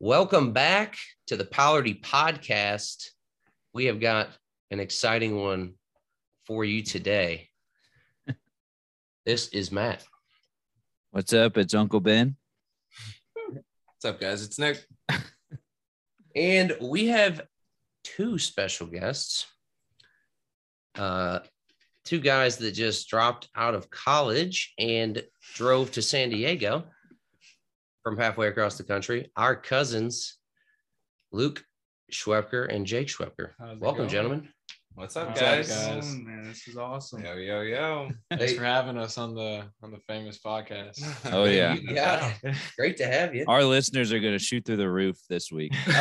Welcome back to the Pollardy podcast. We have got an exciting one for you today. this is Matt. What's up? It's Uncle Ben. What's up, guys? It's Nick. And we have two special guests. Uh, two guys that just dropped out of college and drove to San Diego from halfway across the country. Our cousins, Luke Schwepker and Jake Schwepker. How's it Welcome, going? gentlemen. What's up, What's up, guys? guys? Oh, Man, this is awesome. Yo, yo, yo! Thanks Hey. for having us on the on the famous podcast. Oh, yeah. Yeah. Great to have you. Our listeners are going to shoot through the roof this week. oh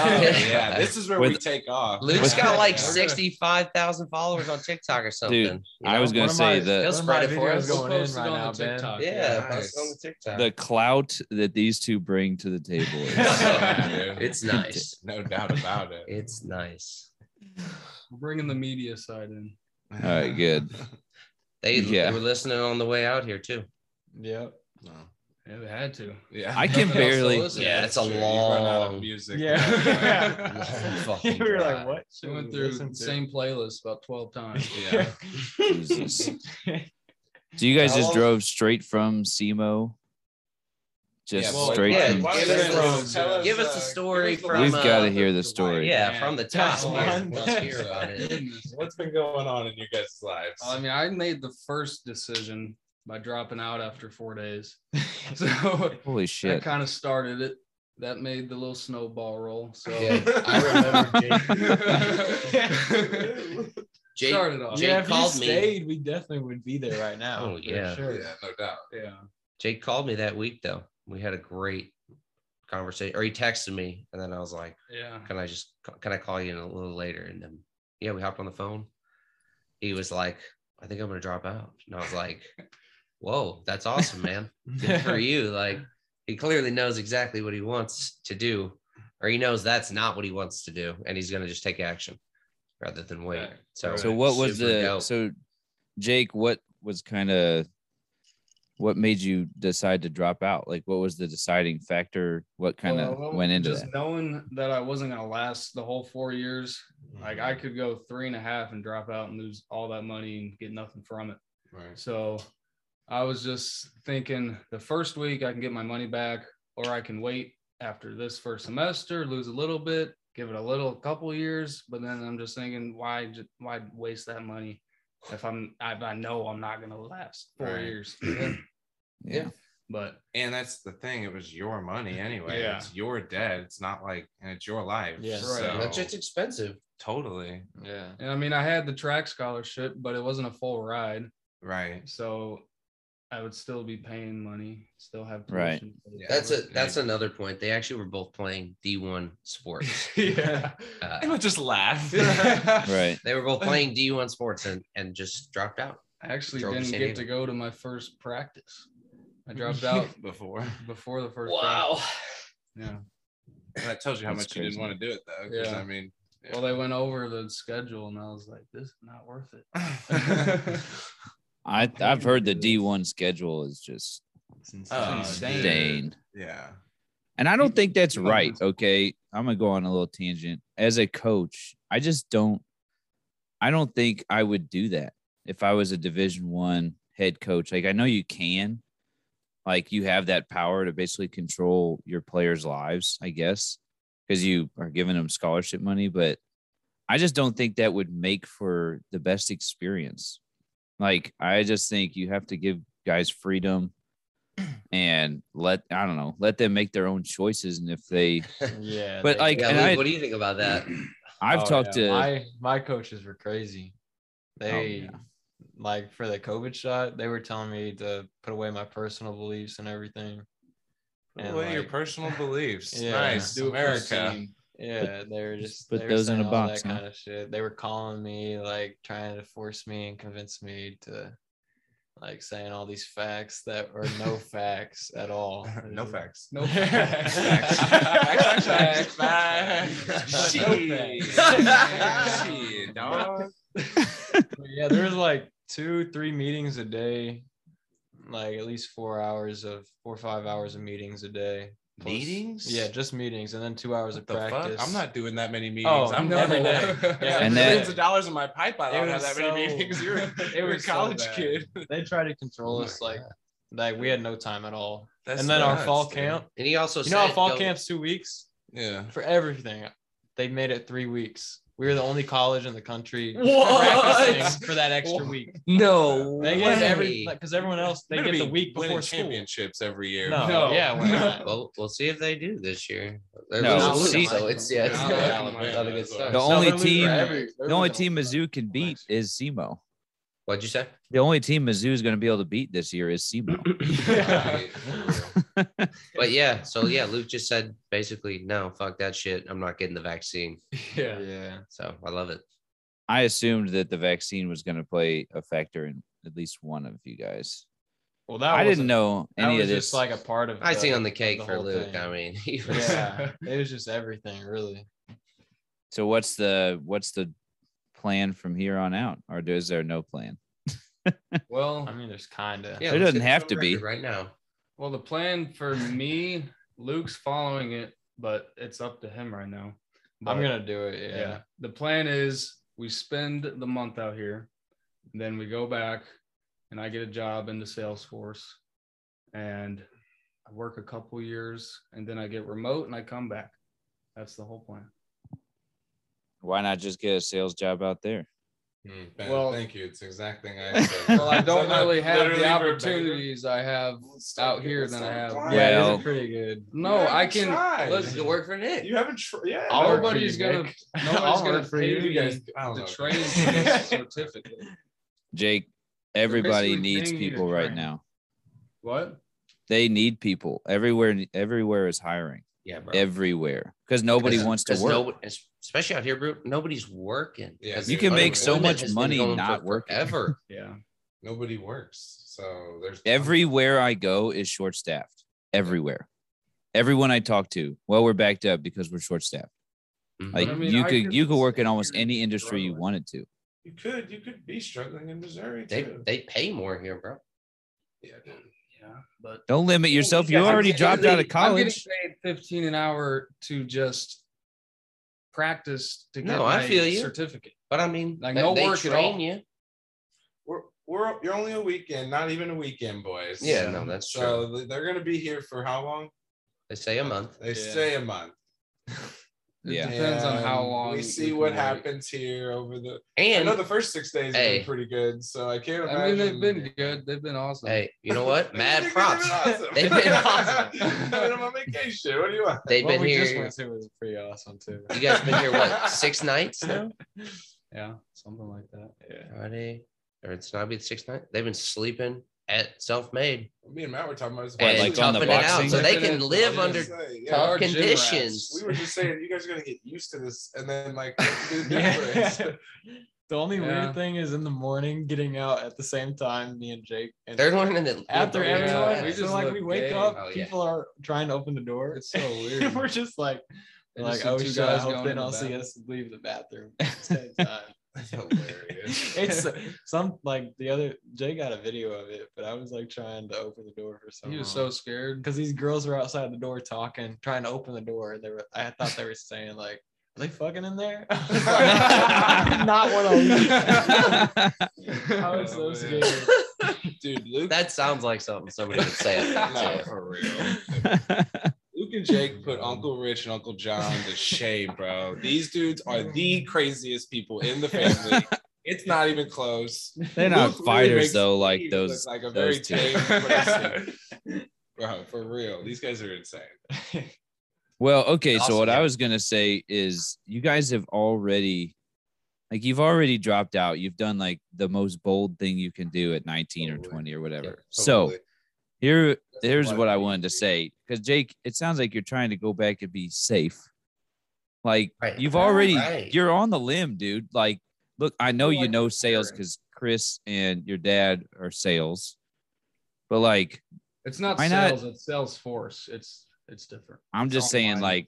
yeah, this is where we With- take off. Luke's What's- got like We're gonna- 65,000 followers on TikTok or something. Dude, you I know? was going to say the He'll spread it for us. going in Posted right on now, the Ben. TikTok. yeah, Yeah, post on nice. the TikTok. the clout that these two bring to the table. Is, Yeah, dude. it's nice. no doubt about it. It's nice. We're bringing the media side in. All all right, good. They, Yeah. they were listening on the way out here too. Yep. No. Yeah, they had to. Yeah, I can Nothing else to barely- listen to. Yeah, it's a Sure, you run out of long- music. Long yeah. fucking we were drive. like, what? We went through the same playlist about 12 times. yeah. Jesus. So you guys just drove straight from SEMO? Just Yeah, well, straight yeah, from. why Why Give don't us you the- tell us, give us the uh, story give us the from, We've uh, got to hear the story. Yeah, Yeah. from the top. That's Let's one. let's hear about it. Goodness. What's been going on in you guys' lives? Um, I mean, I made the first decision by dropping out after four days. So Holy that shit. kind of started it. That made the little snowball roll. So Yeah. Jake, started off. Jake yeah, if you called me. stayed, we definitely would be there right now. Oh, for yeah. sure. yeah, no doubt. Yeah. Jake called me that week though. We had a great conversation, or he texted me, and then I was like, Yeah. "Can I just can I call you in a little later?" And then yeah, we hopped on the phone. He was like, "I think I'm gonna drop out," and I was like, "Whoa, that's awesome, man! Good for you!" Like he clearly knows exactly what he wants to do, or he knows that's not what he wants to do, and he's gonna just take action rather than wait. Right. So, So what was super the dope. so Jake, what was kind of what made you decide to drop out? Like what was the deciding factor? What kind of uh, Well, went into just that? knowing that I wasn't gonna last the whole four years. Like I could go three and a half and drop out and lose all that money and get nothing from it. Right. So I was just thinking the first week I can get my money back, or I can wait after this first semester, lose a little bit, give it a little couple years. But then I'm just thinking, why ju- why waste that money if I'm I, I know I'm not gonna last four Right. years. Yeah. but And that's the thing. It was your money anyway. Yeah. It's your debt. It's not like, and it's your life. Yes. Right. So, that's just expensive. totally Yeah. and I mean I had the track scholarship, but it wasn't a full ride. right. so I would still be paying money, still have Right. tuition paid Yeah. That's for a that's another point. They actually were both playing D1 sports. yeah. Uh, would just laugh. Right. They were both playing D1 sports and, and just dropped out. I actually Drove to didn't San get to Diego. go to my first practice. I dropped out before. before the first. practice. That tells you how That's much you crazy. didn't want to do it though. 'cause, Yeah. I mean, Yeah. Well, they went over the schedule, and I was like, "This is not worth it." I I've heard the D one schedule is just Oh, insane. insane. yeah. And I don't think that's right. Okay. I'm gonna go on a little tangent. As a coach, I just don't I don't think I would do that if I was a division one head coach. Like I know you can, like you have that power to basically control your players' lives, I guess, because you are giving them scholarship money, but I just don't think that would make for the best experience. Like I just think you have to give guys freedom and let I don't know, let them make their own choices. And if they Yeah. But, they- like, Yeah, and Luke, I- what do you think about that? I've oh, talked yeah. to Oh, my my coaches were crazy. They yeah. like for the COVID shot, they were telling me to put away my personal beliefs and everything. Put And, away your like- personal beliefs. Yeah. Nice. Do it for America. Steam. Yeah, they were just just put they were those in a saying all box, That huh? kind of shit. They were calling me, like trying to force me and convince me to, like saying all these facts that were no facts at all. no facts. No Facts, facts, facts, facts, facts, facts. facts. Shit. Shit, dog. But yeah, there was like two, three meetings a day, like at least four hours of four or five hours of meetings a day. Plus- meetings. Yeah, just meetings and then two hours of The fuck? practice. I'm not doing that many meetings. Oh, I'm no. every day. Yeah, And millions that- of dollars in my pipe. I It don't have was that many so- meetings. You're, it you're a was so college bad. kid. They try to control Oh us my like like we had no time at all. That's and then our nuts, fall dude. camp. And he also You said know how fall go- camp's two weeks Yeah. for everything. They made it three weeks. We were the only college in the country What? practicing for that extra week. No They way. get every because everyone else they Better get the be week winning before school. championships every year. No, No. yeah, we're not. Well, we'll see if they do this year. They're No, losing, see- so it's yeah, it's No, not, no, not a good no. start. The only they're losing team- for every- they're The only team losing Mizzou can beat is Zemo. What'd you say? The only team Mizzou is going to be able to beat this year is Zemo. But yeah, so yeah, Luke just said basically, no, fuck that shit. I'm not getting the vaccine. Yeah. Yeah. So I love it. I assumed that the vaccine was going to play a factor in at least one of you guys. Well, that I wasn't- didn't know That any was of just this. like a part of Icing on the cake the for whole Luke. thing. I mean, he was, Yeah, it was just everything, really. so what's the what's the plan from here on out, or is there no plan? Well, I mean, there's kinda. Yeah, There let's doesn't get this have on to be. record right now. well, the plan for me, Luke's following it, but it's up to him right now. But, I'm gonna do it. yeah. Yeah. The plan is we spend the month out here, then we go back, and I get a job into Salesforce, and I work a couple years, and then I get remote and I come back. That's the whole plan. Why not just get a sales job out there? Well- well, Mm, thank you. It's the exact thing I said. Well, I don't I'm not really have literally the verbatim. opportunities I have out here than I have. Yeah, Yeah, it is Well- pretty good. No, Yeah, I you can. tried. Let's go work for Nick. You haven't tried. Yeah. I'll work for Nobody's you, gonna. Nick. Nobody's I'll gonna work for pay you. me You guys, I don't to know. train for this certificate. Jake, everybody basically needs paying you to people right train. now. What? They need people everywhere. Everywhere is hiring. Yeah, bro. Everywhere because nobody Because- wants to because work. no- especially out here, bro. Nobody's working. Yeah, Because you can make so unemployment much has been money going not for working. Forever. Yeah. Nobody works. So there's Everywhere I go is short staffed. Everywhere. Everyone I talk to, well, we're backed up because we're short staffed. Like Mm-hmm. I mean, you I could could you could work sit in almost here any and industry you struggle. wanted to. You could you could be struggling in Missouri they too. they pay more here, bro. yeah, dude. Yeah. But Don't limit yourself. You I'm already getting dropped out of paid- college. I'm getting paid 15 an hour to just practice to get No, I my feel you. certificate. But I mean, Like, they, no they work at train all. you. We're, we're you're only a weekend, not even a weekend, boys. Yeah, no, that's true. So th- they're gonna be here for how long? they say a month. They Yeah. say a month. It Yeah. depends on how And long we see can what wait. happens here over the. I know And the first six days Hey. have been pretty good, so I can't I mean, imagine. they've been good. They've been awesome. hey, you know what? Mad They've props. Been They've been awesome. I've been on my vacation. What do you want? They've what been we here. just went to was pretty awesome too. You guys been here what six nights now? Yeah, something like that. Yeah. Friday, or it's not be the sixth night. They've been sleeping at self made Me and Matt were talking about this. What, and like on the toughing it out boxing? so they Toughing can it- live toughing under it- yeah, tough Our gym rats. conditions. we were just saying you guys are gonna get used to this, and then like do the difference. Yeah. The only Yeah. weird thing is in the morning getting out at the same time, me and Jake. And They're learning that after Yeah, everyone, we we just just like look we wake gay. up, Oh, yeah. people are trying to open the door. It's so weird. we're just like, I just like see oh two shit, I guys hope going they in the don't see bathroom. us leave the bathroom at the same time. That's hilarious. it's some like the other Jay got a video of it, but I was like trying to open the door for some. He was so scared. because these girls were outside the door talking, trying to open the door, and they were. I thought they were saying like, "Are they fucking in there?" I was like, I did not want to leave. I was so Oh, man. scared. dude. Luke, That sounds like something somebody would say. at the no, gym. for real. Luke and Jake put Uncle Rich and Uncle John to shame, bro. These dudes are the craziest people in the family. It's not even close. They're not Luke really fighters makes though, like Steve look those. like a very those tame two. person. Bro, for real, these guys are insane. Well, okay. Awesome, So what yeah. I was gonna say is, you guys have already, like, you've already dropped out. You've done like the most bold thing you can do at 19 or Totally. 20 or whatever. So Totally. here, here's why what I we- wanted to say. Because Jake, it sounds like you're trying to go back and be safe. Like Right. you've already, Right. you're on the limb, dude. Like, look, I know you like know I'm sales sure. because Chris and your dad are sales, but like, It's not Why not? sales. It's Salesforce. It's it's different. I'm It's just saying, online. like.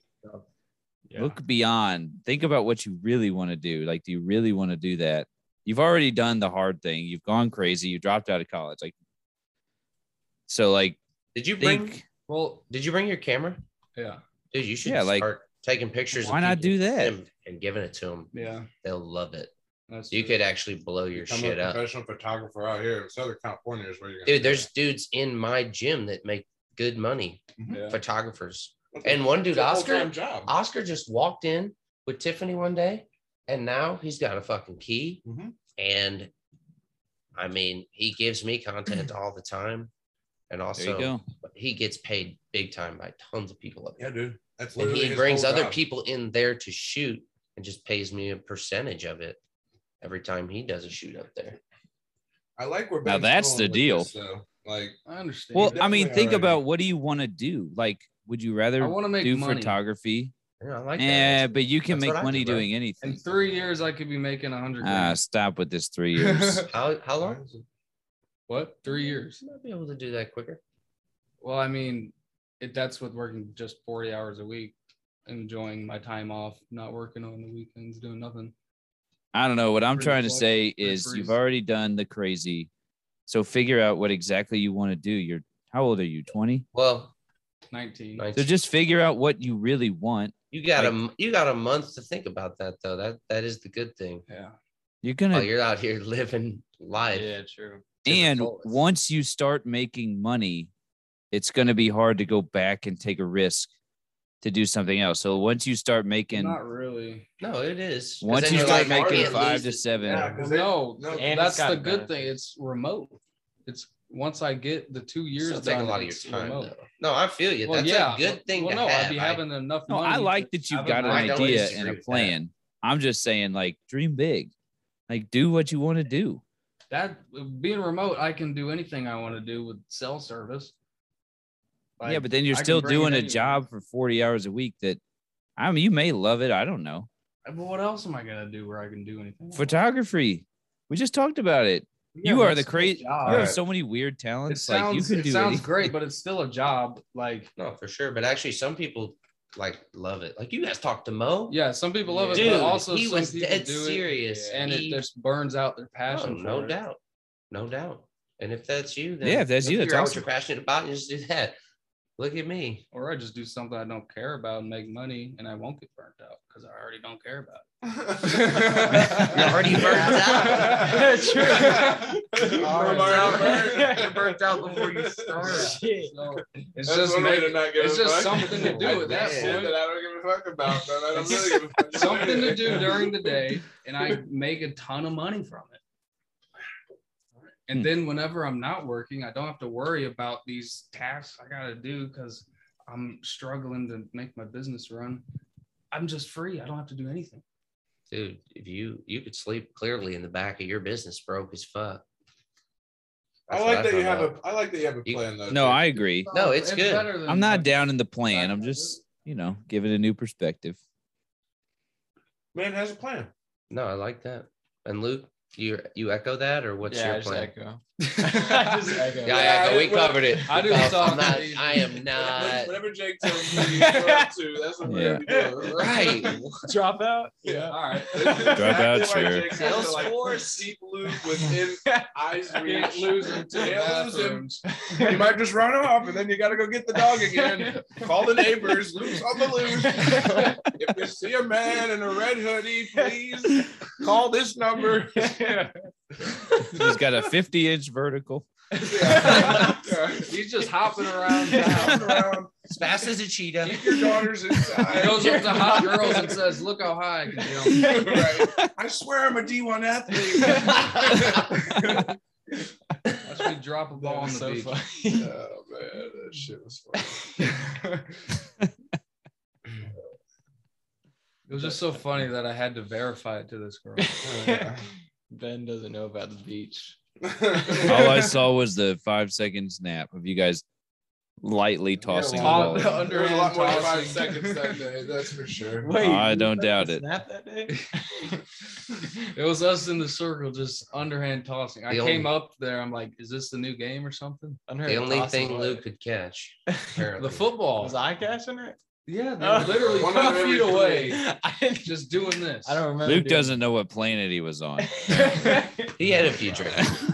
Yeah. look beyond think about what you really want to do like do you really want to do that you've already done the hard thing you've gone crazy you dropped out of college like so like Did you bring? think Well, did you bring your camera? Yeah. Dude, you should Yeah, like, start taking pictures. why not people do that? and- And giving it to them. Yeah. They'll love it. That's You true. could actually blow your Become shit a up. professional photographer out here in Southern California is where you're gonna Dude, there's dudes in my gym that make good money, Yeah. photographers. And one dude, It's a Oscar, full-time job. Oscar just walked in with Tiffany one day, and now he's got a fucking key. Mhm. And I mean, he gives me content all the time, and There you also go. he gets paid big time by tons of people up yeah, here. dude. That's and literally he his brings whole other job. people in there to shoot, and just pays me a percentage of it every time he does a shoot up there. I like where Now Ben's that's going the with deal. this, though. Like I understand. Well, I, I mean, definitely think already- about what do you want to do? Like, would you rather want to make do money. photography? Yeah, I like yeah, that. but you can That's make what I money do, bro. doing anything. In three years, I could be making a hundred. Ah, grand. stop with this three years. How how long? what? Three years? You might be able to do that quicker. Well, I mean, it, that's with working just forty hours a week, enjoying my time off, not working on the weekends, doing nothing. I don't know. What I'm Pretty trying to flex- say pretty is you've freeze. already done the crazy. So figure out what exactly you want to do. You're how old are you? 20? Well, Nineteen. So just figure out what you really want. You got a m- you got a month to think about that though. That that is the good thing. Yeah. You're While gonna Oh, you're out here living life. Yeah, true. to the and fullest. once you start making money, it's gonna be hard to go back and take a risk to do something else. So once you start making Not really. No, it is. 'Cause once then you you're start like, I making can't five lose to it. seven, Yeah. Well, 'cause they- no, no, and that's it's got the good benefits. thing. It's remote. It's once I get the two years Still take a done, lot of your it's time. remote. Though. No, I feel you. Well, That's yeah, a good thing Well, to no, have. I'd be I- having enough no, money. I like to that you've have got an I don't idea disagree and a with that. plan. I'm just saying, like, dream big. Like, do what you want to do. That being remote, I can do anything I want to do with cell service. yeah, Like, but then you're I can still bring it doing a anywhere. job for 40 hours a week that I mean you may love it. I don't know. but what else am I gonna do where I can do anything? Photography. We just talked about it. Yeah, you but are it's the still a crazy you job. have Alright. so many weird It talents. sounds like you can it do sounds anything. great, but it's still a job. Like No, for sure. But actually, some people like love it. Like you guys talked to Mo. yeah, some people love it, Dude, but also he some was people dead do serious. it, and it He- just burns out their oh, passion. no for it. doubt, no doubt. And if that's you, then Yeah, if that's go you, that's figure out what awesome. you're passionate about and just do that. Look at me. or I just do something I don't care about and make money, and I won't get burnt out because I already don't care about You're already burnt out. You're Already burnt out. burnt- you're burnt out before you start. it. Shit. So it's That's just one way make- to not give it's a just fuck. something to do at That's that shit point. that I don't give a fuck about, man. I don't really give a fuck. something to do during the day, and I make a ton of money from it. Hmm. And then whenever I'm not working, I don't have to worry about these tasks I gotta do because I'm struggling to make my business run. I'm just free. I don't have to do anything. Dude, if you you could sleep clearly in the back of your business, broke as fuck. I That's what like that you found have out. a. I like that you have a You- plan though. No, dude. I agree. No, it's good. better than- I'm not down in the plan. I I'm know just, you know, giving a new perspective. man has a plan. No, I like that. And Luke, you you echo that or what's yeah, I your just plan? echo. Just echo. Yeah, I Yeah, echo. I- We well, covered it. I do Because talk I'm not. to- I am Whatever- not. Whatever Jake tells me, you go up to. That's what we're gonna do. Right. Drop out. Yeah. All right. out, Exactly why sure. Jake has to, like, Salesforce. Deep loop within eyes Can't reach. lose them to the Can't lose him. bathrooms. You might just run off, and then you got to go get the dog again. Call the neighbors. Loose on the loose. If you see a man in a red hoodie, please call this number. He's got a 50 inch vertical. Yeah. Yeah. He's just hopping around Round, town. round. As fast as a cheetah. Keep your daughters He goes inside. up to hot girls and says, "Look how high I can jump." Right. I swear I'm a D1 athlete. Watch me drop a ball on the beach. oh man, that shit was funny. It was just so funny that I had to verify it to this girl. ben doesn't know about the beach. All I saw was the five second snap of you guys lightly tossing the well, ball. Under There were a lot more than five tossing. seconds that day, that's for sure. I you don't doubt got the it. Snap that day. It was us in the circle, just underhand tossing. I The came only- up there. I'm like, "Is this the new game or something?" The only thing Luke could catch. Apparently. The football. was I catching it. yeah, they Oh. were literally One five under every feet away, I didn't. just doing this. I don't remember. Luke doing doesn't know what planet he was on. it. He had a few drinks.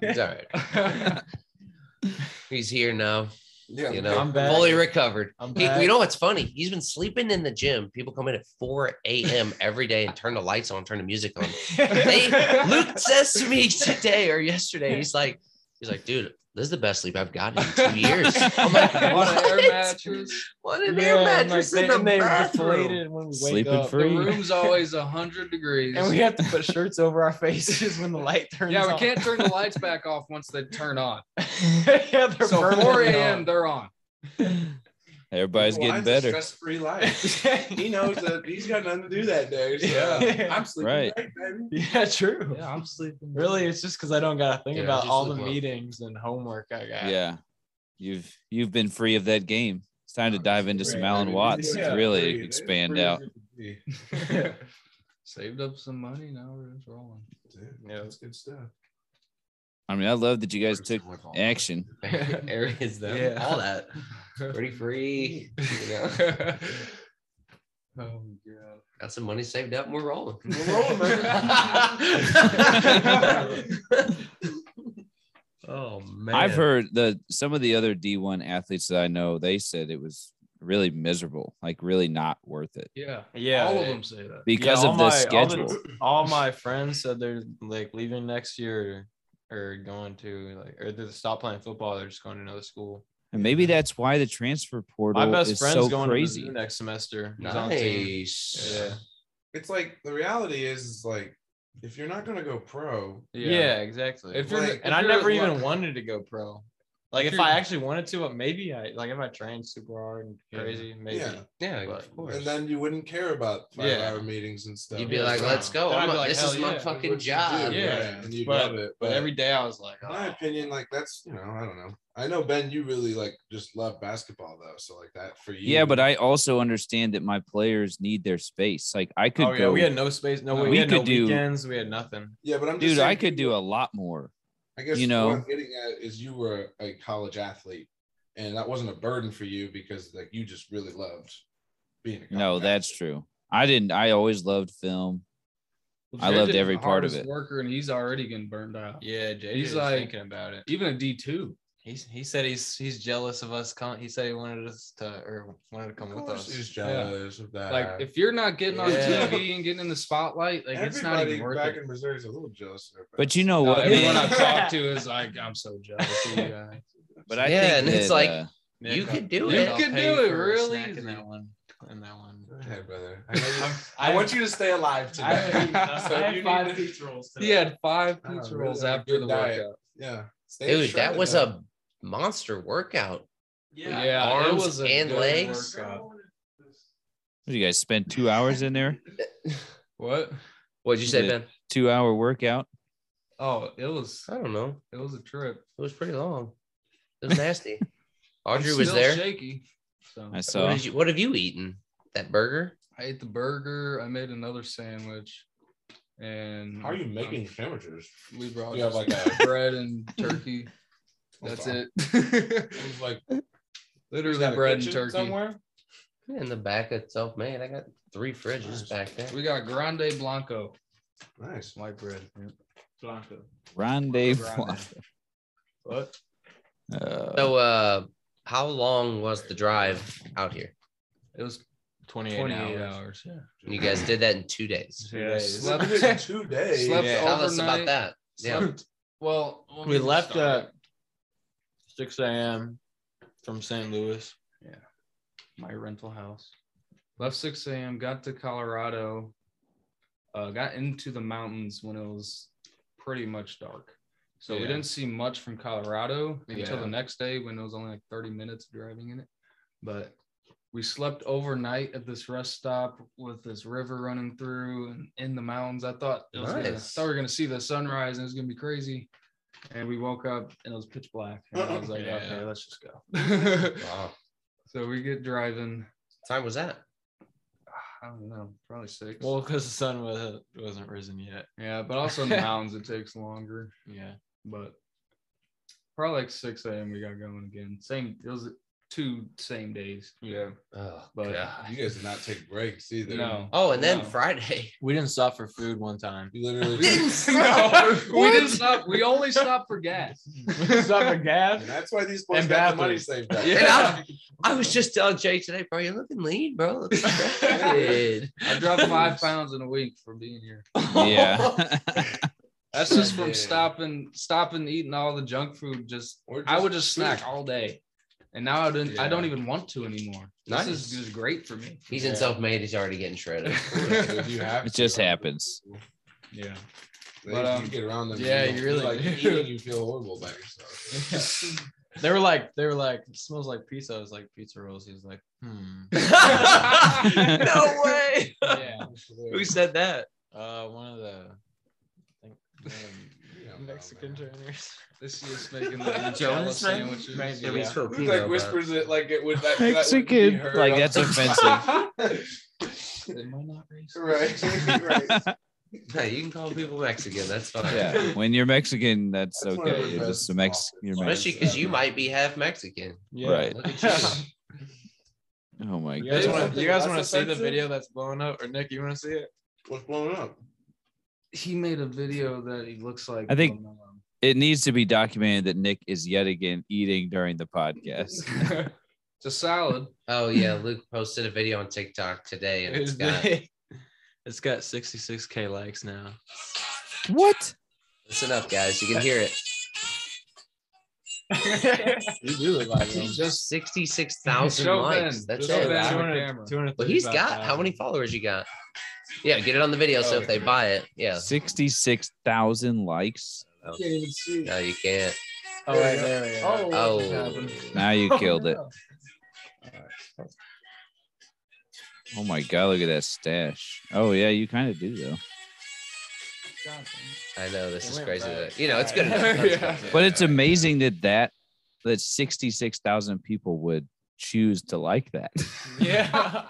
It's all right. He's here now. Yeah. You know, I'm back. fully recovered. I'm He, back. you know what's funny? He's been sleeping in the gym. People come in at 4 a.m. every day and turn the lights on, turn the music on. They, Luke says to me today or yesterday, he's like, he's like, dude, this is the best sleep I've gotten in two years. I'm like, What an air what? mattress. What an Yeah, air I'm like, mattress they- in the and they're bathroom. deflated when we wake Sleeping up. The Free. room's always 100 degrees. And we have to put shirts over our faces when the light turns yeah, we on. can't turn the lights back off once they turn on. yeah, they're So burning 4 it a.m. on. they're on. Everybody's getting Mine's a better. Stress-free life. he knows that he's got nothing to do that day. So Yeah. I'm sleeping Right. great, baby. Yeah, true. Yeah, I'm sleeping. Really, it's just because I don't gotta think Yeah, about just all look the well. meetings and homework I got. Yeah. You've you've been free of that game. It's time to dive into some Right, Alan right. Watts. Yeah, to really right. expand Pretty out. good to be. Saved up some money. Now we're just rolling. Dude, Yeah. that's good stuff. I mean, I love that you guys First took time with all that. action. areas though. Yeah. All that. Pretty free. You know, Oh, got some money saved up and we're rolling. We're rolling, man. oh man. I've heard the some of the other D1 athletes that I know, they said it was really miserable, like really not worth it yeah. Yeah. All of they- them say that. because yeah, of all the my- all schedule. All my friends said they're like leaving next year or, or going to like or they stop playing football. They're just going to another school. and maybe that's why the transfer portal My best is friend's so going to crazy. Mizzou next semester. He's on team. Nice. Yeah. It's like the reality is, is like if you're not gonna go pro, Yeah. exactly. If you're, Like- if and I you're never at even luck- wanted to go pro. Like If if, you're- I actually wanted to, but maybe I like if I trained super hard and Yeah. crazy, maybe. Yeah. Yeah, But- of course. and then you wouldn't care about five Yeah. hour meetings and stuff. You'd be like, So, let's go. Then I'd I'm be like, like, this hell is my yeah, what fucking you do, job. Yeah. and you But, love it. but every day I was like, in my oh, opinion, like that's you know, I don't know. I know Ben, you really like just love basketball though, so like that for you. Yeah, but I also understand that my players need their space. Like I could oh, yeah, go, we had no space, no, we, We had no could do- weekends, we had nothing. yeah, but I'm just dude, saying, I could do a lot more. I guess you know- what I'm getting at is you were a college athlete, and that wasn't a burden for you because like you just really loved being. A college No, that's athlete. true. I didn't. I always loved film. I Jaden's loved the every part of hardest it. Worker, and he's already getting burned out. Yeah, JJ He's was like- thinking about it. Even a D two. He's, he said he's he's jealous of us. Con- he said he wanted us to or wanted to come Of with course, us. he's jealous of that. Like if you're not getting on Yeah. TV and getting in the spotlight, like it's not Everybody even worth back it. in Missouri is a little jealous. Of their But you know Uh, what? everyone Man? I've talked to is like, I'm so jealous. Of you guys. But I Yeah, think and it's that, like- uh, Yeah, You go- could do yeah, it. I'll could pay do it for a real snack easy. in that one. In that one. Go ahead, brother. I, know you- I- I want you to stay alive I today. have, So I you have five need to- pizza rolls today. He had five Oh, pizza really? rolls Good after the diet. workout. yeah, stay Dude, that shredded was up. a monster workout. Yeah, it Arms was a and good legs. workout. what, you guys spent two hours in there, What? What'd you say, Yeah. Ben? two hour workout. Oh, it was I don't know. it was a trip. It was pretty long. It was nasty. Audrey I'm was still there. Shaky. So I What, saw. did you, what have you eaten? That burger? I ate the burger. I made another sandwich, and um, How are you making your sandwiches? We brought You have just like bread and turkey. That's it. It was like Literally bread and turkey. somewhere. In the back of self made. I got three fridges Nice. back there. We got grande blanco, Nice. white bread. Blanco. Grande. Grande. What? Uh, So, uh, how long was the drive out here? It was 28, 28 hours. hours. Yeah. And you guys did that in two days. Two Yeah, days. slept- two days. Slept Yeah. Tell us about Overnight. that. Yeah. Slept- Well, when We left uh, started, at 6 a.m. from St. Louis. my rental house. Left 6 a.m. Got to Colorado. Uh, got into the mountains when it was pretty much dark. So we Yeah. didn't see much from Colorado until Yeah. the next day when it was only like 30 minutes of driving in it. But we slept overnight at this rest stop with this river running through and in the mountains. I thought it was gonna, I Nice. thought we were gonna see the sunrise and it was gonna be crazy. And we woke up and it was pitch black. And I was like, Yeah. okay, let's just go. Wow. so we get driving. Time was that? I don't know, probably six. Well, because the sun was, wasn't risen yet. yeah, but also in the mountains it takes longer. Yeah. But probably like six a.m. we got going again. Same, it was two same days. Yeah. Oh, But- God. You guys did not take breaks either. No. Oh, and then No. Friday. We didn't stop for food one time. You literally no, we didn't stop. We only stopped for gas. stop for gas. And that's why these boys And got the money bathrooms. saved up. And I, I was just telling Jay today, bro, you're looking lean, bro. Looking shredded. I dropped five pounds in a week for being here. yeah. That's just from Shredded. stopping, stopping eating all the junk food. Just, Or I would just food. snack all day, and now I don't. I don't even want to anymore. Nice. This is just great for me. He's in Yeah. self-made. He's already getting shredded. If you have it to, just right? happens. Yeah. Like, But, if um, you get around them. yeah, you really like do. eating, you feel horrible about yourself. They were like, they were like, it smells like pizza. I was like, pizza rolls. He was like, hmm. no way. Yeah. Who said that? Uh, one of the, I think, one You don't of know, the Oh, Mexican man. trainers. This is making the Jonas made- Nutella sandwiches. made- Yeah, Yeah. we spoke Who, Pino like about- whispers it like it would that, Mexican. that Like, that's offensive. They might not raise it. right. right. Hey, you can call people Mexican. That's fine. yeah. When you're Mexican, that's, That's one of okay. the You're best just a Mex. topics. You're Mex- Especially because you might be half Mexican. Yeah. Right. Look at you. Oh my You god. That's guys want to? something You guys that's want to see the offensive? video that's blowing up, or Nick, you want to see it? What's blowing up? He made a video that he looks like. I think- Lamelo. It needs to be documented that Nick is yet again eating during the podcast. it's a salad. Oh yeah, Luke posted a video on TikTok today, and it's It's got. big. it's got 66k likes now. What? Listen up, guys. You can hear it. You do look like him. Just sixty-six thousand Show likes. Ben. That's Show it. Ben. Wow. But he's got how many followers you got? Yeah, get it on the video. So Oh, if they okay. buy it, yeah. 66,000 likes. I can't even see. No, you can't. Oh, right, there we go. Oh, Now you killed it. Oh my god, look at that stash. Oh yeah, you kind of do though. I know this It is went crazy. back. that- You know, it's good. Yeah. enough. That's good. But it's amazing that that that 66,000 people would choose to like that. Yeah.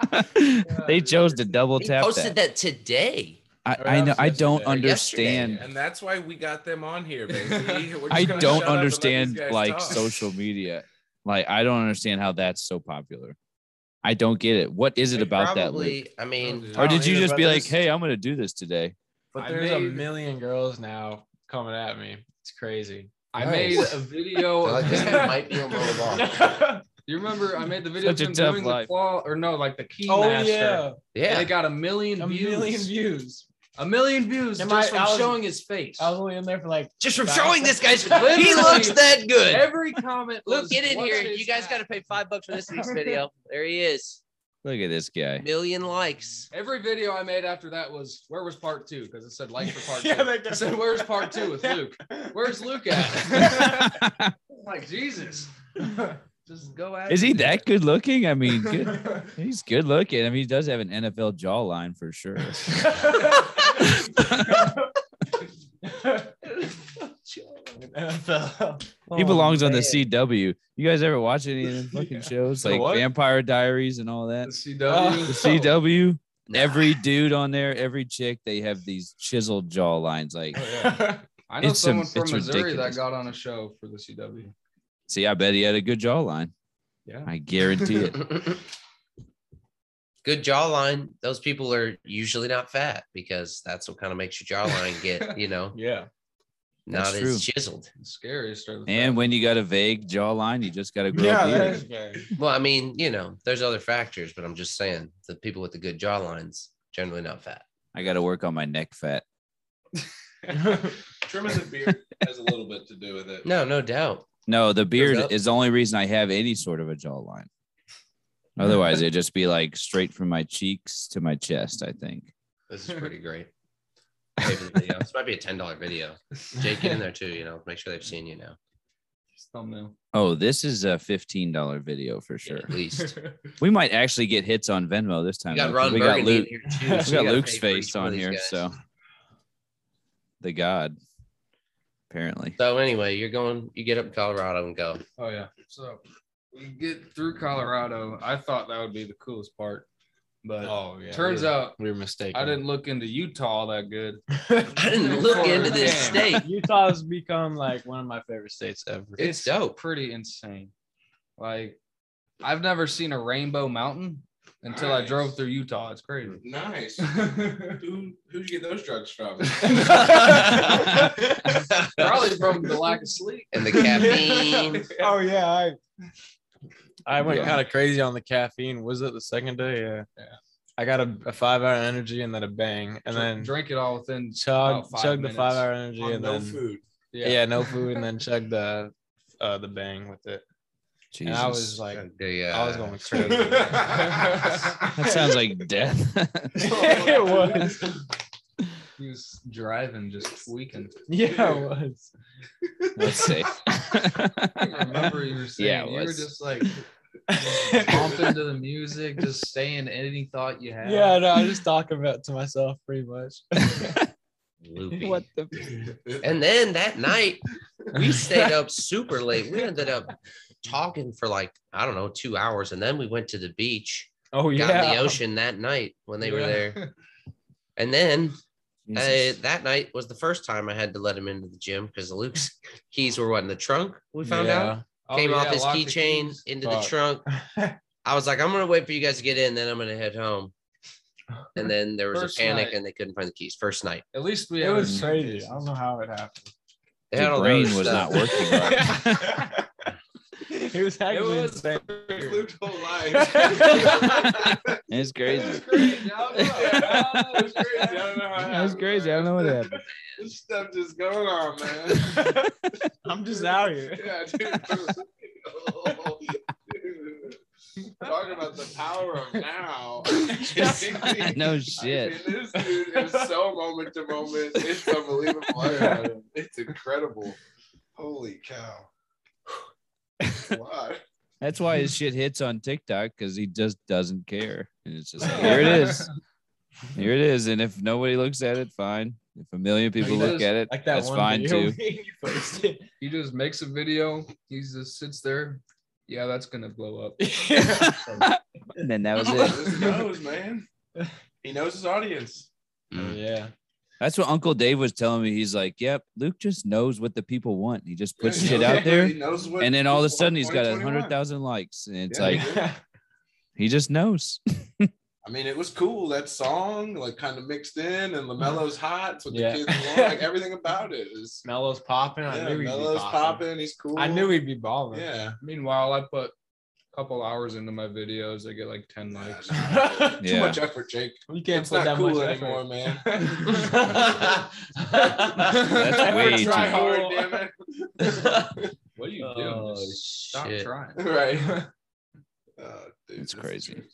they chose to double He tap posted that. that today. I, Or I that know was I yesterday. don't Or understand. And that's why we got them on here, baby. We're just I don't gonna shut up and let these understand guys like talk. social media. Like I don't understand how that's so popular. I don't get it. What is it They about that? probably, Luke? I mean, I Or don't did you either, just but be like, there's- "Hey, I'm gonna do this today"? But I there's a made- million girls now coming at me. It's crazy. I Nice. made a video. like, of this guy him- might be a little off. you remember I made the video Such a of him tough doing life. the claw or no, like the key oh master. yeah, And Yeah. it got a million a views. million views. A million views Am just I- from I was- showing his face. I was only in there for like. Just from Back- showing this guy's, he Literally. looks that good. Every comment. Look, was, get in "What here. is You guys that?" got to pay five bucks for this week's video. There he is. Look at this guy. Million likes. Every video I made after that was where was part two because it said like for part Yeah, two. they It said where's part two with Yeah. Luke. Where's Luke at? like Jesus, just go at. is he it. that good looking? I mean, good, he's good looking. I mean, he does have an NFL jawline for sure. Oh, he belongs on the CW. You guys ever watch any of them fucking shows The like what? Vampire Diaries and all that? The Oh. Uh, The CW. CW. Nah. Every dude on there, every chick, they have these chiseled jawlines. Like, Oh, I know It's a- someone from it's Missouri ridiculous. that got on a show for the CW. see, I bet he had a good jawline. Yeah. I guarantee it. Good jawline. Those people are usually not fat because that's what kind of makes your jawline get, you know, yeah. not That's true. as chiseled. It's scary. Start and when you got a vague jawline, you just got to grow a beard. Well, I mean, you know, there's other factors, but I'm just saying the people with the good jawlines generally not fat. I got to work on my neck fat. Trimming the beard has a little bit to do with it. No, no doubt. No, the beard up. is the only reason I have any sort of a jawline. Otherwise, it'd just be like straight from my cheeks to my chest. I think. This is pretty great. Pay for the video. This might be a ten dollar video. Jake, get in there too. You know, make sure they've seen you now. thumbnail. Oh, this is a fifteen dollar video for sure. At least We might actually get hits on Venmo this time. you got though, 'cause Ron we got Burgundy Luke. in here too. We you got gotta pay Luke's for each face one on of these here, guys. so the God, apparently. So anyway, you're going. You get up in Colorado and go. Oh yeah. So we get through Colorado. I thought that would be the coolest part, but Oh yeah. turns we were, out we were mistaken. I didn't look into Utah all that good. I didn't look into this Damn. state. Utah has become like one of my favorite states ever. It's dope. Pretty insane. Like I've never seen a rainbow mountain until I Nice. drove through Utah. It's crazy. Nice. Probably Who who'd you get those drugs from? from the lack of sleep. and the caffeine. oh yeah, I I went Yeah. kind of crazy on the caffeine. Was it the second day? Yeah. Yeah. I got a, a five hour energy and then a bang, and then drink it all within. chug about five chug minutes. the five hour energy On and no then food. yeah. no food, and then chug the uh, the bang with it. And I was like, The, uh, I was going crazy. that that sounds like death. Oh, it was. He was driving, just tweaking. Yeah, it was. Let's see. I remember you were saying Yeah, it you were was. just like bumping to the music, just saying any thought you had. Yeah, no, I was just talking about to myself pretty much. loopy. the? And then that night, we stayed up super late. We ended up talking for like, I don't know, two hours. And then we went to the beach, Oh got in yeah. the ocean that night when they were Yeah. there. And then uh, Jesus. that night was the first time I had to let him into the gym because Luke's keys were what in the trunk. We found out Oh, came off yeah, his lock the keychain keys. into the Fuck. trunk. I was like, I'm gonna wait for you guys to get in, then I'm gonna head home. And then there was First a panic, night. and they couldn't find the keys. First night, At least we It have was a- crazy. I don't know how it happened. they Your had all uh, the brain other was stuff. not working right. He was actually was insane. Lived whole life. It's It was crazy. crazy. I don't know. It was crazy. I don't know how it That was happened, crazy. I don't man. know what happened. This stuff just going on, man. I'm just out here. Yeah, dude. Oh, dude. Talk about the power of now. no shit. I mean, this dude is so moment to moment. It's unbelievable. I don't know. It's incredible. Holy cow. Wow. That's why his shit hits on TikTok because he just doesn't care. And it's just like, here it is. Here it is. And if nobody looks at it, fine. If a million people he look does at it, Like that that's one fine video too. you posted. He just makes a video. He just sits there. Yeah, that's gonna blow up. And then that was it. This knows, man. He knows his audience. Mm. Oh, yeah. That's what Uncle Dave was telling me. He's like, yep, Luke just knows what the people want. He just puts Yeah, he shit knows out what- there. he knows what And then all of a people sudden, want he's got 2021. 100,000 likes. And it's Yeah. like, he just knows. I mean, it was cool. That song, like, kind of mixed in, and Lamelo's hot. It's what Yeah. the kids want. Like, everything about it is. Mello's popping. I Yeah, knew he'd Melo's be popping. popping. He's cool. I knew he'd be balling. Yeah. Meanwhile, I put a couple hours into my videos. I get like ten likes. Nah, Too Yeah. much effort, Jake. You can't it's put not that cool much anymore, anymore. man. That's way too try hard, damn it. What are you doing? Oh, Just stop shit. trying. right. Uh, dude, It's that's crazy. true.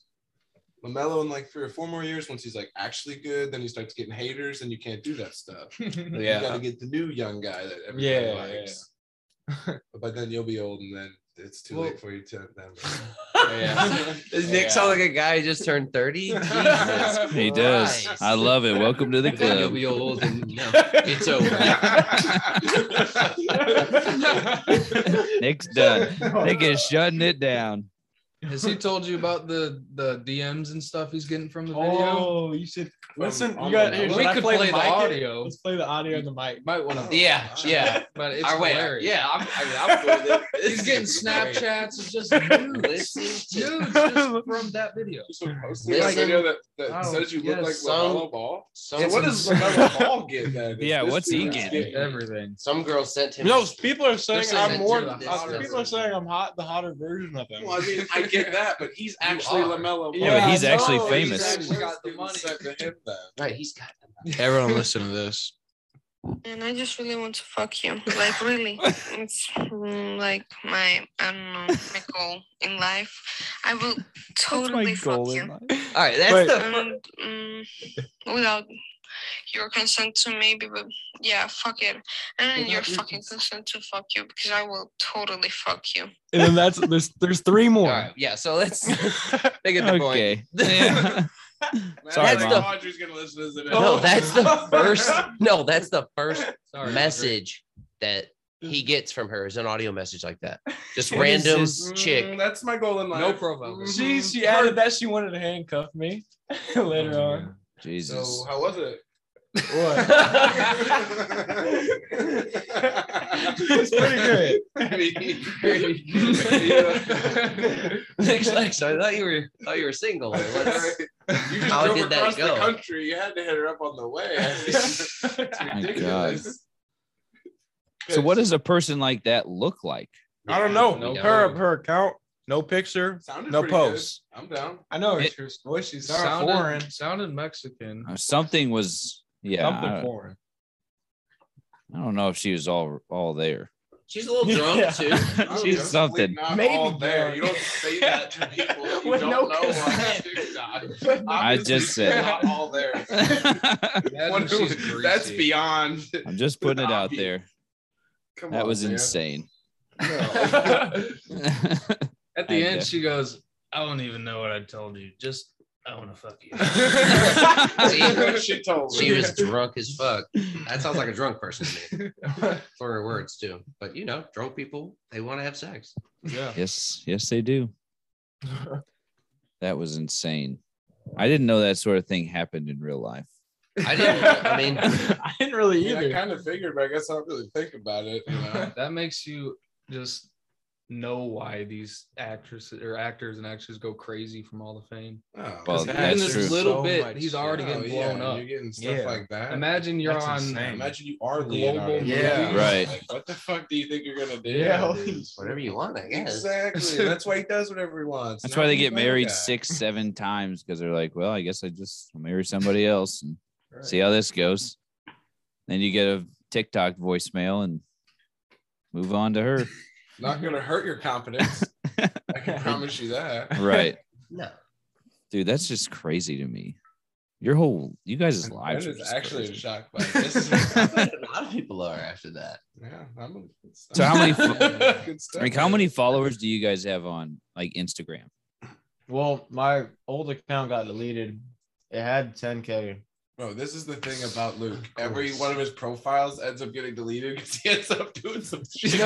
Lamelo in like three or four more years, once he's like actually good, then he starts getting haters, and you can't do that stuff. You got Yeah. to get the new young guy that everybody Yeah, likes. but by then you'll be old, and then it's too Well- late for you to. Then. Yeah. Does Nick sound like a guy who just turned 30? Jesus He does. Christ. I love it. Welcome to the Then you'll club. be old and no, it's over. Nick's done. Nick is shutting it down. Has he told you about the the DMs and stuff he's getting from the video? Oh, you should listen. on You got. the- Here, we should I could play, the, mic? audio. Let's play the audio of the mic. You might want to. Yeah, yeah. But it's Or wait, uh, hilarious. yeah, I'm, I mean, I'm with it. This He's is getting great. Snapchats. It's just nudes. Listen to Nudes just from that video. Just a posting Listen. video that, that Oh, says you look yes, like some- LaMelo Ball. some, So what does LaMelo Ball get then? If Yeah, this what's he dude's getting? Everything. some girl sent him. No, people are saying This I'm isn't more. true. uh, This doesn't- people are saying I'm hot. The hotter version of him. Well, I mean, I get that, but he's actually are. LaMelo Ball. Yeah, he's I actually know. famous. He's actually actually- got the money. To him, then. right, he's got Everyone, listen to this. And I just really want to fuck you. Like, really. It's mm, like my, I don't know, my goal in life. I will totally fuck you. life. All right, that's Wait. the And mm without your consent to maybe, but yeah, fuck it. And Without your your fucking consent to fuck you because I will totally fuck you. And then that's there's there's three more. All right, yeah. So let's they get the point. Okay. Yeah. Man, Sorry, I Mom. think Audrey's gonna listen to this. in a No, minute. that's the first. No, that's the first Sorry. message that he gets from her is an audio message like that. Just What is random this? Mm, chick. That's my goal in life. No profile. Mhm. She she Oh, added that she wanted to handcuff me later on. Jesus. So how was it? it's pretty pretty uh, Next, next, I thought you were thought you were single. Let's- You just How drove did that across go? the country. You had to hit her up on the way. It's ridiculous. So what does a person like that look like? I don't know. No her clue. her account, no picture, Sounded no pretty good. post. I'm down. I know her It- true voice. She's not sounded, foreign. sounded Mexican. Uh, Something was yeah. Something I, foreign. I don't know if she was all all there. She's a little drunk Yeah. too. I don't She's know. something. Not Maybe all there. drunk. You don't say that to people if you With don't no know on consent. TikTok. I just Obviously, she's said- not all there. I'm Imagine What- she's that's greasy. beyond. just putting it out there. Come That on, was man. insane. No. At I the end, def- she goes, I don't even know what I told you. Just, I want to fuck you. That's what she told me. She was drunk as fuck. That sounds like a drunk person to me. For her words too. But you know, drunk people, they want to have sex. yeah. yes, yes, they do. That was insane. I didn't know that sort of thing happened in real life. I didn't I mean I didn't really Yeah, I either. kind of figured, but I guess I don't really think about it. You know? That makes you just know why these actresses or actors and actors go crazy from all the fame. Oh, Well, that Even that's this true. little So bit, much, he's yeah. already Oh, getting yeah, blown up. You're getting stuff Yeah. like that. Imagine you're That's on insane. Imagine you are Global Leonardo. movie. Yeah, Right. Like, what the fuck do you think you're gonna do? Yeah. whatever you want, I guess. Exactly. That's why he does whatever he wants. That's Not why they the get other married guy. six, seven times because they're like, well, I guess I just marry somebody else and see how this goes. Then you get a TikTok voicemail and move on to her. Not gonna hurt your confidence. I can promise you that. right. No. Dude, that's just crazy to me. Your whole, you guys' That lives are is just actually a crazy. shock. But this is, a lot of people are after that. yeah, I'm a, So how many fo- Good stuff, Like, how man. many followers do you guys have on like Instagram? Well, my old account got deleted. It had 10k. Bro, this is the thing about Luke. Every one of his profiles ends up getting deleted because he ends up doing some shit.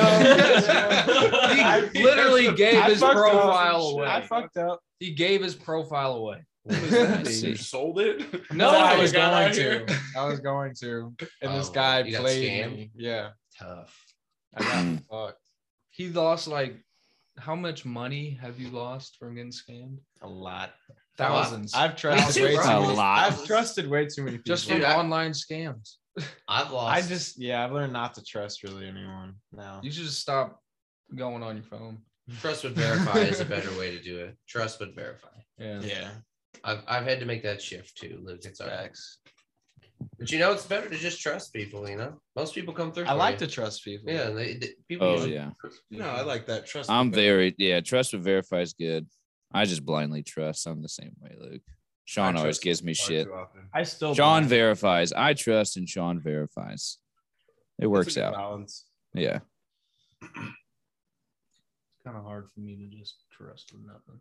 No. He literally gave I his fucked up. profile away. I fucked up. he gave his profile away. What does that I mean? see. You sold it? No, But I you was got going out to. here. I was going to, and this Oh, guy you got played scammed? me. Yeah, Tough. Mm, I got fucked He lost like how much money have you lost from getting scammed? a lot. Thousands. I've trusted too, way too bro. many. A lot. I've trusted way too many people. just Dude, from I- online scams. I've lost I just yeah, I've learned not to trust really anyone now. You should just stop going on your phone. trust but verify is a better way to do it. Trust but verify. Yeah. Yeah. I've I've had to make that shift too, Luke. It's all right. But you know, it's better to just trust people. You know, most people come through. I for like you. to trust people. Yeah, and they, they- people. Oh, usually- yeah. No, I like that. Trust I'm me. very, yeah, trust with verify is good. I just blindly trust. I'm the same way, Luke. Sean I always trust gives me Far shit. too often. I still Sean believe- verifies. I trust and Sean verifies. It works It's a good out. balance. Yeah. It's kind of hard for me to just trust with nothing.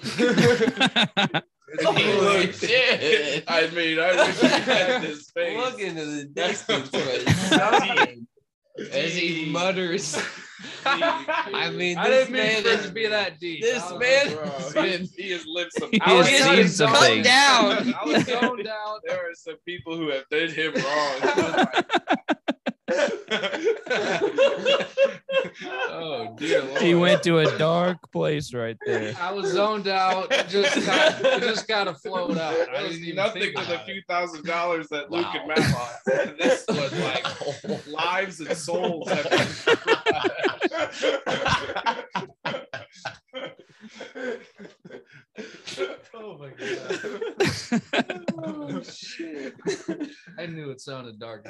And he Holy looked- shit. I mean, I wish he had this face. Look into the distance, as he mutters. I mean, I this didn't mean man for it to is, be that deep. this I was- man- Bro, he, he has lived some. He I was has gonna seen go some down. things. down. I was going down. There are some people who have done him wrong. oh dear lord! He went to a dark place right there. I was zoned out. Just got, just got to float out. I That was didn't even nothing think with a about it. few thousand dollars that Luke and Wow. Matt lost. This was like lives and souls. have been- Oh my god! Oh, shit. I knew it sounded dark.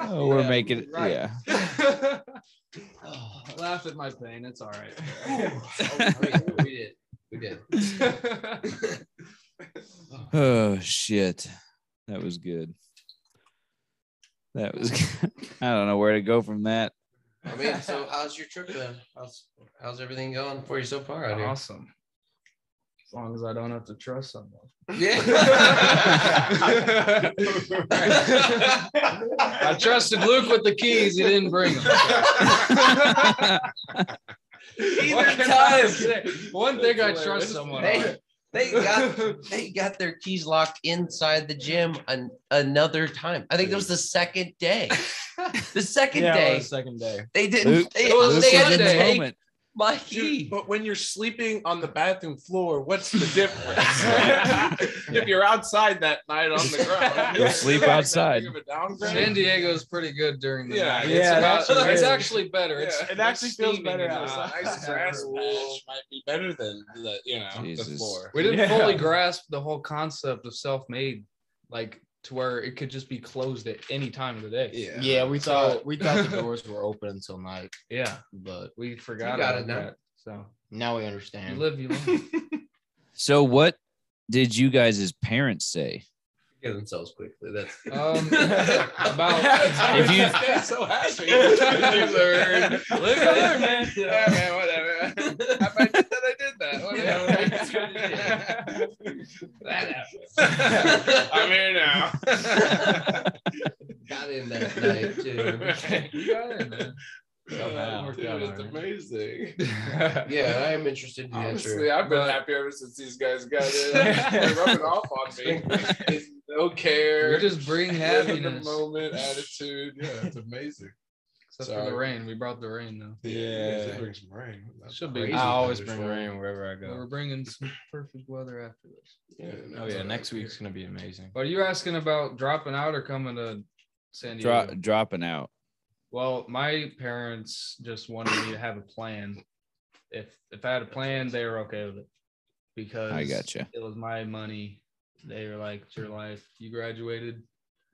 Oh, we're Yeah, making it. right. Yeah. Laugh at my pain. It's all right. Oh, we did. We did. Oh shit. That was good. That was good. I don't know where to go from that. I mean, so how's your trip been? How's how's everything going for you so far out here? awesome. As long as I don't have to trust someone. I trusted Luke with the keys. He didn't bring them. Either What can I say? One thing I trust someone. Hey, on. They got they got their keys locked inside the gym an, another time. I think it was the second day. The second yeah, day the second day. they Luke- didn't. They, it was- Luke they had was to in the take moment. my Dude, key. but when you're sleeping on the bathroom floor, what's the difference? if you're outside that night on the ground, You'll sleep that outside. big of a downgrade? San Diego's pretty good during the Yeah, night. yeah, it's, it about- actually it's is. actually better. It's, Yeah. It actually it's feels steaming better in Uh, there. outside. ice grass patch might be better than the you know the Jesus. floor. We didn't Yeah. fully grasp the whole concept of self-made, like to where it could just be closed at any time of the day. Yeah. Yeah, we thought- thought we we thought thought the the doors were open until night, Yeah, but we forgot You got about it now. that. So now we you understand. live, you learn. So what did you guys' parents say? Give themselves quickly. That's um, about If you- Stay so happy, You learn. Live and learn, man. Yeah, man, whatever. I might that I did that. Whatever. that I'm here now. got in that night too. You got it, man. Somehow. Dude, it's amazing. Yeah, I am interested in the Honestly, answer. I've been But- happy ever since these guys got it. They're rubbing off on me. It's no We care. just bring live in happiness. the moment attitude. Yeah, it's amazing. Except for Sorry. the rain, we brought the rain though. Yeah. It brings rain. Should be. I Crazy always bring rain wherever I But We're go. bringing some perfect weather after this. Yeah, Oh yeah, next week's gonna be amazing. But are you asking about dropping out or coming to San Diego? Dro- dropping out. Well, my parents just wanted me to have a plan. If if I had a plan, they were okay with it because I gotcha. It was my money. They were like, "It's your life. You graduated.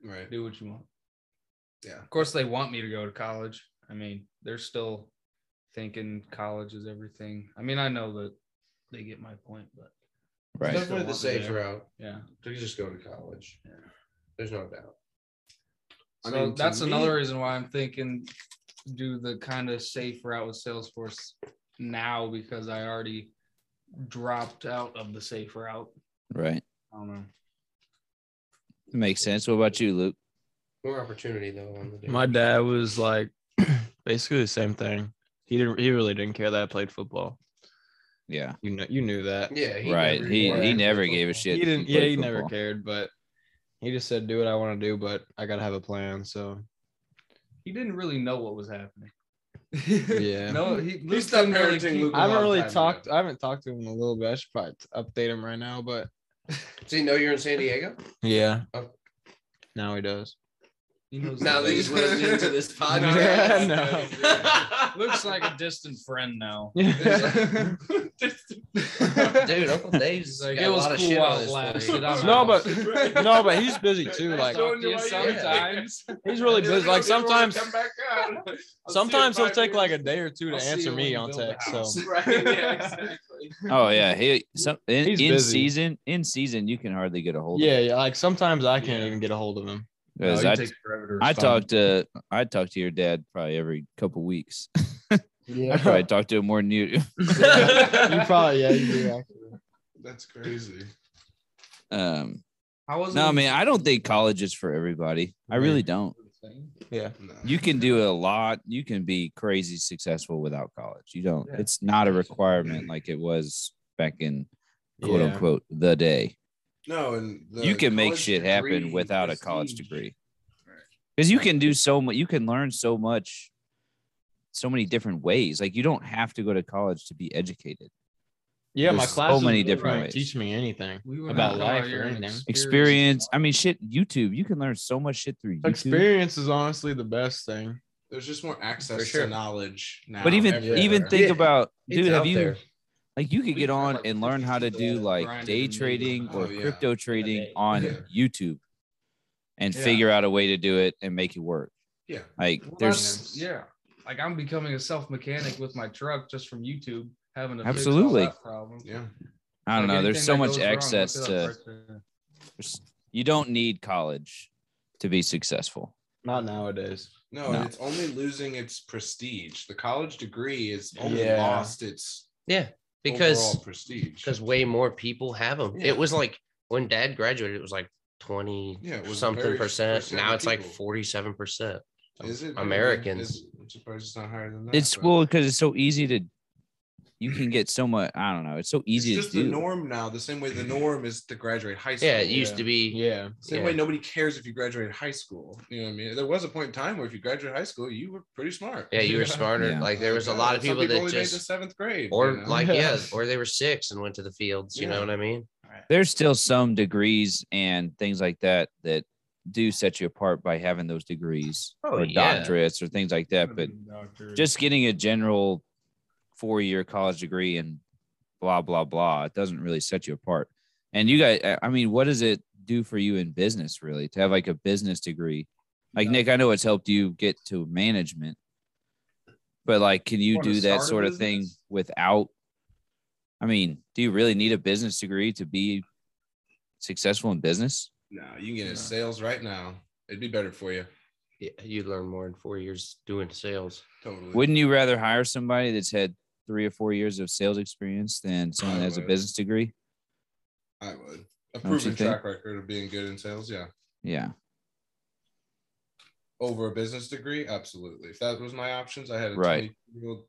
Right. Do what you want." Yeah. Of course, they want me to go to college. I mean, they're still thinking college is everything. I mean, I know that they get my point, but Right. Still Definitely the want safe there. route. yeah. to just go to college. There's no doubt. So I mean, to that's me- another reason why I'm thinking do the kind of safe route with Salesforce now because I already dropped out of the safe route. Right. I don't know. Makes sense. What about you, Luke? More opportunity though on the day. My dad was like basically the same thing. He didn't. He really didn't care that I played football. Yeah. You know, you knew that. Yeah. right. never He even he played never football. gave a shit. He if didn't. Yeah, played he never football. cared. But he just said, "Do what I want to do, but I gotta have a plan." So He didn't really know what was happening. yeah. No, he Luke He's still didn't really parenting keep- Luke. I haven't long really time talked. ago. I haven't talked to him in a little bit. I should probably t- update him right now, but Does he know you're in San Diego? yeah. Oh. Now he does. He knows Now that that. he's listening to this Yeah, podcast. Luke's like a distant friend now. no, Dude, Uncle Dave's Like, got it a was lot of cool shit out on his loud. plate. No, but no, but he's busy too. Like Talk to you sometimes. he's really busy. Like sometimes, Come back out. I'll see you in sometimes he'll five take like a years. day or two to I'll see answer you me when you on build a text. So house. Right. Yeah, exactly. Oh yeah. He some in, He's in busy. season in season you can hardly get a hold yeah, yeah, like sometimes I can't Yeah. even get a hold of him. of him. 'Cause No, I, he takes forever to I respond. talk to I talk to your dad probably every couple weeks. I Yeah, probably talk to him more than you. you probably yeah. You do, actually. That's crazy. Um, How was it no, when man, I don't think college is for everybody. I really don't. yeah. No. You can do a lot. You can be crazy successful without college. You don't. Yeah. It's not a requirement like it was back in quote Yeah. unquote the day. No, and the you can make college shit degree happen without a is college huge. degree because you can do so much you can learn so much so many different ways like you don't have to go to college to be educated Yeah, my There's so classes many really different don't ways. teach me anything. We went About out life here or and anything. experience i mean shit youtube you can learn so much shit through youtube Experience is honestly the best thing. There's just more access For sure. to knowledge now. but even everywhere. even think Yeah. about It's dude out have you there. like you could We get have, on like, and learn how to 50 do people like grinding day and trading making or money. Oh, yeah. crypto tradiing day. on Yeah. youtube and Yeah. figure out a way to do it and make it work yeah. like Well, there's that's- yeah, like I'm becoming a self mechanic with my truck just from YouTube having to Absolutely. fix all that problem. Yeah. i don't Like, know there's so anything that much goes wrong, look access it up to right there. There's- you don't need college to be successful. Not nowadays. No, No. it's only losing its prestige. The college degree is only Yeah. lost its Because overall prestige. because way more people have them. Yeah. It was like when dad graduated, it was like 20 Yeah, it was something very percent. percent now of it's like people. 47 percent. Is it Americans. Is, I'm surprised it's not higher than that. It's but- well because it's so easy to you can get so much. I don't know. It's so easy it's just to do. the norm now. The same way the norm is to graduate high school. Yeah, it used to be. Yeah. Same yeah. way nobody cares if you graduated high school. You know what I mean? There was a point in time where if you graduated high school, you were pretty smart. Yeah, you were smarter. Yeah. Like there was a Uh, lot of some people that only made the just seventh grade. or you know? like yeah, or they were six and went to the fields. You know Yeah. what I mean? There's still some degrees and things like that that do set you apart by having those degrees Oh, or yeah. doctorates or things like that. But just getting a general four year college degree and blah blah blah it doesn't really set you apart and you guys I- i mean what does it do for you in business really to have like a business degree like No. nick i know it's helped you get to management but like can you Want to do that start a sort of thing business? without i mean do you really need a business degree to be successful in business no, you can get in No. sales right now. It'd be better for you. Yeah, you learn more in four years doing sales. Totally. wouldn't you rather hire somebody that's had three or four years of sales experience than someone that has a would. business degree I would. A Don't you proven think? track record of being good in sales. Yeah. yeah over a business degree? Absolutely. If that was my options, I had a Right. 22-year-old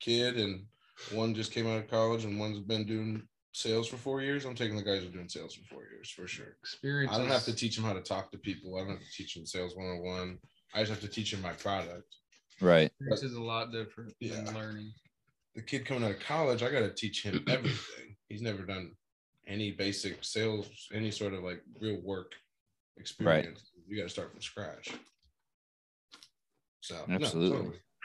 kid and one just came out of college and one's been doing sales for four years. I'm taking the guys who are doing sales for four years for sure. experience. I don't have to teach them how to talk to people. I don't have to teach them sales 101. I just have to teach them my product. Right. This is a lot different Yeah. than learning. The kid coming out of college, I got to teach him everything. He's never done any basic sales, any sort of like real work experience. You got to start from scratch. So no, Absolutely.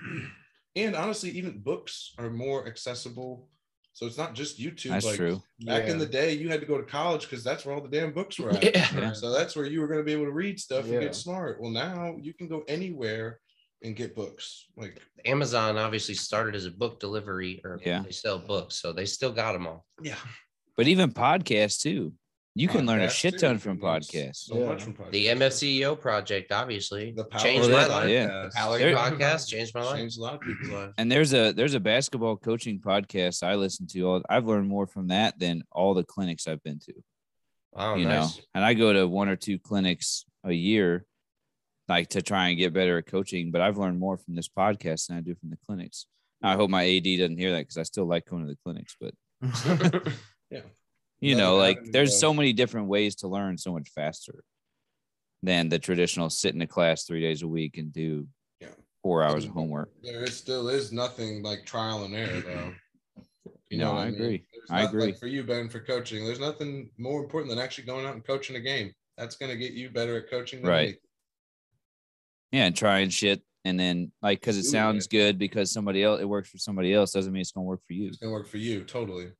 totally. and honestly, even books are more accessible. So it's not just YouTube. That's like true. back in the Yeah. day, you had to go to college because that's where all the damn books were at. Yeah. Yeah. So that's where you were going to be able to read stuff and Yeah. get smart. Well, now you can go anywhere and get books. Like, Amazon obviously started as a book delivery, or Yeah. they sell books, so they still got them all. yeah, But even podcasts too. You can learn a podcasts shit too. ton You from can learn podcasts. So Yeah. much from podcasts. The MFCEO E project obviously Oh, the power changed of my that, life. yeah. podcasts. The power Their There- podcast changed my life. changed a lot of people's lives. And there's a there's a basketball coaching podcast I listen to. All I've learned more from that than all the clinics I've been to. Wow, you Oh, nice. know, and I go to one or two clinics a year, like to try and get better at coaching. But I've learned more from this podcast than I do from the clinics. I hope my AD doesn't hear that because I still like going to the clinics. But you Another know, avenue, like there's though. so many different ways to learn so much faster than the traditional sit in a class three days a week and do Yeah. Mm-hmm. four hours of homework. There is, still is nothing like trial and error, though. No, what I agree. There's I not- agree. Like for you, Ben, for coaching, there's nothing more important than actually going out and coaching a game. That's going to get you better at coaching. than Right. anything. Yeah, and try and shit. And then like because it Do sounds good because somebody else it works for somebody else doesn't mean it's gonna work for you. It's going to work for you, totally.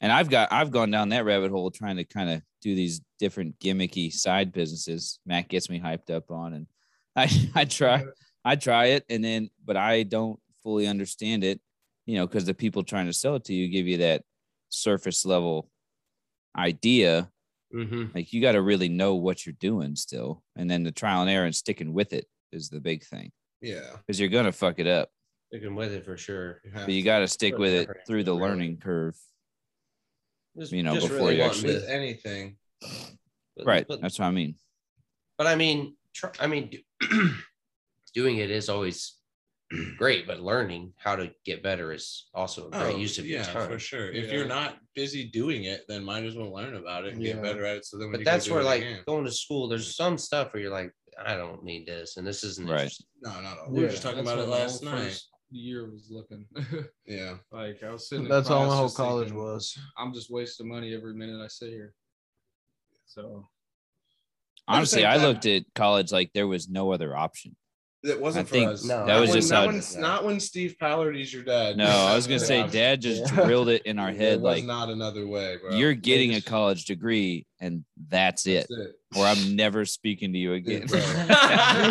And I've got I've gone down that rabbit hole trying to kind of do these different gimmicky side businesses. Matt gets me hyped up on and I I try I try it and then but I don't fully understand it, you know, because the people trying to sell it to you give you that surface level idea. Mhm. Like you got to really know what you're doing still. And then the trial and error and sticking with it is the big thing. Yeah. Because you're gonna fuck it up. Sticking with it for sure. You have But you to. gotta stick with it through the Really. learning curve. Just- You know, just before you wanting actually- to- with anything. but- Right. But, That's what I mean. but I mean, tr- I mean, do- doing it is always great, but learning how to get better is also a great use of Oh, yeah, your time. for sure. If Yeah. you're not busy doing it, then might as well learn about it and Yeah. get better at it. So then, when But you go that's do where it like again- going to school, there's some stuff where you're like, I don't need this, and this isn't Right. interesting. no, not all. We were just talking that's about it what my last whole night. first Year was looking Yeah, like I was sitting. in That's all class my whole just thinking, college was. I'm just wasting money every minute I sit here. So But at the Honestly, same I time- looked at college like there was no other option. that I wasn't for think us. that Not was when- just not how- when, not when Steve Pallard is your dad. No, I was gonna say Yeah. dad just Yeah. drilled it in our There head was like not another way, bro. you're They getting a just- college degree and that's it. That's it. Or I'm never speaking to you again. Dude, bro.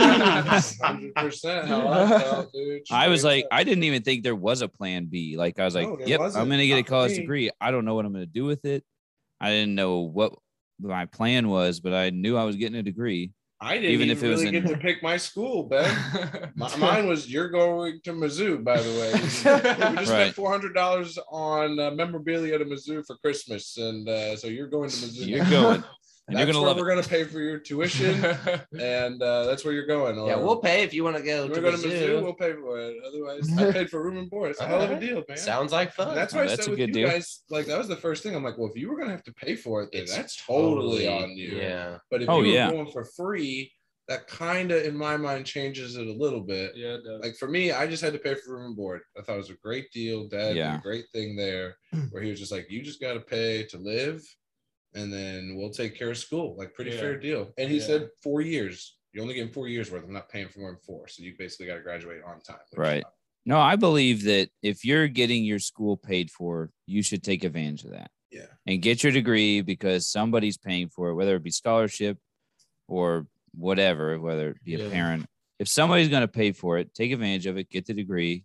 100% how I felt, dude. I was Straight like, up. I didn't even think there was a plan B. Like I was like, No, there yep, I'm wasn't. gonna get a Not for college me. degree. I don't know what I'm gonna do with it. I didn't know what my plan was, but I knew I was getting a degree. I didn't even even, if it was really in- get to pick my school, Ben. My, mine was you're going to Mizzou, by the way. We just Right. spent four hundred dollars on uh, memorabilia to Mizzou for Christmas, and uh, so you're going to Mizzou. You're going. And you're That's gonna where love We're gonna pay for your tuition, and uh, that's where you're going. Yeah, or- we'll pay if you want to go We're to going the to Mizzou. zoo. We'll pay for it. Otherwise, I paid for room and board. It's a hell of a deal, man. Sounds like And fun. that's why Oh, I that's said a with good you deal. guys, like that was the first thing. I'm like, well, if you were gonna have to pay for it, then It's that's totally, on you. Yeah. But if Oh, you yeah. were going for free, that kind of, in my mind, changes it a little bit. Yeah, it does. Like for me, I just had to pay for room and board. I thought it was a great deal. Dad did Yeah. a great thing there, where he was just like, "You just got to pay to live, and then we'll take care of school." Like pretty Yeah. fair deal. And he Yeah. said four years. You're only getting four years worth. I'm not paying for more than four, so you basically got to graduate on time. which- Right. No, I believe that if you're getting your school paid for, you should take advantage of that Yeah. and get your degree because somebody's paying for it, whether it be scholarship or whatever, whether it be a Yeah. parent. If somebody's going to pay for it, take advantage of it, get the degree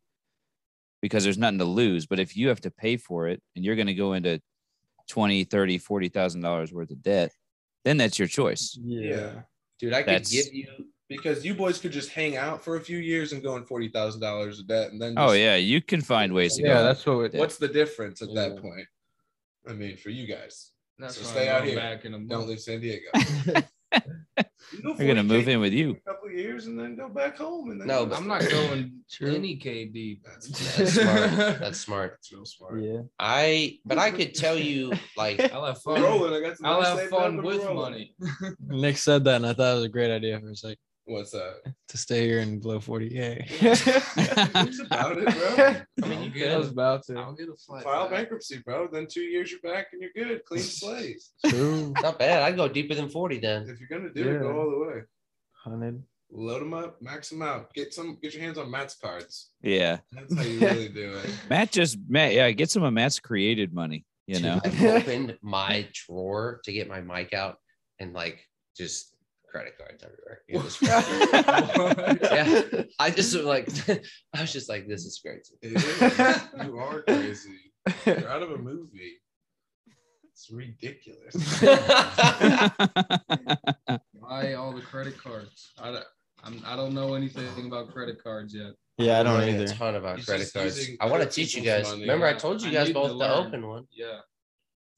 because there's nothing to lose. But if you have to pay for it and you're going to go into 20, 30, 40,000 dollars worth of debt, then that's your choice. Yeah. Dude, I could That's- give you Because you boys could just hang out for a few years and go in forty thousand dollars of debt, and then Oh just- yeah, you can find ways to Mm-hmm. Yeah, go. that's what. We, what's the difference at that Yeah. point? I mean, for you guys, That's So why stay I'm out going here. Back in a don't month. leave San Diego. We're gonna move in with you. a couple of years and then go back home. And then No, but- go back. I'm not going True. any KD. That's, that's smart. That's smart. that's real smart. yeah. I but I could tell you like uh, I'll have We're fun. rolling. I got some I'll money have saved up fun and with rolling. money. Nick said that, and I thought it was a great idea for a second What's up? to stay here and blow 40k. It's about it, bro. I mean, you I was could. about I'll to. get a flight. File back. bankruptcy, bro. Then two years you're back and you're good. Clean slate. True. not bad. I'd go deeper than 40 then. If you're gonna do it, go Yeah. all the way. Hunted. Load them up, max them out. Get some. Get your hands on Matt's cards. Yeah. That's how you really do it. Matt just Matt, yeah, get some of Matt's created money, you Dude, know. I've opened my drawer to get my mic out and like just credit cards everywhere. You know, just- yeah. I just was like I was just like, this is great. It is. You are crazy. You're out of a movie. It's ridiculous. Buy all the credit cards. I don't, I'm, I don't know anything about credit cards yet. Yeah, I don't Learning either. A ton about He's credit just cards. using I want to other teach you people's guys. money. Remember, I told you I guys need to both to, learn. open one. Yeah.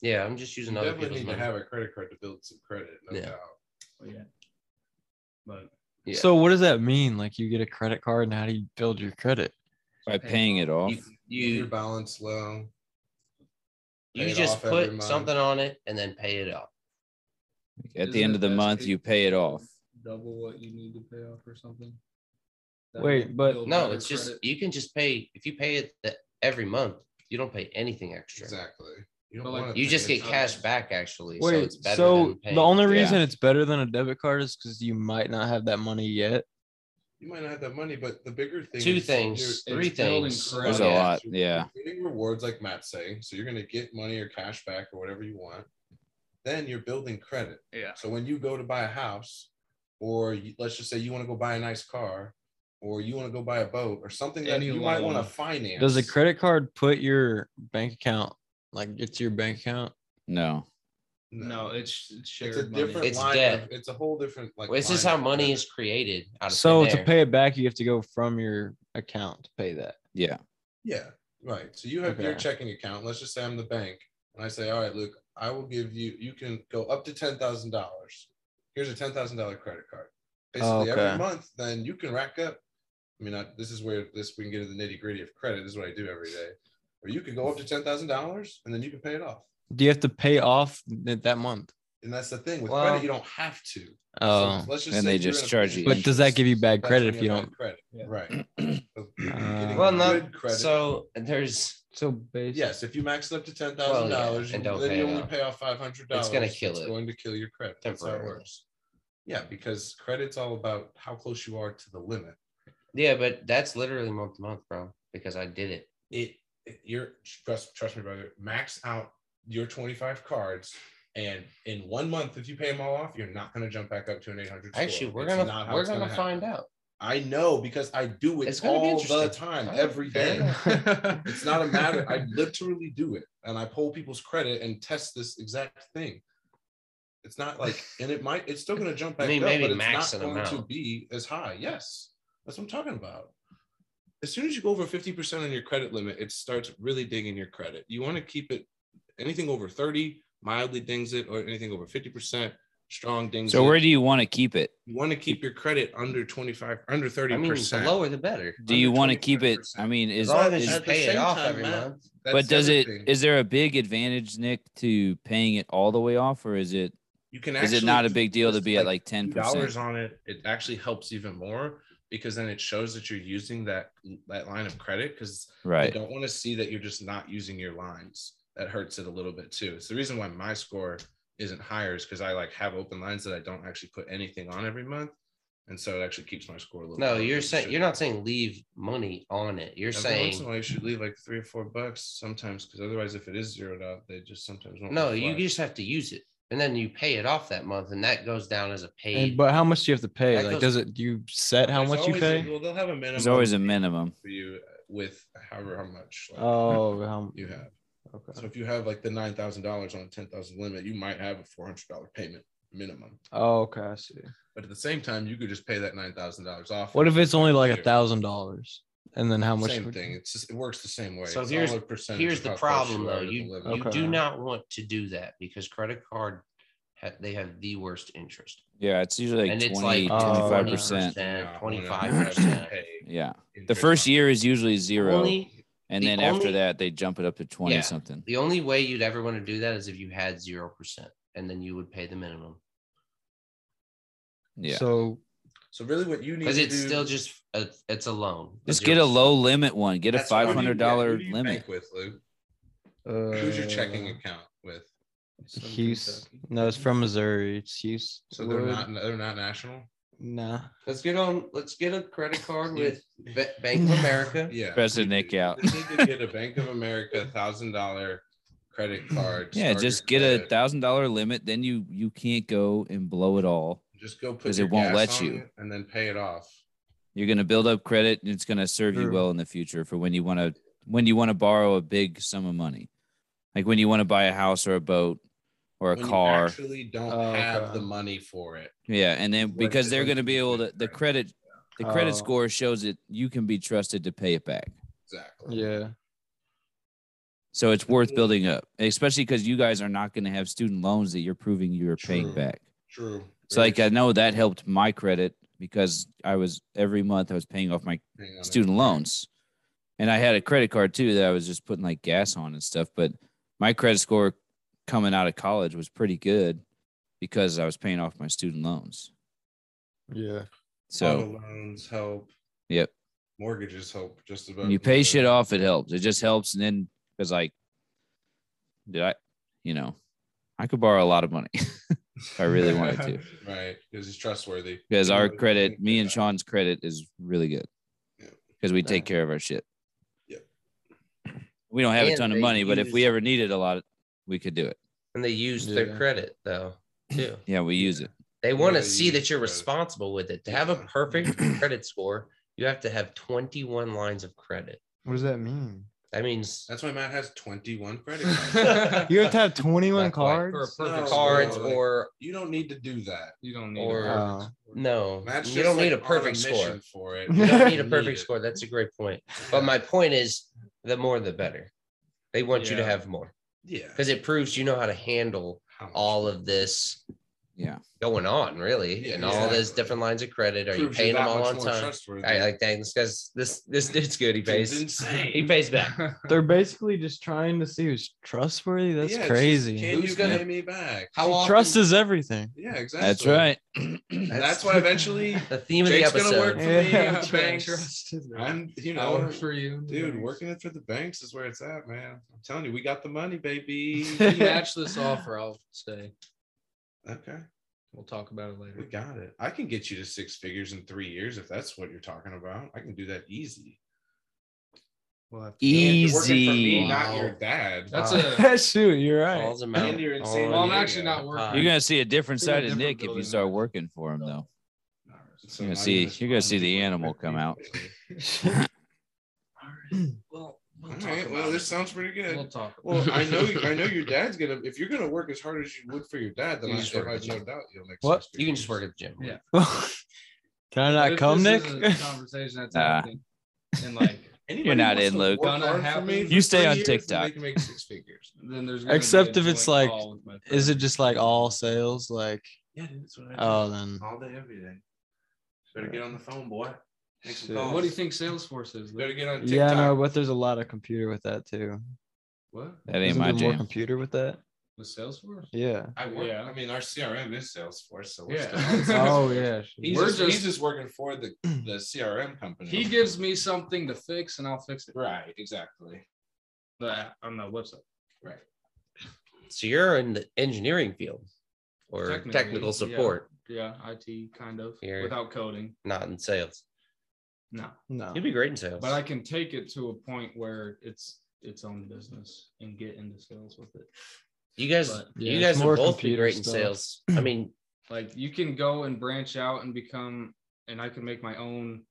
Yeah, I'm just using You other definitely people's need to money. have a credit card to build some credit. No Yeah. doubt. Oh, Yeah. But Yeah. So what does that mean? Like you get a credit card, and how do you build your credit? By paying it off. you Keep your you, balance low. you pay it just off every put month. something on it and then pay it off. At the isn't end it of the best month, if you pay it Oh, off. Double what you need to pay off or something. That Wait, would but- build No, better it's just credit. you can just pay if you pay it the, every month. You don't pay anything extra. Exactly. You But don't like- want You just get Okay. cash back actually. so Wait, it's better so than paying. the only Yeah. reason it's better than a debit card is because you might not have that money yet. You might not have that money, but the bigger thing. two is things, you're- three it's building things. credit. There's a Yeah. lot. Yeah. You're getting rewards like Matt's saying, so you're gonna get money or cash back or whatever you want. Then you're building credit. Yeah. So when you go to buy a house, or you, let's just say you want to go buy a nice car, or you want to go buy a boat, or something that Any you might loan. want to finance. Does a credit card put your bank account like it's your bank account? No. No, it's, it's shared it's a money. different It's line. debt. Of, it's a whole different like. Well, this is line how of money credit. is created. Out of So thin to air. pay it back, you have to go from your account to pay that. Yeah. Yeah, right. So you have your Okay. checking account. Let's just say I'm the bank, and I say, "All right, Luke, I will give you. You can go up to ten thousand dollars. Here's a ten thousand dollar credit card. Basically, Okay. every month, then you can rack up. I mean, I, this is where this we can get into the nitty gritty of credit. This is what I do every day. Or you could go up to ten thousand dollars, and then you can pay it off. Do you have to pay off it that month? And that's the thing with Well- credit, you don't have to. So Oh, let's just And say they you're just in a charge you position- but does that give you bad That's credit when if you have don't? bad credit? Yeah. Right. So you're Uh, getting well, not good credit. so there's So basically, Yes, if you max it up to ten Well, thousand dollars, yeah, and don't then pay you it only off. pay off five hundred dollars. It's gonna kill It's it going to kill your credit. That's how it Temporarily. works. Yeah, because credit's all about how close you are to the limit. yeah, but that's literally month to month, bro. Because I did it. It, it- you're trust trust me, brother. Max out your twenty five cards, and in one month, if you pay them all off, you're not going to jump back up to an eight hundred. Actually, we're gonna we're gonna find out. I know because I do it It's gonna be all the interesting. time, All right, every fair day. it's not a matter. I literally do it, and I pull people's credit and test this exact thing. It's not like, and it might. It's still going to jump I back mean, up, maybe but it's max not an going to amount. be as high. Yes, that's what I'm talking about. As soon as you go over fifty percent on your credit limit, it starts really dinging your credit. You want to keep it anything over thirty mildly dings it, or anything over fifty percent strong things. So where do you want to keep it? you want to keep your credit under 25, under 30%. I mean, the lower the better. Do you want to keep it? I mean, is, long as is- you At the pay it same off time, every Matt, month. but does it is there a big advantage, Nick, to paying it all the way off, or is it you can is it actually not a do big deal to just be at like ten dollars percent? on it, it actually helps even more because then it shows that you're using that that line of credit because I Right. don't want to see that you're just not using your lines. That hurts it a little bit too. It's the reason why my score isn't higher is because I like have open lines that I don't actually put anything on every month, and so it actually keeps my score a little. No, lower you're than it saying should. you're not saying leave money on it. You're Every once in a saying while you should leave like three or four bucks sometimes because otherwise if it is zeroed out they just sometimes won't. no, you reflect. just have to use it, and then you pay it off that month, and that goes down as a And, paid. but how much do you have to pay? That like, goes- does it? Do you set how There's much you always pay? A, well, they'll have a minimum. There's always a minimum. for you with however how much like, oh, how, you have. So okay. if you have like the nine thousand dollars on a ten thousand limit, you might have a four hundred dollar payment minimum. Oh, okay, I see. But at the same time, you could just pay that nine thousand dollars off. What if it's only like a Sure. thousand dollars? And then how much? Same would- thing. It's just, it works the same way. So It's here's- all a percentage Here's of the how close problem are though: to the you limit. you Okay. do not want to do that because credit card ha- they have the worst interest, Yeah, it's usually like and it's 20, like uh, Oh, 25 25%, percent. Yeah, 25%, when I 25%. pay Yeah. The interest first on it. year is usually zero, Only- and the then only- after that they jump it up to twenty Yeah. something. the only way you'd ever want to do that is if you had zero percent, and then you would pay the minimum Yeah. So So really, what you need because to it's do- still just a, it's a loan. Just get a 0%. low limit one. Get a That's what- five hundred dollar Who do you limit. bank with Luke. uh, Who's your checking account with? Hughes. No, it's from Missouri. It's Hughes. So they're Wood. not they're not national. Nah. Let's get on. Let's get a credit card Yeah. with Ba- Bank of America. Yeah. Best of you Nick do. out. You need to get a Bank of America thousand dollar credit card. Yeah, start just your get a credit, thousand dollar limit. Then you you can't go and blow it all. Just go put 'cause your it won't gas let on you. it and then pay it off. You're gonna build up credit, and it's gonna serve you True. well in the future for when you want to when you want to borrow a big sum of money, like when you want to buy a house or a boat or a When you car. actually don't Oh, have okay. the money for it. yeah, and then Worth because it they're when gonna you be able build to the credit. credit the credit Oh. score shows that you can be trusted to pay it back. Exactly. Yeah. So it's worth Mhm. building up, especially because you guys are not going to have student loans that you're proving you're paying True. back. True. So like I know that helped my credit because I was every month I was paying off my Hang on a- student loans. And I had a credit card too that I was just putting like gas on and stuff, but my credit score coming out of college was pretty good because I was paying off my student loans. Yeah. So Auto loans help. Yep. Mortgages help just about. when you pay nothing. shit off, it helps. It just helps. And then because like, did I, you know, I could borrow a lot of money if I really wanted to. Right, because it's trustworthy. Because You our know, credit, me and yeah. Sean's credit, is really good. Yeah. Because we take care of our shit. Yep. We don't have a And ton of they money, but if we use- ever needed a lot, we could do it. And they use Yeah. their credit though too. Yeah, we use it. They want Yeah, to see you that you're got it. responsible with it. To have a Yeah. perfect credit score, you have to have 21 lines of credit. What does that mean? That means That's why Matt has 21 credit cards. You you have to have 21 Not quite. for a cards. perfect No. cards score, like- or You don't need to do that. you don't need or- or, Oh. no. Matt's you just, don't need a like, on perfect score. mission for it. You don't need a Need perfect it. score. That's a great point. But my point is the more the better. They want you to Yeah. have more yeah, because it proves you know how to handle How much? all of this Yeah. going on, really, Yeah, and all those exactly. different lines of credit. Are you Proves you're paying them that all much on more time? trustworthy. I like dang, this guy's this this dude's good. He It's pays. Oh. insane. He pays back. They're basically just trying to see who's trustworthy. That's Yeah, it's just, crazy. Can Who's you gonna- pay me back? How often? Trust is everything. Yeah, exactly. That's right. And that's why eventually the theme Jake's of the gonna work episode. for me Yeah. at the banks. Trust is everything. I'm, you I know, work for you, dude, Thanks. working it for the banks is where it's at, man. I'm telling you, we got the money, baby. If you match this offer, I'll stay. okay, We'll talk about it we later. got it. I can get you to six figures in three years if that's what you're talking about. I can do that easy. We'll have to And you're working for Easy. me, not Wow. your dad. That's Wow. a. Shoot, you're right. Calls him out. And you're in San on Well, I'm Diego. actually not working. You're gonna see a different It's in a side of different Nick if you building, start right? working for him, though. So You're gonna now see- just you're gonna see the responding animal to what come they out. say. Well, we'll All talk right. about Well, this it. sounds pretty We'll good. talk. Well, about I it. know, I know your dad's gonna. If you're gonna work as hard as you would for your dad, then You I, just if work I at no the- doubt you'll make. What? six You can just figures. work at the gym. Yeah. Can I If not come, Nick? this is a Conversation that's Nah. happening in like Anybody You're not who wants in, to Luke. work Gonna hard for happen. me for You stay three on years, then TikTok. They can make six figures. then there's gonna be Except a if it's joint like- call with my Is friend. it just like all sales? Like Yeah, dude, that's what I do. Oh, then All day, every day. Better get on the phone, boy. Make some Shit. calls. What do you think Salesforce is? Luke? Better get on TikTok. yeah, no, but there's a lot of computer with that too. What? That ain't Isn't my there more jam. computer with that? With Salesforce? Yeah. I work. Yeah. I mean, our CRM is Salesforce, so we're Yeah. still on Oh Salesforce. yeah. He's, We're just, he's just- just working for the the CRM company. He gives me something to fix and I'll fix it. right, exactly. The app- on the website. Right. So you're in the engineering field or Technically, technical yeah. support, Yeah, IT kind of Here. without coding. not in sales. No. No. You'd be great in sales. But I can take it to a point where it's its own business and get into sales with it. you guys, but, yeah, you guys it's more would both be computer great in stuff. sales. I mean, Like you can go and branch out and become and I can make my own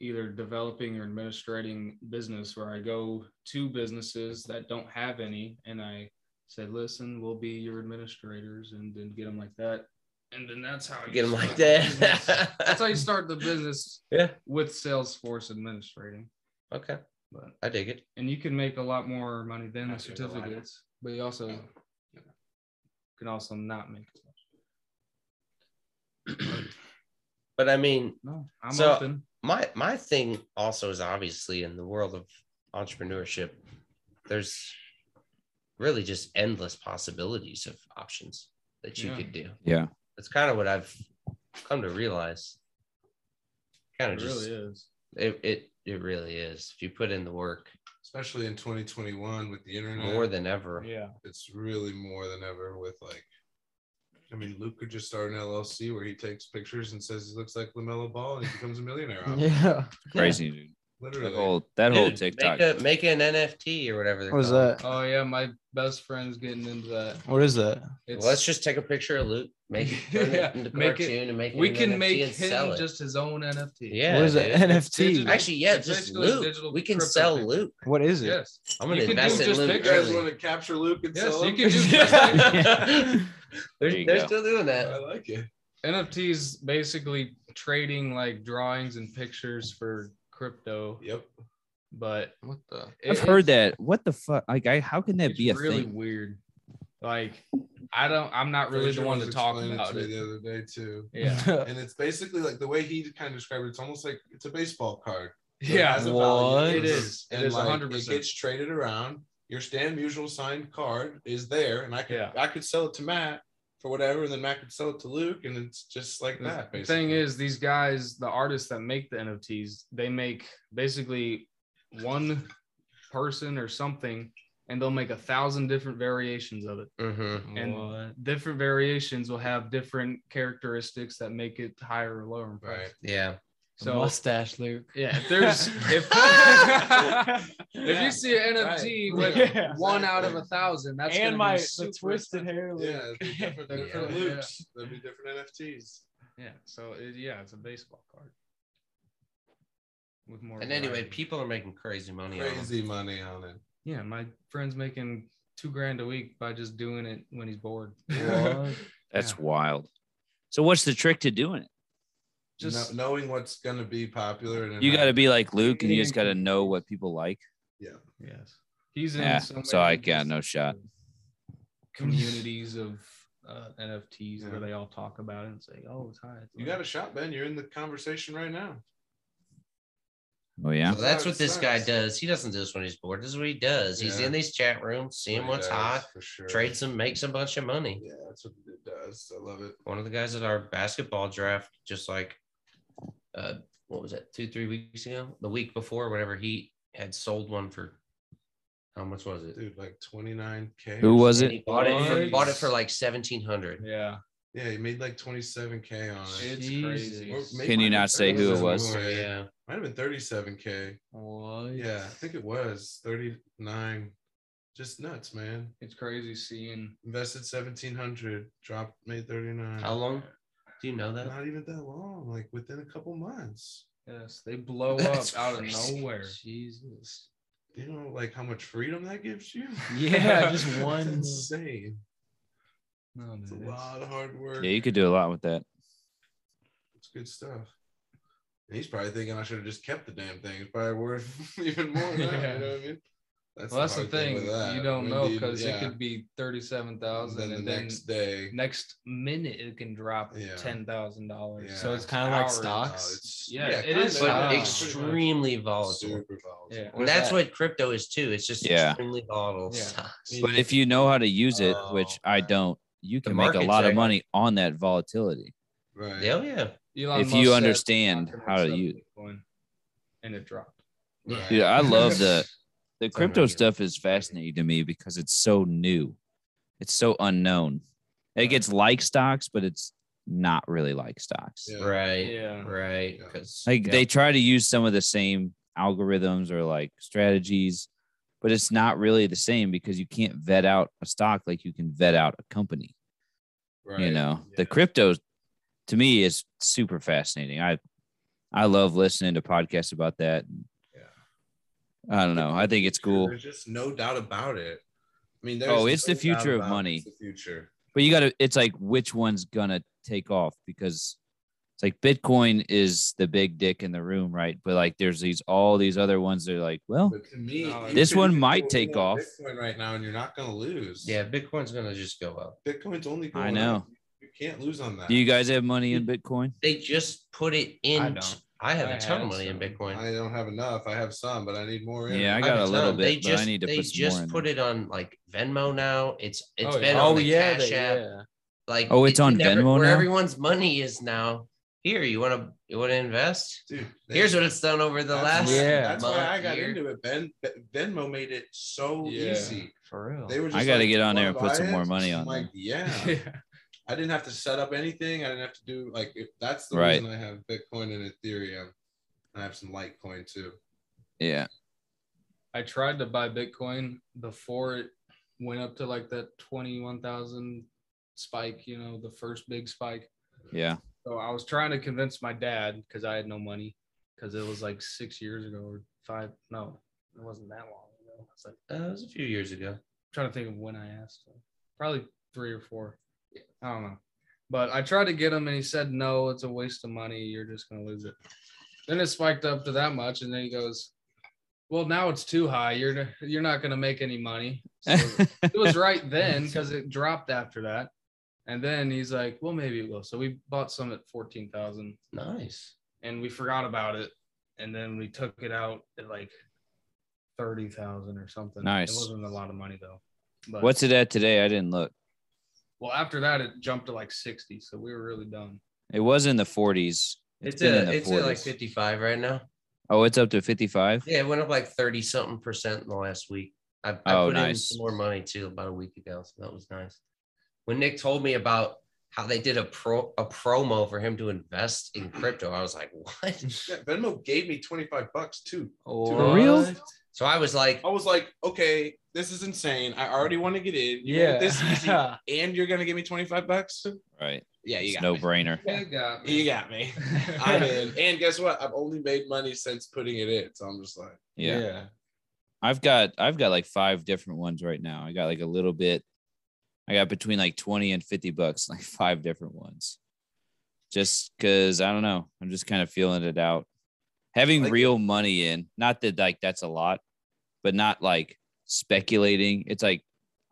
either developing or administrating business where I go to businesses that don't have any and I say, listen, we'll be your administrators and then get them like that. And then that's how you get them like start the business. that. that's how you start the business yeah. with Salesforce administrating. Okay. But I dig it. and you can make a lot more money than the That's a good line. certificates, but you also can also not make as much. But I mean, No, I'm So- open. my my thing also is obviously in the world of entrepreneurship there's really just endless possibilities of options that you Yeah. could do Yeah. that's kind of what i've come to realize kind It of just really is. it, it it really is if you put in the work Especially in 2021 with the internet, more than ever Mm-hmm. Yeah. it's really more than ever with like. I mean, Luke could just start an LLC where he takes pictures and says he looks like Lamelo Ball and he becomes a millionaire. off it. Yeah. Crazy, dude. Literally, That whole that whole Dude, TikTok. make, a, make an nft or whatever they're What is called. that? Oh yeah, my best friend's getting into that. What is that? It's, let's just take a picture of luke make it, turn Yeah, it into make it- cartoon and make it we an can NFT make and sell him it. just his own NFT. yeah what is dude. that? NFT. digital. actually yeah It's just basically a luke digital we can crypto sell thing. luke What is it? Yes. I'm gonna You can do invest in just Luke You guys pictures. early. want to capture Luke and Yes, sell you him? can do just they're There you they're go. still doing I that. like it. NFTs basically trading like drawings and pictures for crypto, Yep. but What the? I've it- heard that. What the fuck? Like, I how can that it's be a really thing? weird. Like I don't I'm not really the Frazier one was to talk explaining about to me it. the other day too. Yeah. And it's basically like the way he kind of described it. It's almost like it's a baseball card. but it Yeah. has a What? value. It is. It And is like, 100%. It gets traded around. Your Stan Musial signed card is there, and I could Yeah. I could sell it to Matt for whatever, and then Matt could sell it to Luke, and it's just like The that. thing basically. is, these guys, the artists that make the NFTs, they make basically one person or something, and they'll make a thousand different variations of it. Mm-hmm. And different variations will have different characteristics that make it higher or lower in price. right. Yeah. So So mustache, Luke. yeah, if there's if, if you see an NFT with Yeah. one out of a thousand, that's gonna and be my the super twisted hair. Luke. Yeah, it'd be different, Yeah. different Yeah. Lukes. There'd be different NFTs. Yeah. So it, yeah, it's a baseball card. With more. And anyway, variety. people are making crazy money. on them. Crazy money on it. yeah, my friend's making two grand a week by just doing it when he's bored. What? That's Yeah. wild. So what's the trick to doing it? Just Kno- knowing what's gonna be popular, and You got to be like Luke, and you Yeah. just got to know what people like. yes, he's in. Yeah, so, so many I got different no shot. Communities of uh, NFTs Yeah. where they all talk about it and say, "Oh, it's high." It's You low." got a shot, Ben. You're in the conversation right now. Oh yeah. So that's what this guy Sucks. does. He doesn't do this when he's bored. This is what he does. He's Yeah. in these chat rooms, seeing He what's does, hot, for sure. trades them, makes a bunch of money. Yeah, that's what it does. I love it. One of the guys at our basketball draft, just like, uh, what was that, two, three weeks ago? The week before, whatever, he had sold one for, how much was it? Dude, like 29K. Who or was And it? he bought it, for, What? bought it for like 1700 Yeah, something. Yeah, he made like 27K on it. it's Jesus. crazy. Or maybe Can you might not have say been who it 37K. was? Yeah. Might have been 37K. What? Yeah, I think it was 39. Just nuts, man. It's crazy seeing. Invested 1700, dropped, made 39. How long? Do you know that? Not even that long, like within a couple months. Yes, they blow That's up out crazy. of nowhere. Jesus. You know, like how much freedom that gives you? Yeah, just It's one. insane. No, It's a dude, it's- lot of hard work. Yeah, you could do a lot with that. It's good stuff. And he's probably thinking I should have just kept the damn thing. It's probably worth even more now. You know what I mean? That's well, that's the hard thing thing. with that. you don't When know do you- because yeah. it could be thirty-seven And thousand, then the and then next day. next minute it can drop Yeah. ten thousand Yeah. dollars. So it's kinda like hours. stock? oh, it's- Yeah, it kinda, is but Wow. extremely volatile. Super volatile. Yeah. And that's what crypto is too. It's just Yeah. extremely volatile Yeah. stocks. But if you know how to use it, Oh, which I man. don't, you The can make a market's lot of actually- money on that volatility. Right. Hell yeah. Elon If Musk you said understand stock can how to accept use- Bitcoin, and it dropped. Right. Dude, I love the the unreal. crypto stuff is fascinating to me because it's so new. It's so unknown. It gets like stocks, but it's not really like stocks. Yeah. Right. Yeah, Right. Yeah. 'Cause- Like yeah. they try to use some of the same algorithms or like strategies, but it's not really the same because you can't vet out a stock like you can vet out a company. You Right. know, Yeah. the crypto to me is super fascinating. I I love listening to podcasts about that. I don't know. I think it's cool. There's just no doubt about it. I mean, there's Oh, it's the no doubt future of about it. money. It's the future. but you gotta it's like which one's gonna take off because it's like bitcoin is the big dick in the room right but like there's these all these other ones that are like well But to me, No, you Oh. this could one do might it take on off. Bitcoin right now, and you're not going to lose. yeah, Bitcoin's gonna just go up. Bitcoin's only. Going I know. up. You can't lose on that. do you guys have money in bitcoin They just put it in. I, don't. have I a ton have of money in some. Bitcoin. I don't have enough. I have some, but I need more. in Yeah, it. I got have a little ton. bit, They but I just, need to they put some just more in put it on like Venmo now. It's it's Oh, been yeah. on Oh, the yeah, Cash they- App. yeah. Like Oh, it's on never- Venmo where now? everyone's money is now. Here, you want to you want to invest? Dude, they- Here's what it's done over the that's last why- Yeah. That's why month, I got year. into it. Ben, Venmo made it so Yeah. easy. for real. They were. Just I gotta like, get on "You there and wanna put some buy more it?" money I'm on Like, there. yeah. I didn't have to set up anything. I didn't have to do like if that's the Right. reason I have Bitcoin and Ethereum. I have some Litecoin too. yeah I tried to buy Bitcoin before it went up to like that twenty-one thousand spike. You know, the first big spike. yeah So I was trying to convince my dad because I had no money because it was like six years ago or five. No, it wasn't that long ago. It's like Uh, it was a few years ago. trying to think of when I asked him. Probably three or four. I don't know. But I tried to get him and he said, no, it's a waste of money. You're just going to lose it. Then it spiked up to that much. And then he goes, well, now it's too high. You're, you're not going to make any money. So it was right then because it dropped after that. And then he's like, well, maybe it will. So we bought some at 14,000 Nice. and we forgot about it. And then we took it out at like 30,000 or something. Nice. It wasn't a lot of money though. But what's it at today i didn't look well, after that, it jumped to like 60. So we were really done. it was in the 40s It's, been a, in the it's at like 40s. 55 right now. oh it's up to 55 Yeah, it went up like 30 something percent in the last week. I, I Oh, put in nice. some more money too about a week ago, so that was nice. When Nick told me about how they did a pro a promo for him to invest in crypto, I was like, what? Yeah, Venmo gave me 25 bucks too. For real? So I was like, I was like, okay, this is insane. I already want to get in. You want Yeah. This easy, and you're gonna give me 25 bucks? right Yeah, you it's got no me. brainer Yeah, got me. You got me. I'm in. And guess what? I've only made money since putting it in. So I'm just like, yeah I've got I've got like five different ones right now. I got like a little bit. I got between like 20 and 50 bucks, like five different ones. Just cuz I don't know, I'm just kind of feeling it out. Having Like- real money in, not that like that's a lot, but not like speculating. It's like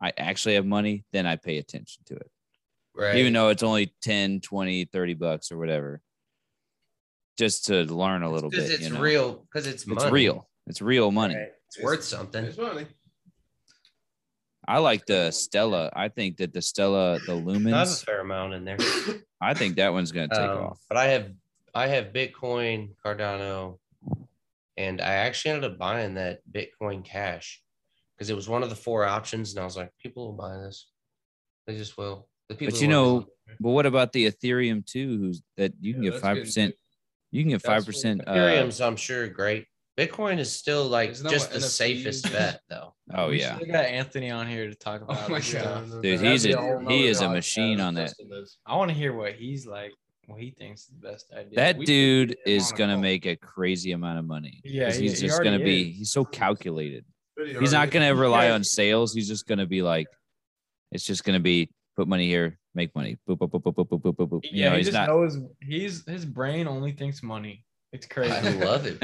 I actually have money, then I pay attention to it. right, Even though it's only 10, 20, 30 bucks or whatever. Just to learn a little because bit, it's you know? real, because it's money. It's real. It's real money. Right. It's worth something. it's money. I like the Stella. I think that the Stella, the I have a lumens, fair amount in there. I think that one's gonna take Um, off. But I have I have Bitcoin, Cardano, and I actually ended up buying that Bitcoin Cash because it was one of the four options, and I was like, people will buy this. They just will. The people. But who you want know- But what about the Ethereum too? Who's that? You can Yeah, get that's five good. percent. You can get That's five percent. uh, to- Ethereum's, I'm sure, great. Bitcoin is still like Isn't that just the what NFTs safest is? bet, though. oh yeah, We got Anthony on here to talk about. Oh my this stuff. God. Dude, That'd he's be a- whole he nother is a podcast machine on just that. to this. I want to hear what he's like, what he thinks is the best idea. that we should dude get him is on a gonna call. make a crazy amount of money. Yeah, 'Cause he- he's he just gonna already be. is. He's so calculated. But he He's not already- gonna rely on sales. He's just gonna be like, it's just gonna be put money here, make money. Boop boop boop boop boop boop boop boop. You yeah, know, he he's just not. knows he's his brain only thinks money. It's I crazy. love it.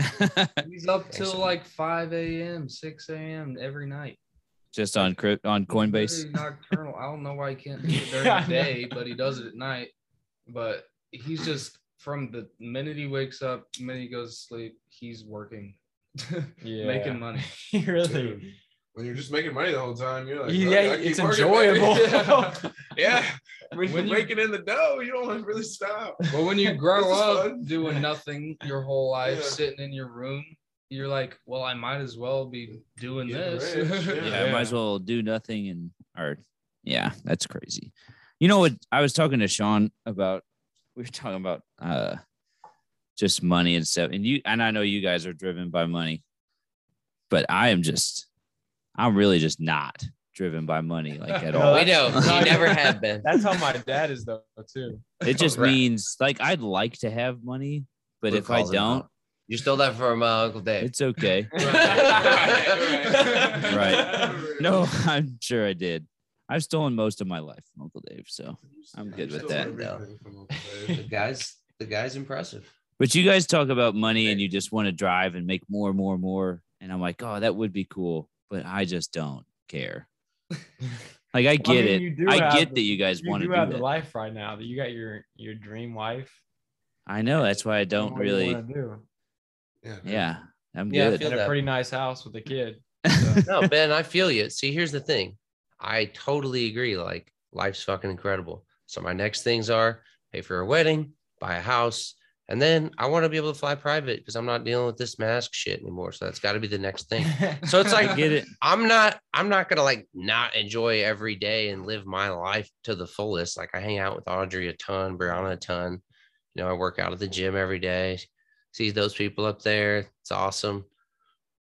He's up Thanks, till man. like 5 a.m., 6 a.m. every night. Just on crypt on Coinbase. Very nocturnal. I don't know why he can't do it during Yeah, I the day, but he does it at night. But he's just from the minute he wakes up, minute he goes to sleep, he's working, yeah. making money. He really. Dude, when you're just making money the whole time, you're like, "Fuck, yeah, I keep it's working, enjoyable. baby." Yeah. yeah, when, When you- you're making in the dough, you don't want to really stop. But when you grow This is up fun. doing nothing your whole life, Yeah. sitting in your room, you're like, well, I might as well be doing Getting this. rich, Yeah, yeah. I might as well do nothing and or yeah, that's crazy. You know what? I was talking to Sean about we were talking about uh just money and stuff. And you and I know you guys are driven by money, but I am just I'm really just not driven by money like at No, all. we know. You never have been. That's how my dad is though too. It just Right. means like I'd like to have money, but Luke if I calls him don't, out. you stole that from uh, Uncle Dave. it's okay. Right. No, I'm sure I did. I've stolen most of my life from Uncle Dave, so I'm good with that. The guy's the guy's impressive. But you guys talk about money and you just want to drive and make more and more and more. And I'm like, oh, that would be cool. But I just don't care. Like I get mean, you it. do I have get the- that you guys You want to do do have the that. life right now that you got your your dream wife. I know. That's why I don't What do you really. wanna do? Yeah. Yeah. I'm Yeah, I good. feel And a that. pretty nice house with a kid. No, Ben, I feel you. See, here's the thing. I totally agree. Like life's fucking incredible. So my next things are pay for a wedding, buy a house, and then I want to be able to fly private because I'm not dealing with this mask shit anymore. So that's got to be the next thing. So it's I like get it. I'm not I'm not gonna like not enjoy every day and live my life to the fullest. Like I hang out with Audrey a ton, Brianna a ton. You know, I work out at the gym every day, see those people up there. It's awesome.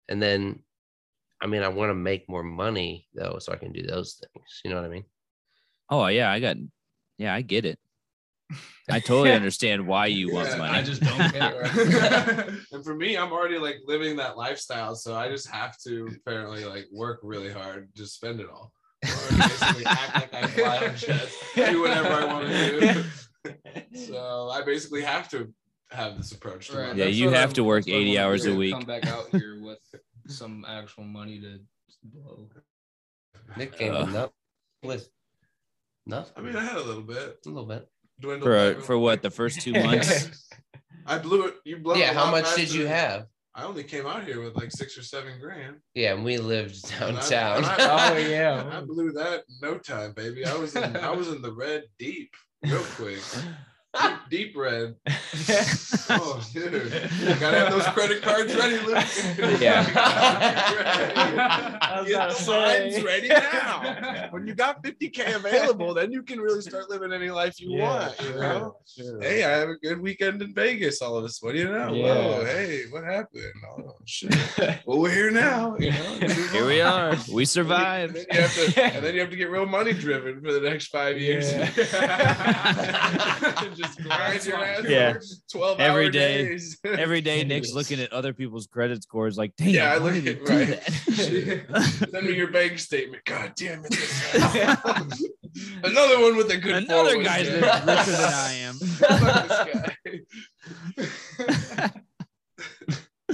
And then I mean, I want to make more money though, so I can do those things. You know what I mean? Oh, yeah. I got. Yeah, I get it. I totally understand why you want Yeah, money. I just don't care. and for me, I'm already like living that lifestyle, so I just have to apparently like work really hard, just spend it all. Or basically act like I fly on jets, do whatever I want to do. So I basically have to have this approach. To Right, life. Yeah, that's you what have I'm- to work that's what I 80 wanna hours a do, week. Come back out here with some actual money to blow. Nick came Uh. up with nothing. I mean, I had a little bit. a little bit. Dwindled for back for real what quick. the first two months. I blew it. You blew. it Yeah, a how lot much did faster you than- have? I only came out here with like six or seven grand. Yeah, and we lived And I- downtown. and I- Oh And I yeah. blew that in no time, baby. I was in I was in the red deep real quick. Deep, deep red. Oh, dude. Gotta have those credit cards ready, Luke. Yeah. I was Get about the to say. signs ready now. When you got 50k available, then you can really start living any life you Yeah, want. You true, know? true. Hey, I have a good weekend in Vegas. All of this. What do you know? Yeah. Whoa, hey, what happened? Oh shit. well, we're here now. You know? you move Here we on. are. We And then- survived. And then, you have to, and then you have to get real money driven for the next five years. Yeah. Just grind your ass Yeah. for 12 Every hour day. days. Every day, Nick's Idiots. looking at other people's credit scores, like, damn, Yeah, I why look did at- you do right. that? Send me your bank statement. God damn it. Another one with a good Another forward, guy's yeah. richer than I am. Fuck this guy.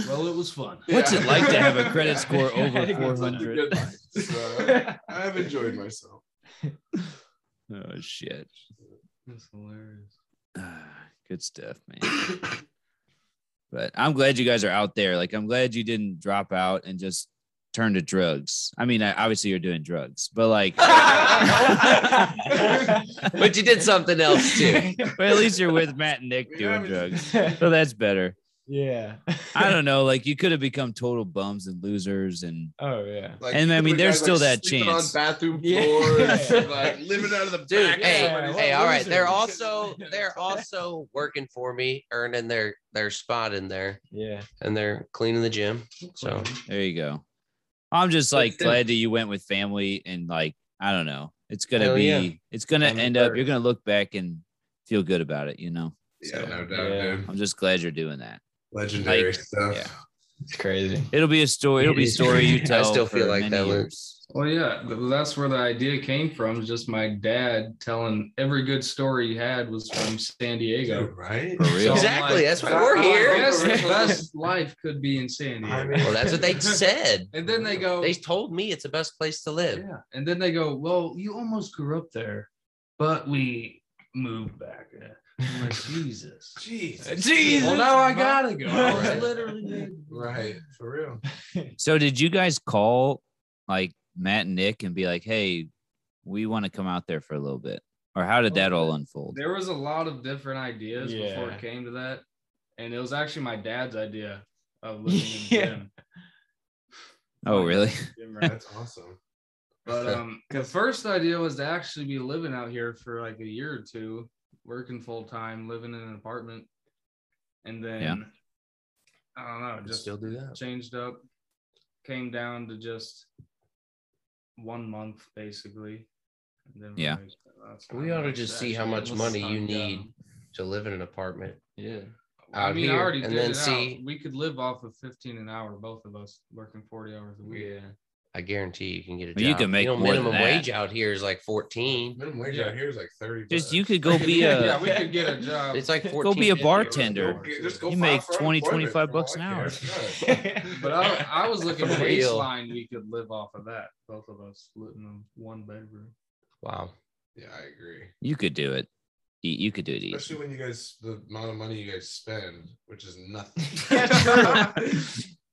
Well, it was fun. What's Yeah. it like to have a credit Yeah. score over It's a 400? good life. So, I've enjoyed myself. Oh shit. That's hilarious. Ah, Good stuff, man. But I'm glad you guys are out there. Like, I'm glad you didn't drop out and just turn to drugs. I mean, I, obviously you're doing drugs, but like, but you did something else too. but at least you're with Matt and Nick doing haven't- drugs. So that's better. yeah. I don't know. Like you could have become total bums and losers, and Oh yeah. Like, And, I mean, when there's guys, still that sleeping chance. on bathroom Yeah. floors, and, like living out of the Dude, back. of hey, somebody's hey, all right. They're loser. also they're also working for me, earning their their spot in there, Yeah. and they're cleaning the gym. So there you go. I'm just like Listen. glad that you went with family, and like I don't know. It's gonna Hell be. yeah. It's gonna I'm end up. third. You're gonna look back and feel good about it. You know. Yeah, So no doubt, Yeah. dude. I'm just glad you're doing that. Legendary Like, stuff. yeah. It's crazy. It'll be a story. It'll be a story you I tell. still feel for like many that, Luke. years. Well, Oh, yeah, th- that's where the idea came from. is Just my dad telling every good story he had was from San Diego. right? For real. So I'm Exactly, like, that's why we're here. Yes, the best life could be in San Diego. I mean- Well, that's what they said. and then they go, They told me it's the best place to live. yeah. And then they go, well, you almost grew up there, but we moved back. I'm like, Jesus. Jeez. Jesus. Well, now I gotta go. Right. Literally. Right. For real. So did you guys call like Matt and Nick and be like, "Hey, we want to come out there for a little bit," or how did that all unfold? There was a lot of different ideas before Yeah. it came to that, and it was actually my dad's idea of living Yeah. in the gym. Oh, really? gym rat. That's awesome. But um, the first idea was to actually be living out here for like a year or two, working full time, living in an apartment, and then Yeah. I don't know, just Still do that. changed up. Came down to just one month basically. And then Yeah. we're like, "That's We not oughta much just to see how actually much live money on, you yeah. need To live in an apartment. Yeah. I out mean, I here already and did then it see- out. We could live off of 15 an hour, both of us working 40 hours a week. Yeah. I guarantee you can get a Well, job. you can make know, more than minimum that. wage out here is like 14. Minimum wage Yeah. out here is like 30. Just bucks. you could go be yeah, a we could get a job. It's like 14. go be a Go bartender. get- just go You file make for 20, 25 unemployment for all bucks I an care. hour. Yeah. but I, I was looking For real. baseline we could live off of that. Both of us living in one bedroom. Wow. Yeah, I agree. You could do it. E- You could do it. easy. Especially when you guys, the amount of money you guys spend, which is nothing. Yeah,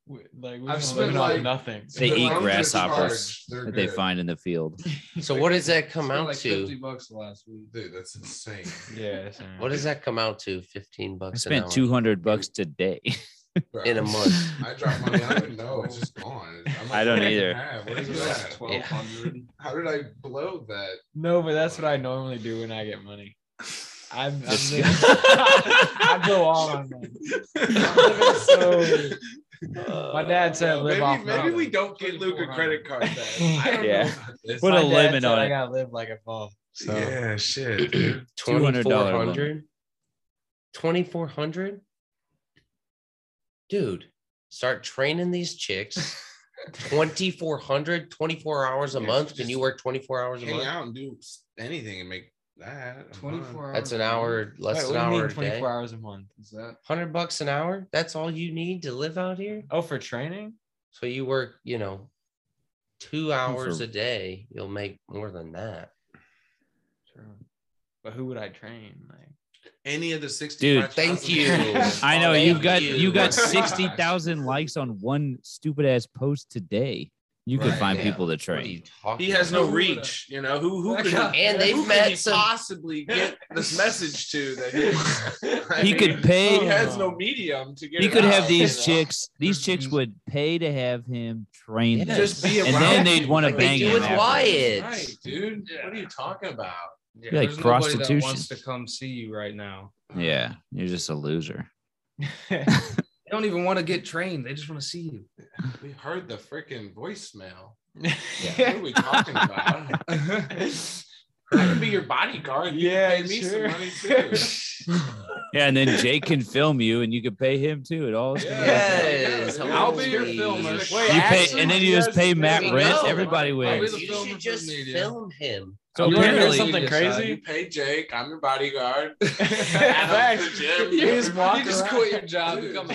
We- like we've I've been spent, living on like- nothing. They As eat long as they're grasshoppers charged, they're That they good. find in the field. So what does that come Spent out like to? 50 bucks last week. Dude, that's insane. Yeah. that's all right. What does that come out to? 15 I bucks an spent hour. two hundred bucks today. Bro, in a month. I dropped money. I don't know. It's just gone. I'm like, I don't what do you either. have? What It is was like that? 1200 How did I blow that? No, but that's what I normally do when I get money. I'm, I'm Just- living- I go all on money. I'm living so my dad said Well, Uh, live maybe off maybe nothing. we don't get Luke a credit card then. I don't Yeah. know about this. Put a My dad limit said on I it. gotta live like a bum. So Yeah, shit. dude. $200 limit. 2400 2400 Dude, start training these chicks. 2400 24 hours a Yeah, month. Can just you work 24 hours a Hang month? out and do s- anything and make that. a 24 month. hours. That's an hour, less Wait, than an what do you hour mean a day. 24 hours a month? Is that? Hundred bucks an hour. That's all you need to live out here. Oh, for training? So you work, you know, two hours for- a day. You'll make more than that. Sure. But who would I train? Like Any of the 60. Dude, Thank you. I know Thank you've got you, you. got sixty thousand likes on one stupid ass post today. You could Right. find Yeah. people to What are train. you talking He has no about? reach, you know. Who who That could guy- And who they've could met he some. possibly get this message to that he, I He could mean, pay. He has no medium to get. He it could have out, these you know? chicks. These chicks would pay to have him train Yeah. them. Just be and around then you, they'd want to like they bang do him. with after. Wyatt. Right, dude. What are you talking about? like Yeah, there's nobody prostitution. That wants to come see you right now. Yeah, you're just a loser. They don't even want to get trained. They just want to see you. We heard the freaking voicemail. What yeah. are we talking about? I could be your bodyguard. You Yeah, yeah, pay me sure. some money too. Yeah, and then Jake can film you, and you can pay him too. It all. Yeah. Yes. Yeah. I'll be your Holy filmer. sh- Wait, You pay, Actually, and then he you just has pay to Matt pay rents. me. Everybody I'll be wins. the You filmer should for just the media. film him. So You wanna hear apparently, something Uh, You crazy? pay Jake. I'm your bodyguard. Facts. You just walk You just around. quit your job and become a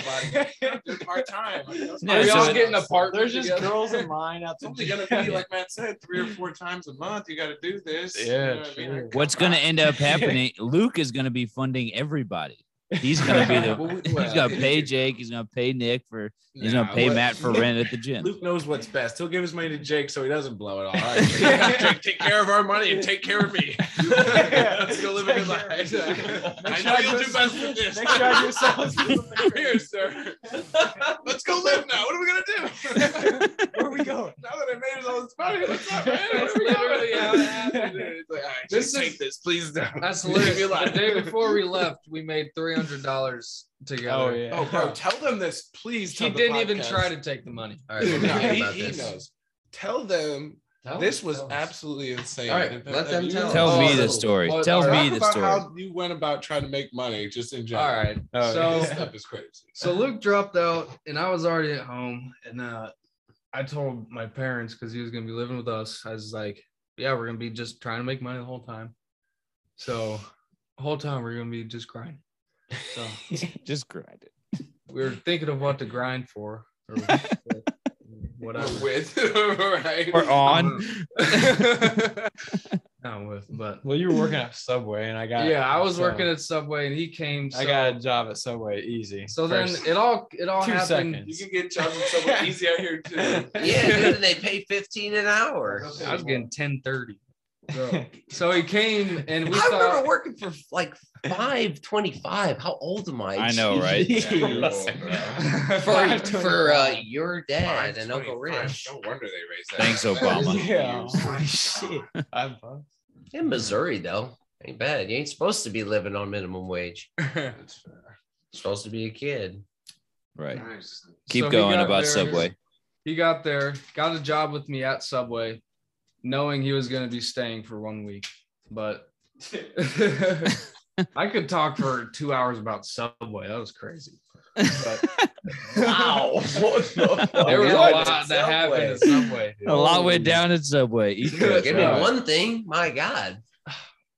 body. part time. Yeah, we so all it- get in a part. There's just girls in line out It's the only gonna be like Matt said, three or four times a month. You got to do this. You Yeah, know what I mean? sure. Like, what's come going to end up happening? Luke is going to be funding everybody. He's going to be the. on. Well, He's going to pay Jake. He's going to pay Nick for. He's going Nah, to pay what- Matt for rent at the gym. Luke knows what's best. He'll give his money to Jake so he doesn't blow it all. all right, Jake, Jake, take care of our money and take care of me. Let's go live a good life. I know you'll do best with this. Make sure I do something. Come here, sir. Let's go live now. What are we gonna do? Where are we going? now that I made it all this money, what's up, man? Where That's we going? literally how it happened, dude. It's like, all right, This Jake, is- take this, please. Don't. That's Leave me hilarious. alone. the day before we left, we made three hundred dollars together. Oh yeah. Oh, bro, tell them this, please. He didn't even try to take the money. All right, we're No, talking he, about he this. knows. Tell them Tell This me, was tell us. absolutely insane. All right, In fact, let have them you- tell us. Tell Oh, me no. the story. Well, Tell all me right. the about story. how you went about trying to make money, just in general. All right. Oh, so this stuff is crazy. so Luke dropped out, and I was already at home, and uh, I told my parents because he was gonna be living with us. I was like, "Yeah, we're gonna be just trying to make money the whole time." So, whole time we're gonna be just grinding. So Just grind it. we were thinking of what to grind for, or whatever. with right. Or on. Not with, but Well, you were working at Subway, and I got yeah, I was so- working at Subway, and he came. So, I got a job at Subway, easy. So then First- it all it all two happened. seconds. You can get jobs at Subway easy out here too. Yeah, dude, and they pay 15 an hour. I was getting ten thirty. Bro, So he came, and we I thought remember working for like 525. How old am I? I know, Oh, right? yeah, you're old, bro. for for uh, your dad and Uncle 525. Rich No wonder they raised that. Thanks, That Obama. is Yeah. years. Holy shit. I'm pumped. in Missouri, though. Ain't bad. You ain't supposed to be living on minimum wage. That's fair. supposed to be a kid. Right. Nice. Keep So he going got about there- Subway. He got there, got a job with me at Subway, knowing he was going to be staying for one week. But I could talk for two hours about Subway. That was crazy. But Wow. Oh, there was a God, lot that happened at Subway. dude. A lot went down at Subway. Eat good. Give me one thing. My God.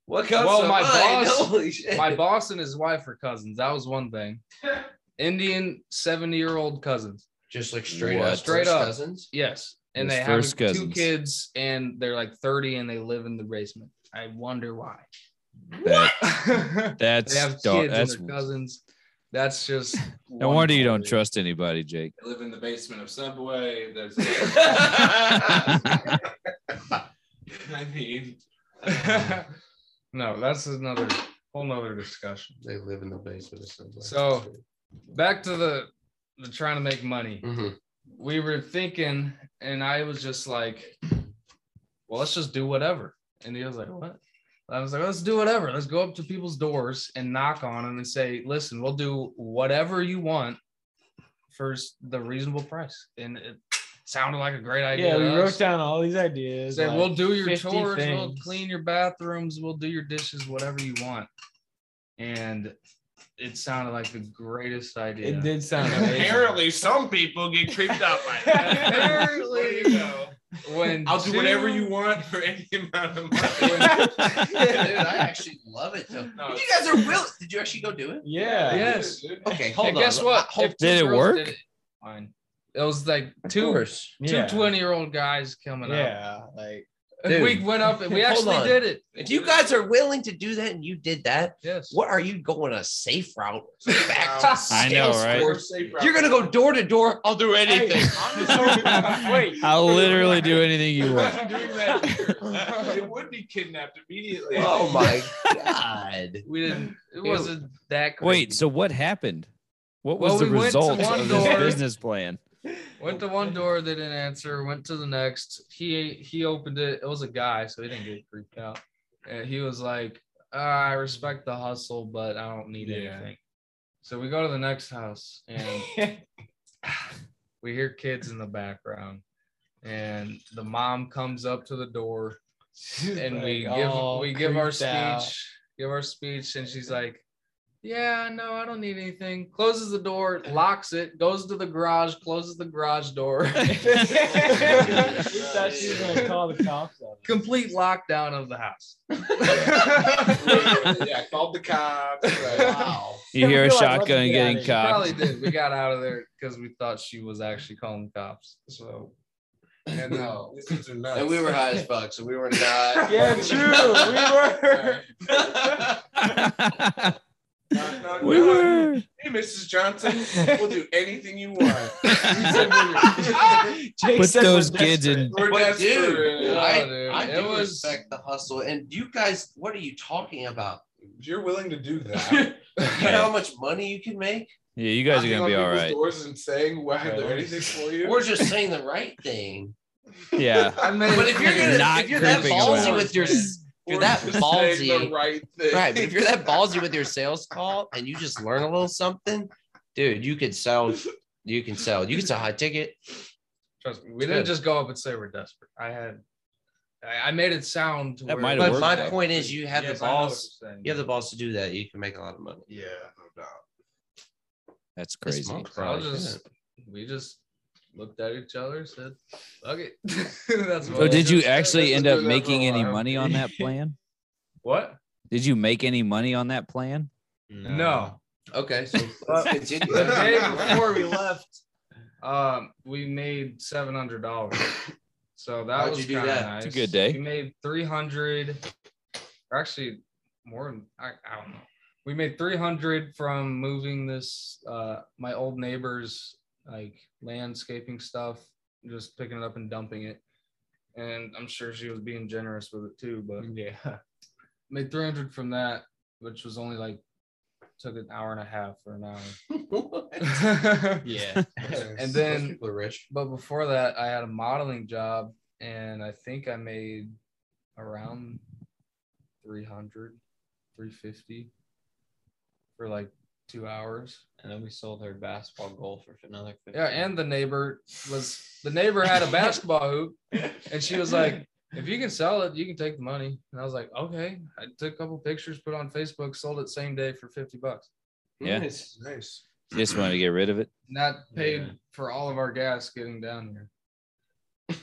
What comes Well, to my mind? boss- Holy shit. My boss and his wife are cousins. That was one thing. Indian 70 year old cousins. Just like straight What? up. Straight first up. Cousins. Yes. And His they first have two cousins. kids and they're like 30 and they live in the basement. I wonder why. That, They have that's dar- kids that's and their cousins. That's just. no one wonder you don't culture. trust anybody, Jake. They live in the basement of Subway. There's. That's I mean, no, that's another whole nother discussion. They live in the basement of somewhere. So- Back to the the trying to make money. Mhm. We were thinking, and I was just like, "Well, let's just do whatever." And he was like, "What?" I was like, "Let's do whatever. Let's go up to people's doors and knock on them and say, "Listen, we'll do whatever you want for s- the reasonable price." And it sounded like a great idea. Yeah, we to us. wrote down all these ideas. Say, like we'll do your 50 chores, we'll things." clean your bathrooms, we'll do your dishes, whatever you want. And it sounded like the greatest idea. It did sound amazing. apparently some people get creeped out by that. Apparently, when I'll do two- whatever you want for any amount of money. Dude, I actually love it. Though. No, you guys are willing. Did you actually go do it? Yeah. Yeah. Okay, hold Hey, on. guess what? Hold If two Did it girls work? did fine. It was like two Tours. two Yeah. 20 year old guys coming up. Yeah. Like Dude. We went up and we Hold actually on. did it. If you guys are willing to do that and you did that, Yes. what are you going a safe route back Wow. to I know, right? Salesforce? You're gonna go door to door. I'll do anything. Wait. I'll literally do anything you want. doing that here. It would be kidnapped immediately. oh my god. we didn't. It Ew. wasn't that. Crazy. Wait, so what happened? What was Well, the we went to result one of this door. business plan? Went to one door, they didn't answer. Went to the next. He he opened it. It was a guy, so he didn't get freaked out. And he was like, "Ah, "I respect the hustle, but I don't need Yeah. anything." So we go to the next house, and we hear kids in the background, and the mom comes up to the door, and we "Oh, give we give our speech, give our speech, and she's like, "Yeah, no, I don't need anything." Closes the door, locks it, goes to the garage, closes the garage door. we thought she was gonna call the cops on us. Complete lockdown of the house. yeah, called the cops. Wow. You I hear a feel like let's shotgun get getting outta here. Probably cocked. did. We got out of there because we thought she was actually calling the cops. So And no, these kids are nuts. And we were high as fuck, so we were not. Yeah, true. Knock, knock, we knock. were. Hey, Mrs. Johnson, we'll do anything you want. We were. Jake Put said we're those kids in. We're But desperate. dude, I- I, I it do was respect respect the hustle. And you guys, what are you talking about? If you're willing to do that. You know how much money you can make? Yeah, you guys are knocking gonna on be all people's right. Doors and saying, "Why are there Right. anything for you?" We're just saying the right thing. Yeah. I made But it if you're clear. gonna, Not if you're that creeping ballsy about. with your, if you're that We're just ballsy, saying the right thing. right? But if you're that ballsy with your sales call and you just learn a little something, dude, you could sell. You can sell. You can sell high ticket. Trust me, we didn't just go up and say we're desperate. I had I, I made it sound to That where- might have But worked my out. point is, you have Yes, the I know what balls. you're saying. You have the balls to do that. You can make a lot of money. Yeah, no doubt. That's This crazy. monk So I probably just, didn't. we just looked at each other, said, "Fuck it." That's So what did we you just said. actually Let's end do up that for a making any while. money on that plan? What? Did you make any money on that plan? No. Okay, so Well, let's continue. The day before we left, um, we made seven hundred dollars. So that How'd was you do kind of that? nice. It's a good day. We made three hundred. Actually, more than I, I don't know. We made three hundred from moving this uh my old neighbor's like landscaping stuff, just picking it up and dumping it. And I'm sure she was being generous with it too, but Yeah. made 300 from that, which was only like took an hour and a half or an hour. Yeah. And then- Those people are rich. but before that, I had a modeling job and I think I made around 300, 350 for like two hours. And then we sold her basketball goal for another. 50. Yeah. And the neighbor was the neighbor had a basketball hoop and she was like, if you can sell it, you can take the money. And I was like, okay. I took a couple pictures, put it on Facebook, sold it same day for 50 bucks. Yeah. Nice. Nice. Just want to get rid of it. not paid Yeah. for all of our gas getting down here.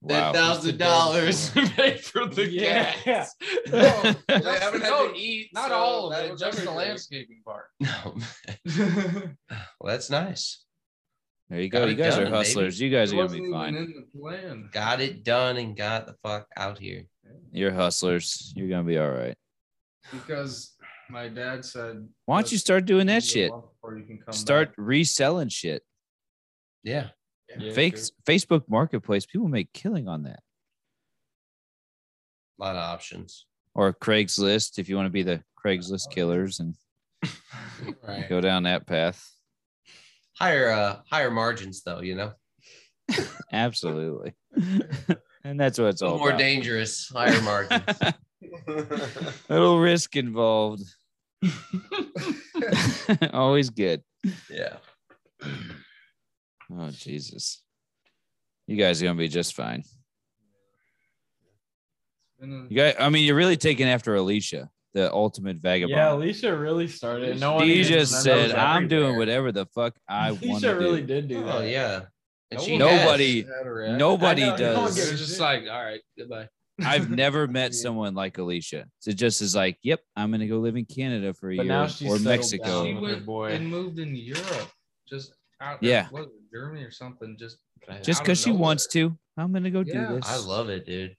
Wow. thousand dollars paid for the Yeah. gas. They They haven't had no, to eat. not so all of that it, was just the everything. landscaping part. No, it well, that's nice. There you Got go. it You guys done, are baby. hustlers. You guys are gonna wasn't be even fine. in the plan. Got it done and got the fuck out here. You're hustlers. You're gonna be all right. Because my dad said Why don't you start doing that shit? Or you can come Start back. reselling shit. Yeah. Yeah, Fake true. Facebook Marketplace. People make killing on that. A lot of options. Or Craigslist if you want to be the Craigslist killers and Right. go down that path. Higher uh higher margins though, you know. Absolutely. and that's what it's all more about. dangerous, higher margins. Little risk involved. Always good. yeah. Oh Jesus. You guys are gonna be just fine. You guys, I mean, you're really taking after Alicia, the ultimate vagabond. Yeah, Alicia really started. No one. he even just said, remembers "I'm doing everywhere." whatever the fuck I want Alicia to really do." did do that. Oh yeah. And she Nobody- has- Nobody I know, no one does. gives a It's just shit. like, all right, goodbye. I've never met someone like Alicia. So it just is like, "Yep, I'm gonna go live in Canada for a But year now she's or settled Mexico." She Oh, went boy. and moved in Europe, just out. Yeah. what was it, Germany or something. Just Just out of because she nowhere. wants to, I'm gonna go Yeah. do this. I love it, dude.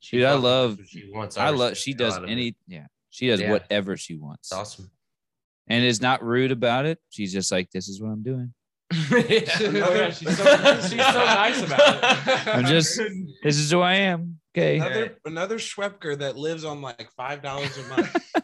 She Dude, I fucking does love- what she wants. I ours love. to She get does out of it. any. Yeah, she does Yeah. whatever she wants, It's awesome. and is not rude about it. She's just like, "This is what I'm doing." Oh, yeah, she's, so, she's so nice about it. I'm just. this is who I am. Okay. Another- another Schwepker that lives on like five dollars a month.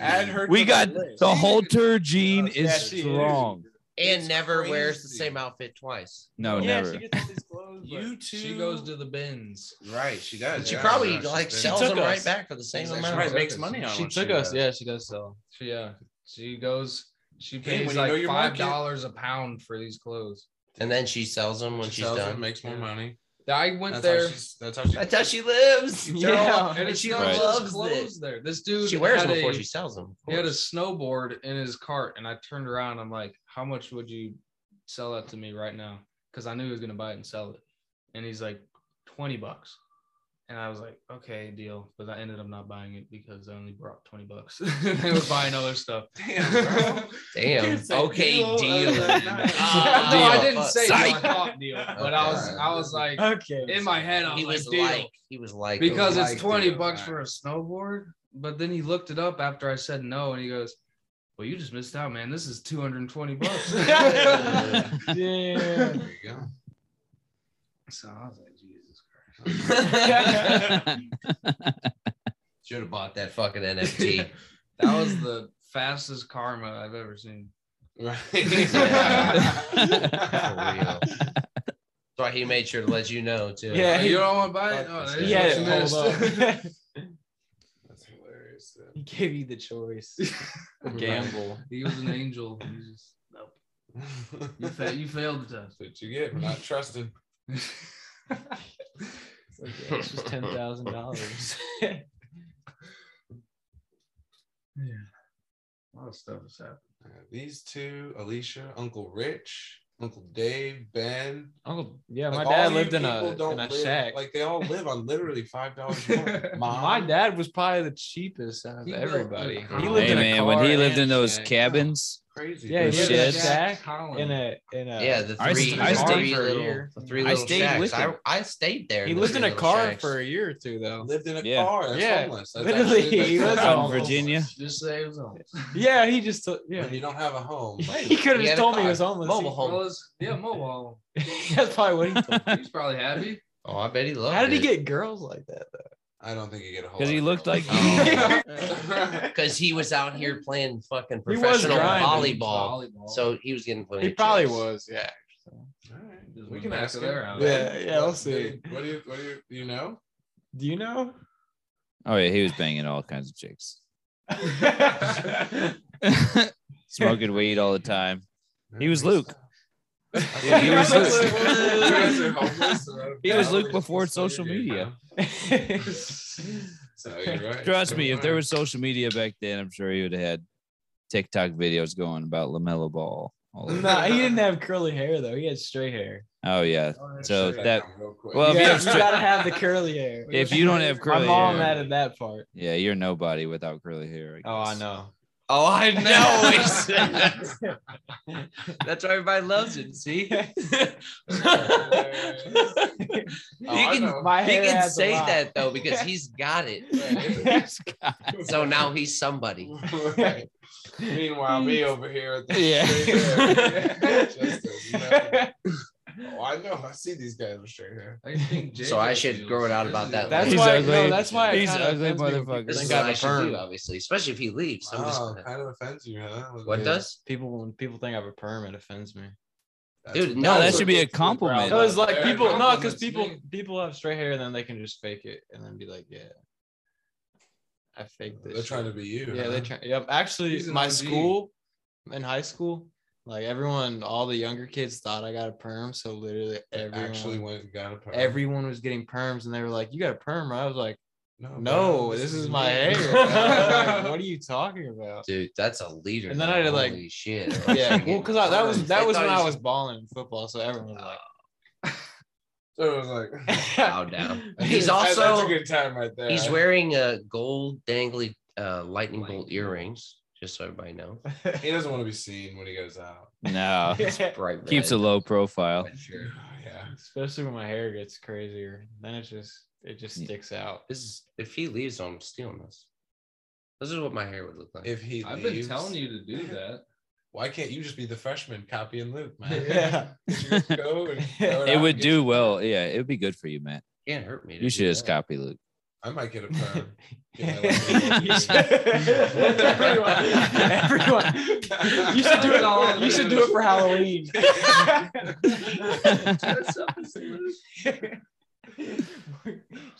Add her. We got the halter gene Yeah, is she is. strong. and It's never wears the crazy. same outfit twice. No, yeah, never. she gets all these clothes. but- You two. She goes to the bins. Right. She does. She yeah. probably Yeah, she's like been- sells took them right us. back for the same She's amount. right. makes money on. she what took does. us. Yeah, she does sell. She, yeah, she goes. She Hey, pays when you know like your five market- dollars a pound for these clothes. And then she sells them when She she's sells done. it, makes more Yeah. money. I went That's there. how she's. That's how she. That's how she lives. They're all- Yeah. and it's she not Right. just loves clothes there. This dude She wears had them before a, she sells them. of He had a course. snowboard in his cart, and I turned around. I'm like, "How much would you sell that to me right now?" Because I knew he was gonna buy it and sell it. And he's like, 20 bucks. And I was like, "Okay, deal." But I ended up not buying it because I only brought 20 bucks. they were buying other stuff. Damn, Damn. It's a Okay, deal. deal. no, I Ah, Deal. didn't say Psych. deal. I thought deal, but I was I was like Okay. in my head. I was, He was like, deal. like, he was like, because Like, it's 20 dude, bucks right. for a snowboard. But then he looked it up after I said no and he goes, Well, you just missed out, man. This is 220 bucks. Yeah. There Yeah. you go. so I was like, Jesus Christ. should have bought that fucking NFT. That was the fastest karma I've ever seen. Right. For real. That's why he made sure to let you know too. Yeah. Oh, you don't want to buy it? Oh, Fuck there's this Yeah, what you it missed. pulled up. That's hilarious. he gave you the choice. Gamble. he was an angel. He just, nope. dude. You, fa- you failed the test. That's what you get for not trusting. Like, yeah, it's just ten thousand dollars. Yeah. A lot of stuff is happening. Uh, These two, Alicia, Uncle Rich, Uncle Dave, Ben. Uncle, Oh, yeah, Like, all my dad you lived in a people don't in a live- shack. Like they all live on literally five dollars a month. Mom, my dad was probably the cheapest out of He built everybody. a- He lived Hey in a man, when car he lived and in those shack. cabins, crazy. yeah, he those lived in a sheds. shack Colin. in a in a Yeah, the I three, st- I the stayed three for a little, year. the three I little stayed shacks. with I, him. I stayed there. He in the lived in three a little car shacks. for a year or two though. lived in a Yeah. car. That's Yeah, homeless. That's literally, actually- that's he lives homeless. on on Virginia. Just say it was on. Yeah, he just took- yeah. When you don't have a home, like, He could have He had a just told me he car. was homeless. Mobile home. Well, it's- yeah, mobile. He- That's probably what he told me. He's probably happy. Oh, I bet he loved How did he get girls like that though? I don't think you get a whole. because he lot looked of like girls. Oh. Because he was out here playing fucking He was professional grinding. volleyball. Volleyball. So he was getting plenty. He of probably chicks. was, yeah. All right. Just We went can back ask to him. their house. Yeah, yeah, I'll What- see. What do you? What do you? You know? Do you know? oh yeah, he was banging all kinds of chicks, he smoking weed all the time. He was Luke. Yeah, he was homeless. Luke. You guys are homeless, so- He was Yeah, Luke we're before just- we're social here media. now. So you're right. Trust So me, we're if there fine. was social media back then, I'm sure he would have had TikTok videos going about Lamelo Ball. all over. nah, he didn't have curly hair though. He had straight hair. Oh yeah. So Shut that down real quick. well, if you yeah, have you straight- gotta have the curly hair. if you don't have My curly mom hair, added that part. yeah, you're nobody without curly hair. Oh, I guess. know. Oh, I know. he said that. That's why everybody loves it. See, he Oh, I can- know. My hair can adds a say lot. that though because he's got it. So now he's somebody. Right. Meanwhile, me over here at the Yeah. straight hair. Just as nothing. oh, I know. I see these guys with straight hair. I think So I should grow it out about that That's He's why. ugly. No, that's why. He's kinda ugly offends me when motherfucker. This is People, think what I I have a should do, perm. obviously, especially if he leaves. I'm just Ah, Wow, gonna- kind of offends you, huh? what does? people when people think I have a perm, it offends me. That's- Dude, No, that No, should be a that's what we're compliment. It was like Yeah, people, no, because compliments people me. people have straight hair, and then they can just fake it, and then be like, yeah, I faked this. They're trying to shit. be you. Yeah, huh? they try. Yep. Actually, He's an my OG. school in high school, like everyone, all the younger kids thought I got a perm, so literally They everyone, actually went and got a perm. everyone was getting perms, and they were like, "You got a perm?" Right? I was like, no, "No, bro, Oh, this is me. my hair." I was like, what are you talking about? Dude, that's a leader. And then I did, like- Holy shit. Yeah, well, because that was that They was thought when he I was balling in football, so everyone was So it was like Bow like, down. That's He's a- that's also- a good time right there. He's wearing uh, gold dangly uh, lightning bolt earrings, just so everybody knows. He doesn't want to be seen when he goes out. No, Bright red. keeps a low profile. Red shirt. Yeah. especially when my hair gets crazier then it just it just Yeah. sticks out This is if he leaves, I'm stealing this. This is what my hair would look like. If he I've been leaves, telling you to do that. why can't you just be the freshman copying Luke, man? Yeah. You just go and throw It out would and do get- well. Yeah, it would be good for you, Matt. can't hurt me. to You do should just that. copy Luke. I might get a perm. Get You should- my everyone, everyone you should do it all you should do it for halloween Dress up as a little- just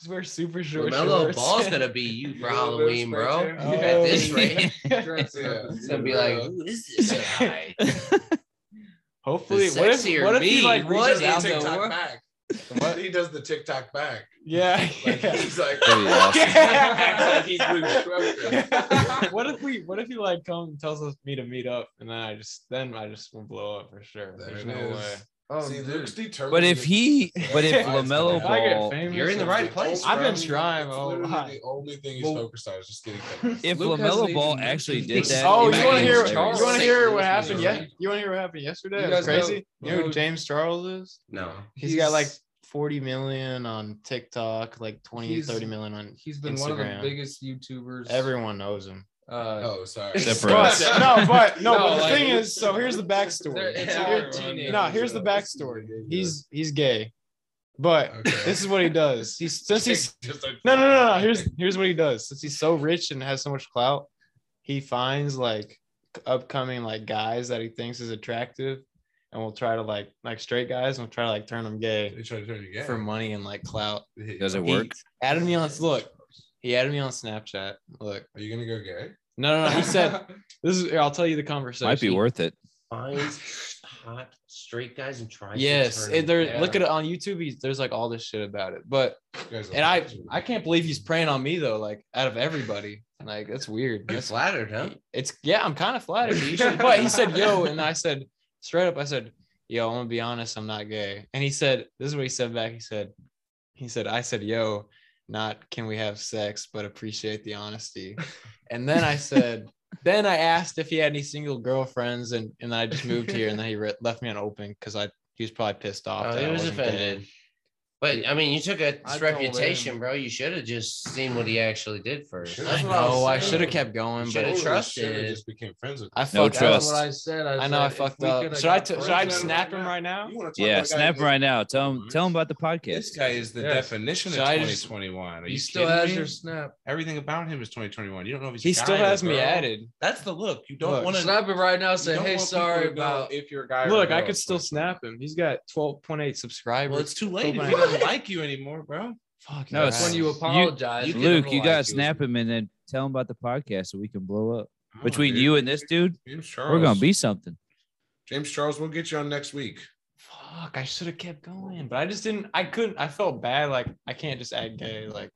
wear super short LaMelo shorts. Ball's gonna be you for Little Halloween, bit bro. spray tan. At Oh, this rate, yeah. Dress up Yeah. as it's you gonna be were. like, who is this guy? hopefully The what if, sexier what if he me. like What reaches is out out to it? TikTok world. back. What? He does the TikTok back. yeah, Like, yeah. he's like, That'd be awesome. Acts like he's Luke Skywalker. what if we what if he like comes and tells us me to meet up and then I just then I just will blow up for sure. There There's it no is. way. Oh, See, dude. Luke's determined. But to if get- he, but if Why is Lamelo that? If I get Ball, famous, You're in the I'll right be- place, I've been It's trying a literally lot. The only thing he's Well- focused on is just getting famous. if Luke Lamelo hasn't Ball even actually mentioned did Luke. that, Oh, it you might want to be hear? You Charles. want to hear what Six happened? years Yeah, old. you want to hear what happened yesterday? You It was guys know- crazy. You know who James Charles is? No, he's got like 40 million on TikTok, like 20, He's- 30 million on. he's been one of the Instagram. biggest YouTubers. Everyone knows him. Uh, Oh, sorry. Except for But- us. no, but no, No, but the like- thing is, so here's the backstory. It's So all here- teenagers, no, here's the backstory. He's he's gay, but Okay. this is what he does. He's since he's Just like- no no no no. Here's here's what he does. Since he's so rich and has so much clout, he finds like upcoming like guys that he thinks is attractive, and will try to like like straight guys and will try to like turn them gay They try to turn you gay. for money and like clout. Does it He work? added me on look. He added me on Snapchat. Look, Are you gonna go gay? no no no. He said this is. I'll tell you the conversation. Might be worth it. finds hot straight guys and tries Yes, to turn and there. them Look down? at it on YouTube. He's, there's like all this shit about it, but You guys are and I watching. I can't believe he's preying on me though. Like out of everybody, like that's weird. You're That's- flattered, huh? It's yeah, I'm kind of flattered. You should- but he said yo, and I said straight up, I said yo. I'm gonna be honest, I'm not gay. And he said this is what he said back. He said he said I said yo, not can we have sex, but appreciate the honesty. And then I said. Then I asked if he had any single girlfriends, and, and I just moved here, and then he re- left me an open because I he was probably pissed off. Oh, that I he was wasn't gay. offended. But I mean, you took a I told reputation, him. bro. You should have just seen what he actually did first. Should've. I That's what I was know. I saying. should have kept going, Shoulda but I Totally trusted should've it. Just became friends with. I him. fucked up. That's trust. what I said. I, I know I said, if fucked we up. coulda Should I got t- should I friends- snap him right now? You wanna talk Yeah, about a guy snap who- right now. Tell him tell him about the This podcast. guy is the Yes. definition So of I just- 2021. Are He you still kidding has me? your snap. Everything about him is 2021. You don't know if he's. He a still guy or has a me girl. added. That's the look. You Look, don't want to. Snap him right now. You Say, don't hey, want people sorry to go about. if you're a guy. or a Look, I girl, could still 2021. snap him. He's got 12.8 subscribers. Well, it's too late. If Oh he my doesn't God. like you anymore, bro. Fuck, No, you're That's it's- when right. you apologize. you- for Luke, getting Oh, you a gotta like. snap him and then tell him about the podcast so we can blow up. Come on, Between dude. you and this dude, James Charles. we're gonna be something. James Charles. We'll get you on next week. Fuck, I should have kept going, but I just didn't. I couldn't. I felt bad. Like, I can't just act gay. Like,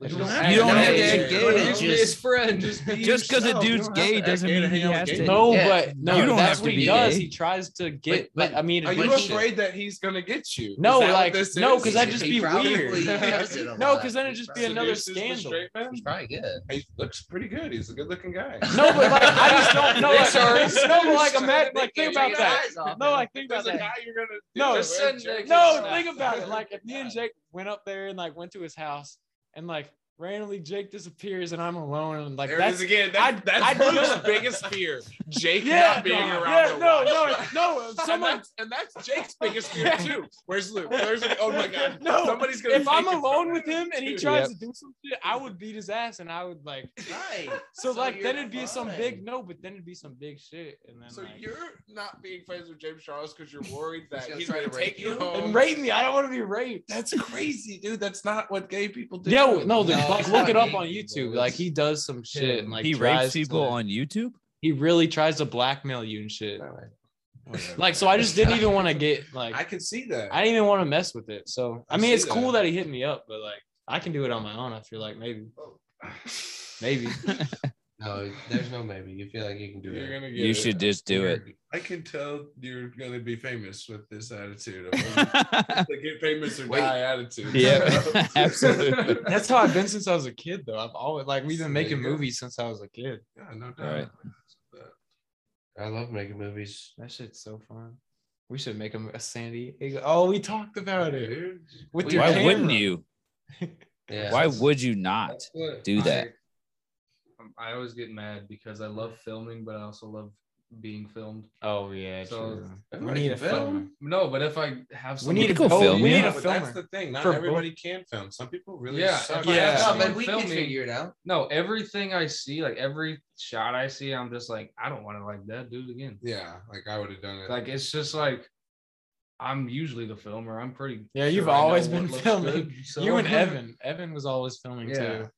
You You don't don't have to have to be act gay. gay. Just be his friend. Just be Just because a yourself. You dude's don't have gay to act doesn't gay to mean he hang has out with to. gays. no, Yeah. but no, You don't that's have what to he be does. gay. He tries to get, but- I mean, Are you But he- afraid that he's gonna get you? Is No, that what like- this no, is? 'cause I'd just He be probably weird. does it a No, lot. 'cause then He it'd just be probably- another Seduces the scandal. straight man? He's probably good. He looks pretty good. He's a good-looking guy. no, but like, I just don't know. Hey, Like, sorry. no, but like, Sorry, imagine, they like, can't think about take your that. eyes off No, him. like, think about There's a that. guy you're gonna. No, do it just with, send James Nick No, Yeah. Charles. think about it. Like if me and Jake went up there and like went to his house and like randomly Jake disappears and I'm alone and like There it that's is again. I'd- That's, that's I'd- Luke's biggest fear. Jake yeah, not being no, around. to yeah, no, no, watch. no. if And Someone. that's, and that's Jake's biggest fear too. Where's Luke? Where's oh my god. No, Somebody's gonna if take I'm it from alone him. with him and he Dude. tries to do some shit, I would beat his ass and I would like. Right. So, So like you're then it'd be some fine. big no, but then it'd be some big shit and then So like, you're not being friends with James Charles because you're worried that gonna he's try gonna, to rape take you you. home. and rape me. I don't want to be raped. That's crazy, dude. That's not what gay people do. Yo, no, the, No, like it's look not it up gay on people, YouTube. it's- Like he does some shit and like he tries rapes to- people on YouTube. He really tries to blackmail you and shit. Whatever. Like, so I just didn't even want to get like I I, can see that. didn't even want to mess with it. So I, I mean, see it's cool that. that he hit me up, but like I can do it on my own. I feel like maybe, maybe. No, there's no maybe. You feel like you can do You're it. gonna get You it. should just do it. I can tell you're gonna be famous with this attitude. Of yeah, the get famous or Wait. die attitude. absolutely. That's how I've been since I was a kid, though. I've always like we've There been making you go. movies since I was a kid. Yeah, no doubt. Right. I love making movies. That shit's so fun. We should make a, a San Diego. Oh, we talked about it Dude, with Why your Why camera. wouldn't you? Yeah. Why would you not? That's what do I- that. um, I, always get mad because I love filming, but I also love being filmed. Oh yeah, So- true. everybody need a can film. No, but if I have We someone, need a can film. film we you. need Yeah, a but that's filmer. the thing. Not For everybody can film. Some people really Yeah, suck. if I at have No, filming. but we can Filming. figure it out. no, everything I see, like every shot I see, I'm just like, I don't want to like that dude again. yeah, like I would have done it. Like it's just like I'm usually the filmer. I'm pretty. Yeah, you've I know always what been looks filming. so- You and Evan. Evan was always filming Yeah. too.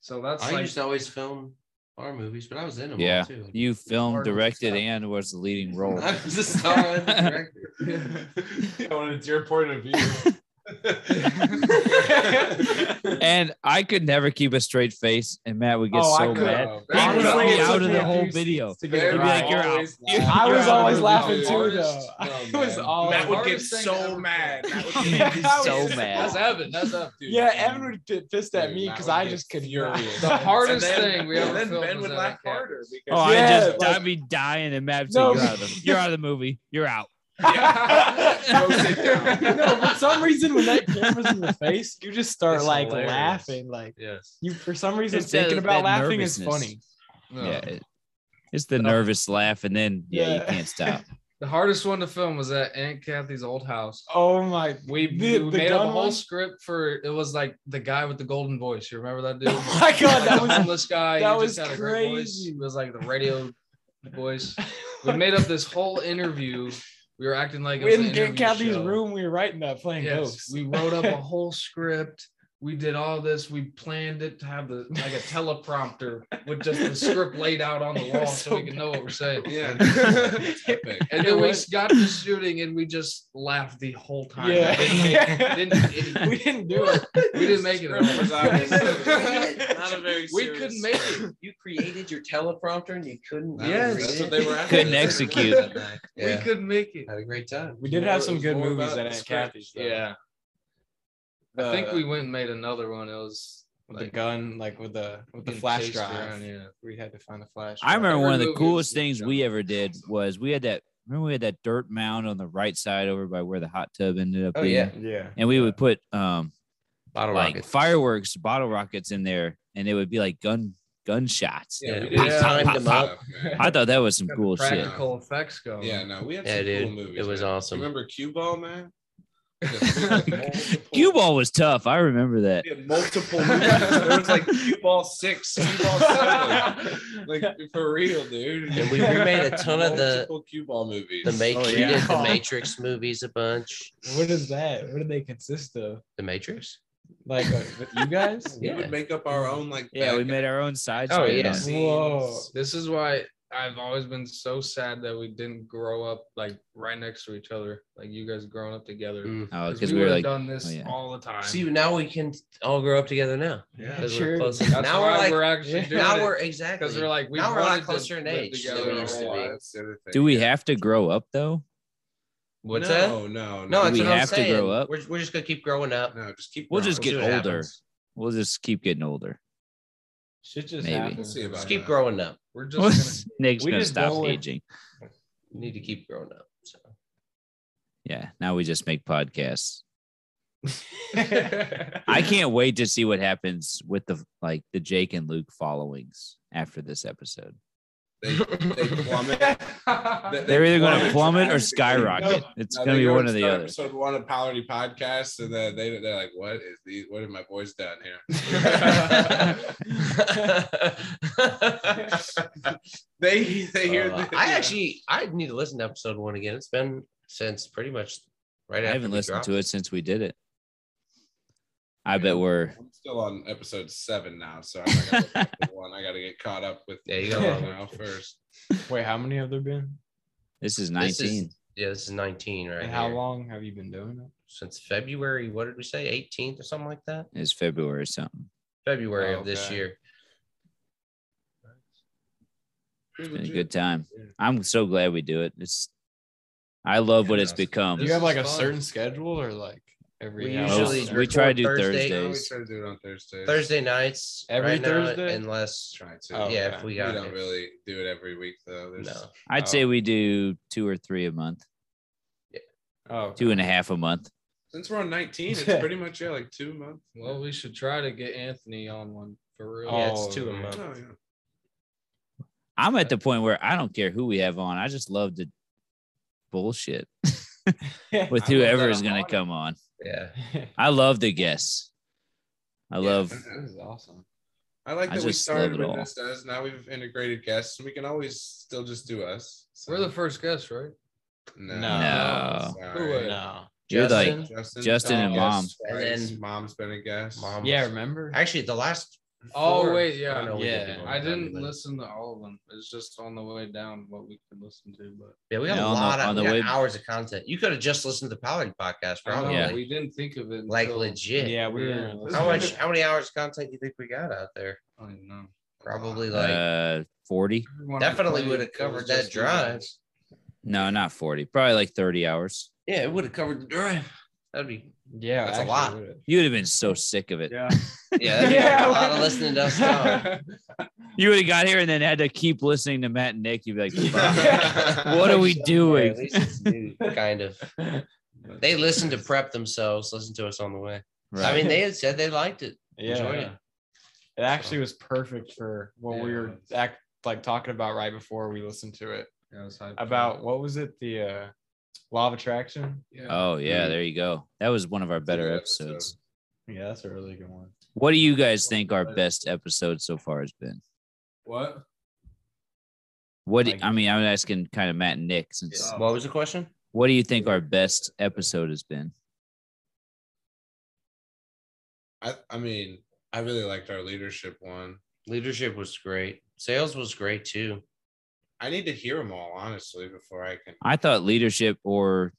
So that's I like used to always film horror movies, but I was in them Yeah. all too. You filmed, Hard directed, stuff. and was the leading role. I was a star and a director. I wanted it's your point of view. and I could never keep a straight face, and Matt would get Oh, I so could. mad. Oh, He man. would Honestly, be it out took of me the a whole few video. seats to get They're it You'd be like, right. "You're out." always You're I was out always of laughing the too, artist. though. Oh, It was man. all- Matt would get Hardest thing to so ever mad. film. Matt would He'd get be That was so just- that's mad. Evan. That's Evan. dude, yeah, Matt Evan would get pissed at Dude, me Matt because would I get just could. furious. The hardest And thing we ever then filmed Ben was would at laugh a cat. harder because Oh, I Yeah, just like- I'd be dying, and Matt would say, No. "You're out of the, you're out of the movie. You're out." Go sit down. no, for some reason when that camera's in your face, you just start It's like hilarious. laughing. Like Yes. you, for some reason, It's that- thinking about that laughing is nervousness. funny. No. Yeah, it- it's the nervous laugh, and then yeah, you Yeah. can't stop. The hardest one to film was at Aunt Kathy's old house. Oh my! We, The- we the made up a gun whole one? script for it was like the guy with the golden voice. You remember that dude? Oh my God, that Like, the was- homeless guy. that he just was had a great voice. crazy. It was like the radio voice. We made up this whole interview. We were acting like it was an in interview Kathy's show. room, we were writing that playing Yes, ghosts. we wrote up a whole script. we did all this. We planned it to have the like a teleprompter with just the script laid out on the It wall was so, so we could know what we're saying. Yeah. It- Epic. And It then we was- got to shooting and we just laughed the whole time. Yeah. Didn't- didn't- we didn't do it. we didn't make it. at Script all. was obviously- Not a very We couldn't make it. You created your teleprompter and you couldn't. That was- Yes. That's what they were after. Couldn't execute. Yeah. We couldn't make it. Had a great time. We did More- have some it's good more movies about at the Aunt script. Kathy's. Though. Yeah. I think we went and made another one. It was Uh, with the like, gun, like with the with the getting flash chased drive. around, yeah. We had to find the flash. I drive. remember one of the movie coolest was- things we ever did was we had that. Remember we had that dirt mound on the right side over by where the hot tub ended up. Oh, being? yeah. Yeah. And we would put um Bottle like rocket. fireworks, bottle rockets in there, and it would be like gun gunshots. Yeah, Yeah, we we did timed pop, them pop. up. I thought that was some cool shit. practical effects going. Yeah, no, we had Um, Yeah, some dude, cool movies. it was man. awesome. Remember Cue Ball, man? Cue ball was tough. I remember that. We had multiple movies. There was like Cue Ball six, Cue Ball seven. Like for real, dude. And we remade a ton of the Multiple Cue Ball movies. the Matrix. yeah. We did the Matrix movies a bunch. What is that? What do they consist of? The Matrix. Like uh, you guys? Yeah. We would make up our own like. Yeah, we back- made our own side. Oh, spin yeah. on it. Whoa. This is why I've always been so sad that we didn't grow up like right next to each other, like you guys growing up together. Mm. Oh, 'Cause because we, we were like, would have done this oh, yeah. all the time. See, now we can all grow up together now. Yeah. 'cause Sure. We're close. That's now why we're like we're actually yeah. doing now it, we're exactly because we're like we now we're a lot wanted to closer in live age than together we our used to whole be. lives. do we have to grow up though? what's no, that? No, No, no, that's we what I'm have to saying. grow up? We're, we're just gonna keep growing up. no. Just keep. We'll growing. just get see what older. happens. We'll just keep getting older. Shit just Maybe. We'll happens. see about Just keep that. growing up. We're just Nick's gonna just stop go with- aging. We need to keep growing up. So Yeah. Now we just make podcasts. gonna. I can't wait to see what happens with the like the Jake and Luke followings after this episode. They, they plummet. They- They're either going to plummet plummet or drastically. skyrocket. No, It's no, going to be they go one to or the start other. Episode one of Polarity Podcast, and then they they're like, "What is the? What have my boys done here?" they they hear. Uh, the- I actually I need to listen to episode one again. It's been since pretty much right I after haven't we listened dropped to it since we did it. I bet we're I'm still on episode seven now, so I'm not gonna look at the one. I got to get caught up with. Yeah, you gotta the log now first. Wait, how many have there been? this is This is 19. Yeah, this is 19 right and how here. long have you been doing it? Since February, what did we say? 18th or something like that? It's February or something. February Oh, of this okay. year. It's been a good time. I'm so glad we do it. It's I love what it's Yes. become. Do This you have is like a fun. certain schedule or like every We hour? usually Oh, we record try to do Now we Thursdays. try to do it on Thursdays. Thursday nights. Every right now, Thursday? unless Try to. Oh, yeah, okay. if we we got don't it. really do it every week though. There's, no. I'd say we do two or three a month, oh, two and a half a month. Since we're on 19, it's pretty much yeah, like two months. well, we should try to get Anthony on one for real. Yeah, it's two a man. month. Oh, yeah. I'm at the point where I don't care who we have on. I just love to bullshit with I love whoever that is I'm going to on it. come on. Yeah. I love the guests. I Yeah. love This Oh. is awesome. I like I that we just love started it with all. this as now we've integrated guests. We can always still just do us. So- We're the first guest, right? no. No. Sorry. No. You're Justin, like- Justin, Justin Tom, and yes, Mom. Bryce, And then- mom's been a guest. um, Mom. Yeah, remember? actually the last. Oh four- wait, yeah, oh, no, we did Yeah, do one I without you, didn't but- listen to all of them. It's just on the way down what we could listen to, but Yeah, we got Yeah, a on the- lot on of the we got way- hours of content. You could have just listened to the Pollard podcast, I don't probably. know, Yeah. we didn't think of it. Like until- legit. Yeah, we Yeah. were. How much? How many hours of content do you think we got out there? I don't know. Probably like uh 40. Everyone I definitely played, would have it covered was that just you guys. drive. No, not 40. Probably like 30 hours. Yeah, it would have covered the drive. That'd be Yeah, That's a actually, lot. we would've. You would have been so sick of it. Yeah. yeah, that'd be a lot of listening to us talk. You would have got here and then had to keep listening to Matt and Nick. You'd be like, "Fuck, Yeah. what are we Yeah, at doing? least it's new, kind of. They listened to prep themselves. Listen to us on the way. I mean, they had said they liked it. Enjoyed Yeah. it. It actually was perfect for what we Yeah. were act, like talking about right before we listened to it. Yeah, I was hyped for it. About what was it? The uh, law of attraction. Yeah. Oh yeah, there you go. That was one of our better good episodes. Yeah, that's a really good one. What do you guys think our best episode so far has been? what? What do, Like- I mean, I'm asking kind of Matt and Nick since Yeah. What was the question? what do you think our best episode has been? I I mean, I really liked our leadership one. Leadership was great. Sales was great too. I need to hear them all honestly before I can. I thought leadership or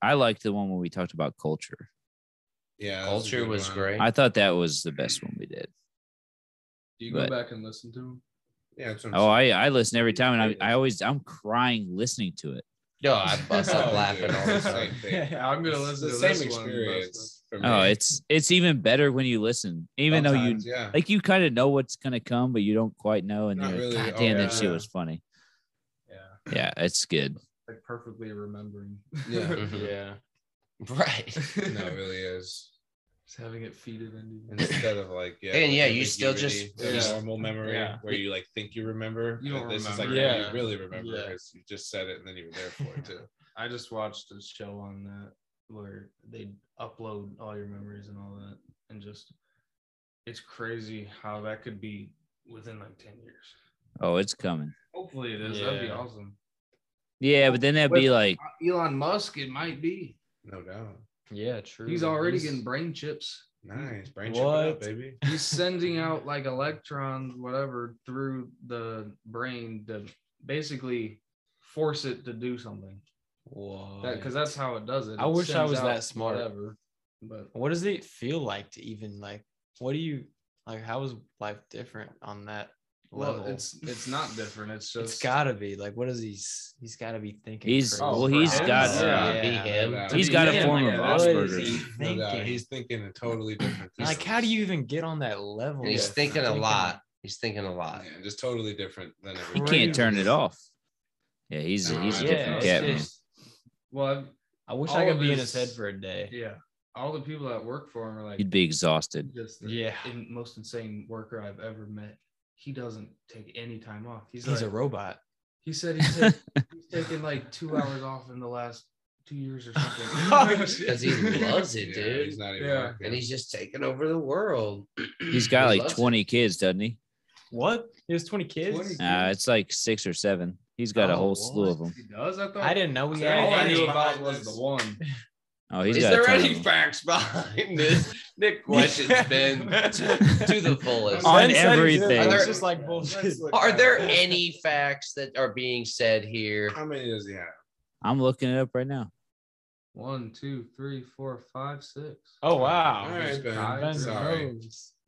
I liked the one when we talked about culture. Yeah, that a Culture good was one. great. I thought that was the best one we did. Do you go But- back and listen to them? Yeah, that's what I'm Oh, I, I listen every time and I, I always I'm crying listening to it. no, I bust Oh, up dude, laughing all the it's time. like they- I'm gonna it's listen the to same this experience. for Oh, me. it's it's even better when you listen, even though you Sometimes, yeah. like you kind of know what's gonna come, but you don't quite know. And Not you're really. like, Oh, God damn, that yeah. shit was funny. One. Yeah, Yeah, it's good. like perfectly remembering. Yeah. Mhm. Yeah. Right. no, it really is. Just having it feeded into you. Instead of like, yeah, And like yeah, you still just- ambiguity, the Yeah. normal memory Yeah. where you like think you remember. You but don't this is remember. like yeah. Yeah. you really remember Yeah. because you just said it and then you were there for it too. I just watched a show on that where they upload all your memories and all that, and just it's crazy how that could be within like ten years. Oh, it's coming. Hopefully, it is. That'd be Yeah. awesome. Yeah, but then that'd be like Uh, Elon Musk, it might be. No doubt. Yeah, true. He's already getting brain chips. Nice. Brain chip it up, What? baby. He's sending out like electrons, whatever, through the brain to basically force it to do something. Whoa. That because that's how it does it. I It wish I sends was out that smart. Whatever. But what does it feel like to even like? What do you like? How is life different on that well, level? it's it's not different. It's just it's gotta be like. What is he? s- He's gotta be thinking. He's- crazy. well, he's Oh, for got- him, Yeah, yeah. be Yeah. him. he's be got a him, form like, of what is he Asperger's. No doubt. thinking? He's thinking a totally different. like, how do you even get on that level? And he's of thinking a lot. He's thinking a lot. Yeah, just totally different than He everyone. can't turn it off. Yeah, he's a, Nah, he's a yeah, different it's cat. man. just- Well, I've- I wish All I of could be in his- his head for a day. yeah, all the people that work for him are like He'd be exhausted. just the Yeah. in- most insane worker I've ever met. He doesn't take any time off. He's, He's like, a robot. He said he's, ta- he's taken like two hours off in the last two years or something. Because he loves it, Yeah, dude. he's not even. Yeah. working. and he's just taking over the world. He's got He like loves it. 20 kids, doesn't he? What? He has 20 kids? 20 Uh, it's like six or seven. He's got a Oh, whole slew of them. He does. I thought. I didn't know he All I had knew any. about was the one. Oh, he's Is got a there ton of any them. facts behind this? Nick questions Ben to, to the fullest. On Ben said he did. everything. I was just like bullshit. Let's look Are at there it. any facts that are being said here? How many does he have? I'm looking it up right now. One, two, three, four, five, six. Oh All wow. right, Ben. Guys, Sorry.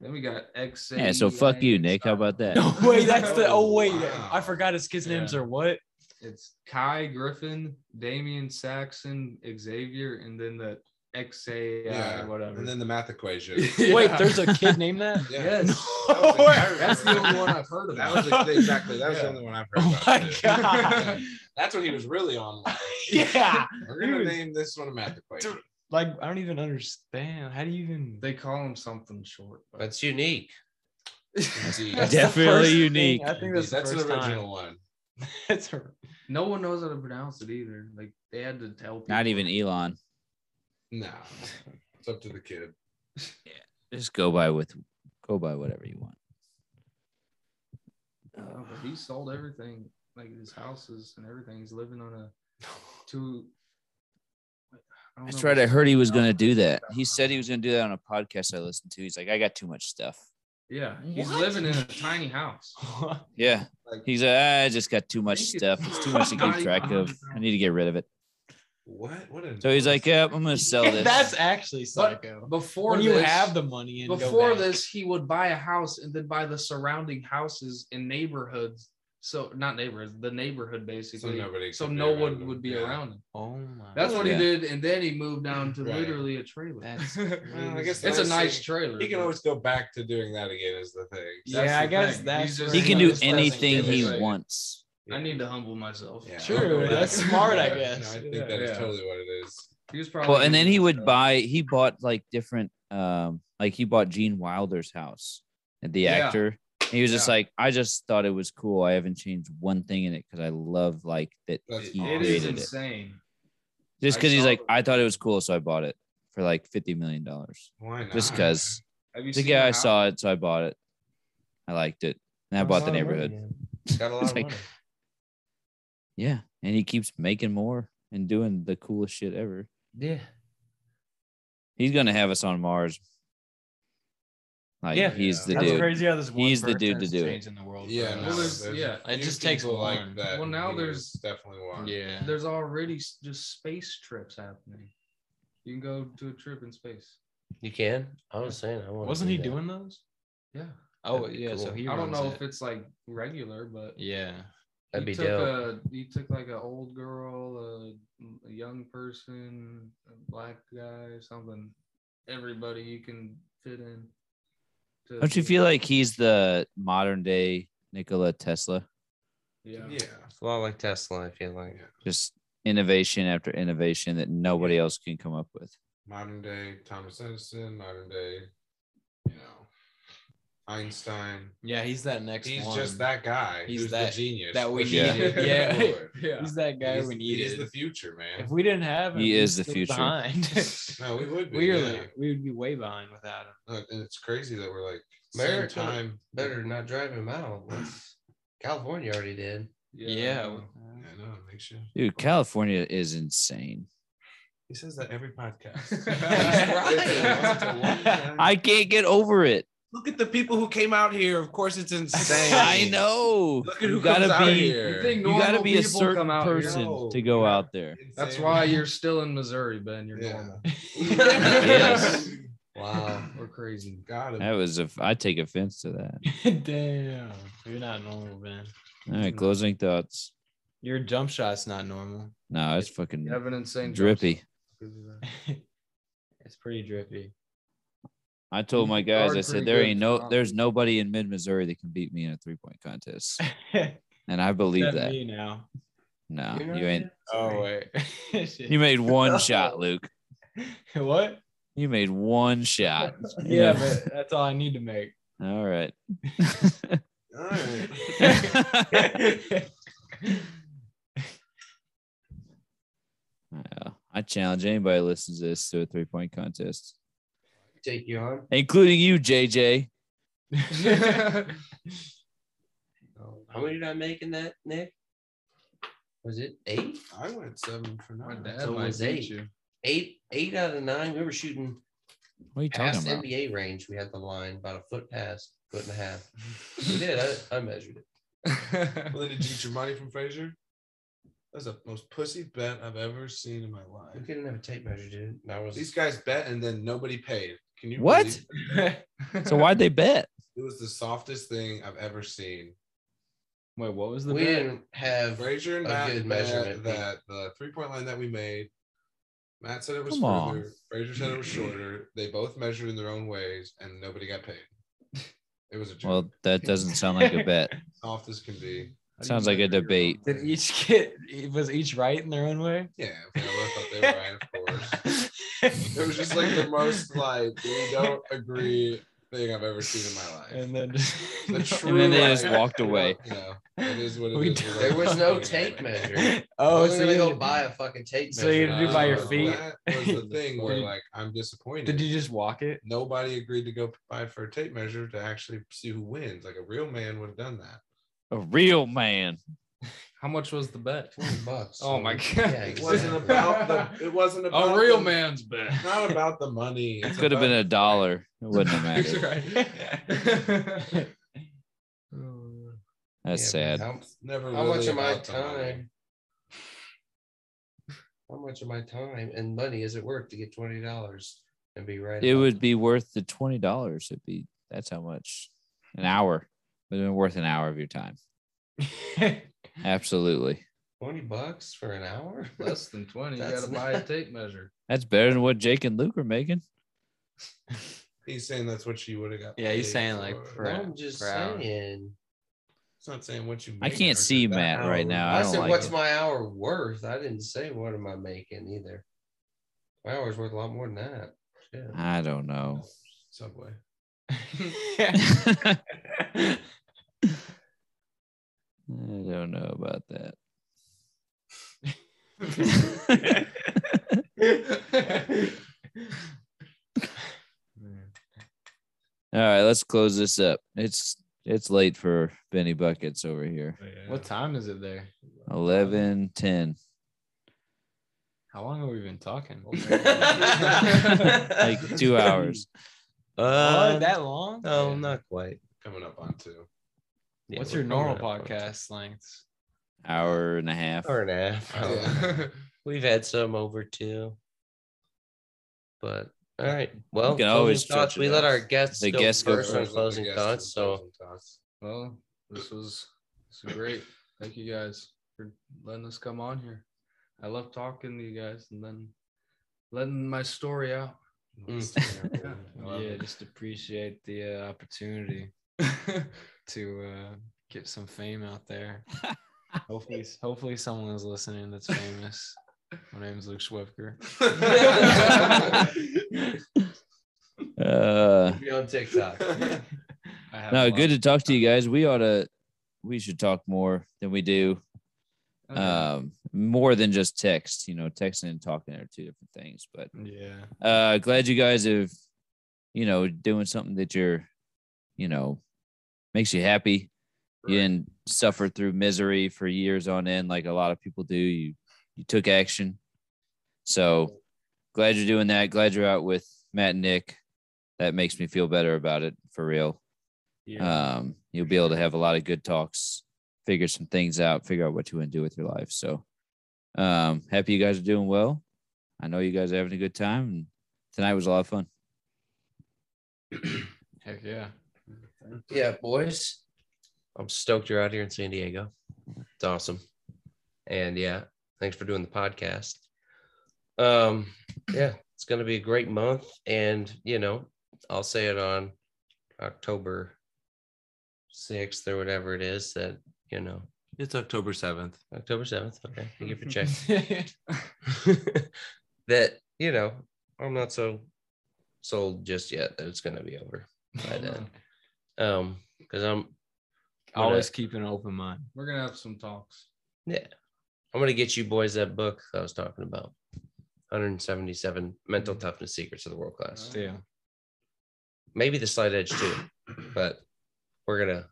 Then we got X. Yeah, so fuck you, Nick. How about that? No way, that's the oh wait, Wow. I forgot his kids' names Yeah. are what? It's Kai Griffin, Damian Saxon, Xavier, and then the XA Yeah, whatever. And then the math equation. Yeah. Wait, there's a kid named that? yes, No way. that's the only one I've heard of. That was the- exactly. That was the Yeah. only one I've heard Oh about. my too. god. That's when he was really on. like, yeah. We're gonna Dude. name this one a math equation. Like I don't even understand. How do you even they call him something short. but- That's unique. Indeed. That's Indeed. the Definitely first thing- unique. I think that's, That's the an first original time. one. That's a- no one knows how to pronounce it either. Like they had to tell. People. Not even Elon. No, it's up to the kid. Just go by with go by whatever you want. Oh, but he sold everything, like his houses and everything. He's living on a two. I don't That's know right. I if- heard he was gonna do that. He said he was gonna do that on a podcast I listened to. He's like, I got too much stuff. Yeah, he's What? living in a tiny house. Yeah. Like- He's like, "Ah, I just got too much stuff. It's too much to keep track of. I need to get rid of it. What? What? A So he's like, Yeah, I'm gonna sell this. that's actually But psycho. before When you this- have the money and go before back. this he would buy a house and then buy the surrounding houses and neighborhoods so not neighborhoods the neighborhood So basically nobody. so, could be no around one him. would be Yeah. around him Oh my. that's what Yeah. he did and then he moved down to Right. literally a trailer That's Well, I guess it's a that's nice it. trailer He can but- always go back to doing that again. Is the thing. Yeah, That's the I guess thing. that's He's just- he where can my do discussion anything is. he Like, wants. i need to humble myself Yeah. True, that's smart, I guess. No, I think that is Yeah. totally what it is. he was probably Well, and then he would Uh, buy. He bought like different, um, like he bought Gene Wilder's house, the Yeah. actor. And he was just Yeah. like, I just thought it was cool. I haven't changed one thing in it because I love like that That's he it is created it. insane Just I because he's saw like, the- I thought it was cool, so I bought it for like fifty million dollars. Why not? Just because have you the seen guy I house? saw it, so I bought it. I liked it, and I bought the That's a lot of money, neighborhood. man. He's got a lot of Like- money. Yeah, and he keeps making more and doing the coolest shit ever. Yeah. He's gonna have us on Mars. Like Yeah. he's the That's dude. crazy how this one He's the person dude to is do it. changing the world. Yeah, bro. Well, no, there's- there's yeah, a it few just takes people one. like that. Well, now who there's- is definitely one. yeah. There's already s- just space trips happening. You can go to a trip in space. You can. I was saying I want. Wasn't he doing those? Yeah. Oh That'd be yeah, so cool. he. I don't runs know it. if it's like regular, but Yeah. That'd he be took dope. A, he took like an old girl, a, a young person, a black guy, something. Everybody you can fit in. to- Don't you feel like he's the modern day Nikola Tesla? Yeah. Yeah. It's a lot like Tesla. I feel like. Just innovation after innovation that nobody else can come up with. Modern day Thomas Edison, modern day, you know, Einstein. Yeah, he's that next He's one. just that guy. He's who's that- the genius that we Yeah. needed. Yeah. Yeah. He's that guy He's- we He is needed. the future, man. if we didn't have him, He we'd is the sit future. Behind. no, we would be. we, are yeah. like- we would be way behind without him. Look, and it's crazy that we're like Better same time- time. Better not drive him out. Let's- California already did. Yeah. well, I know. Make sure Dude, California is insane. he says that every podcast. I can't get over it. Look at the people who came out here. Of course, it's insane. I know. Look at You who gotta comes out be here. You think you gotta normal be a people certain come out here? person No, to go we're out there. Insane. That's why you're still in Missouri, Ben. You're Yeah. normal. Yes. Wow. We're crazy. Gotta That was a I take offense to that. Damn. You're not normal, man. All right, closing thoughts. Your jump shot's not normal. No, it's fucking You have an insane job. drippy. it's pretty drippy. I told my You guys, are I said pretty there good ain't for no not there's being- nobody in mid Missouri that can beat me in a three point contest. Except And I believe that. me now. No, Ah, you ain't Oh wait. Shit. you made one shot, Luke. what? You made one shot. You Yeah, know- but that's all I need to make. All right. All right. Yeah, I challenge anybody who listens to this to a three point contest, Take you on. including you, JJ. How many did I make in that, Nick? Was it eight? I went seven for My nine. dad So might was beat eight. you. Eight eight out of nine. We were shooting What are you talking past about? NBA range. We had the line about a foot past, foot and a half. We did. I, I measured it. Well, did you get your money from Frazier? That's the most pussy bet I've ever seen in my We life. couldn't have a tape measure, dude. That was These guys bet and then nobody paid. Can you? What? believe it? So why'd they bet? It was the softest thing I've ever seen. Wait, what was the we bet? didn't have Frazier and A Matt good bet measurement, Pete. that the three point line that we made. Matt said it was Come on. further. Frazier said it was shorter. They both measured in their own ways, and nobody got paid. It was a joke. Well, that doesn't sound like a bet. soft as can be. Sounds like a debate. Did each get was each right in their own way? Yeah, if they both thought they were right, of course. It was just like the most like we don't agree thing I've ever seen in my life. And then just The true, And then they like, just walked away. You know, it is what it We is. don't- There was no tape measure. Oh, We're so gonna you, go buy a fucking tape so you measure. had to do by your Uh, feet? That was the thing where Did- like I'm disappointed. did you just walk it? nobody agreed to go buy for a tape measure to actually see who wins. Like a real man would have done that. A real man. How much was the bet? 20 bucks. Oh my god. Yeah, It exactly. wasn't about the. It wasn't about A real the- man's bet. It's not about the money. It It's could have about- been a dollar. It wouldn't have mattered. right. Oh, That's Yeah, sad. How, It's never. how much really of my about the money. time? How much of my time and money is it worth to get twenty dollars and be right? It about would be worth the twenty dollars. It'd be that's how much. An hour. It would have been worth an hour of your time. Absolutely. twenty bucks for an hour? Less than 20. You That's gotta buy a not- tape measure. That's better than what Jake and Luke are making. He's saying that's what you would have got. Yeah, he's paid saying, like, for- I'm just per hour. saying. It's not saying what you. I made, can't it's just see that Matt hour. right now. I I, don't said, like "What's it. my hour worth?" I didn't say what am I making either. My hour's worth a lot more than that. Shit. I don't know. Subway. I don't know about that. All right, let's close this up. It's it's late for Benny Buckets over here. What time is it there? 11 10. How long have we been talking? Like two hours. Uh, What, that long? no, Oh, not quite. Coming up on two. Yeah, What's we're your normal coming up on podcast length? Hour and a half. two. Hour and a half. Oh. Yeah. We've had some over two. But all right. Well, can closing always stretch thoughts. it We let out. our guests The go guests go first on Let the closing guests thoughts. do So closing thoughts. Well, this was this was great. Thank you guys for letting us come on here. I love talking to you guys and then letting my story out. Mm. Yeah, just appreciate the uh, opportunity to uh, get some fame out there. hopefully, hopefully someone is listening that's famous. My name is Luke Schwefker. Uh, be on TikTok. I have no, a good lot. to talk to you guys. We ought to, we should talk more than we do. Okay. Um, more than just text. You know, texting and talking are two different things. But Yeah. uh, glad you guys have, you know, doing something that you're, you know, makes you happy. You didn't suffer through misery for years on end, like a lot of people do. You you took action. So glad you're doing that. Glad you're out with Matt and Nick. That makes me feel better about it for real. Um, you'll be able to have a lot of good talks, figure some things out, figure out what you want to do with your life. So um happy you guys are doing well. I know you guys are having a good time and tonight was a lot of fun. Heck yeah. yeah, boys. I'm stoked you're out here in San Diego. It's awesome. And yeah, thanks for doing the podcast. Um, yeah, it's gonna be a great month. And you know, I'll say it on October 6th or whatever it is that you know. It's October 7th. October 7th. Okay. Thank you for checking. that you know i'm not so sold just yet that it's going to be over by then um because i'm gonna- Always keep an open mind. We're gonna have some talks. yeah i'm going to get you boys that book that i was talking about 177 mental toughness secrets of the world class Yeah. maybe the slight edge too but we're going to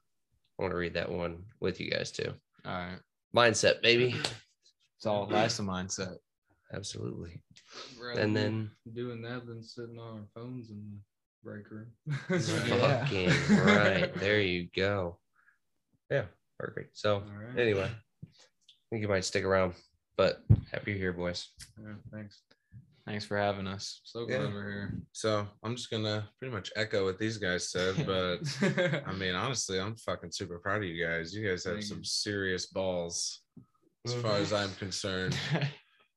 want to read that one with you guys too All right. mindset baby It's all life's a mindset. absolutely Rather and than then doing that than sitting on our phones in the break room. Yeah. fucking right there you go yeah perfect so All right. Anyway, I think you might stick around, but happy you're here, boys. Yeah, thanks. Thanks for having us. So glad Yeah. we're here. So I'm just gonna pretty much echo what these guys said, but I mean, honestly, I'm fucking super proud of you guys. You guys have Thank some you. serious balls, as far as I'm concerned.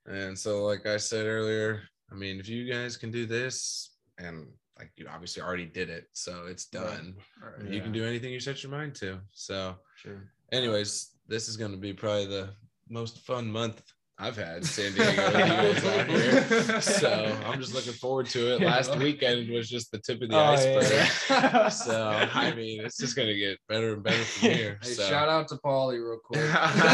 And so, like I said earlier, I mean, if you guys can do this, and like you obviously already did it, so it's done. All right. You can do anything you set your mind to. So, Sure. anyways, this is gonna be probably the most fun month I've had in San Diego. with you guys out here so I'm just looking forward to it. Last weekend was just the tip of Oh, the iceberg. So I mean, it's just gonna get better and better from here. Hey, so. shout out to Polly real quick.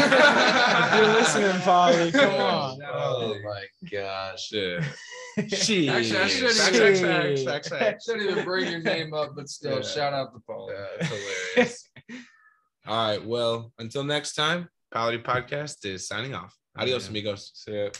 If you're listening, Polly, come on. Oh my gosh! Yeah. She. Actually, I shouldn't Facts, even- facts, facts, facts, facts. Shouldn't even bring your name up, but still, Yeah. shout out to Paul. Yeah, it's hilarious. All right. Well, until next time, Polity Podcast is signing off. Adios, amigos. So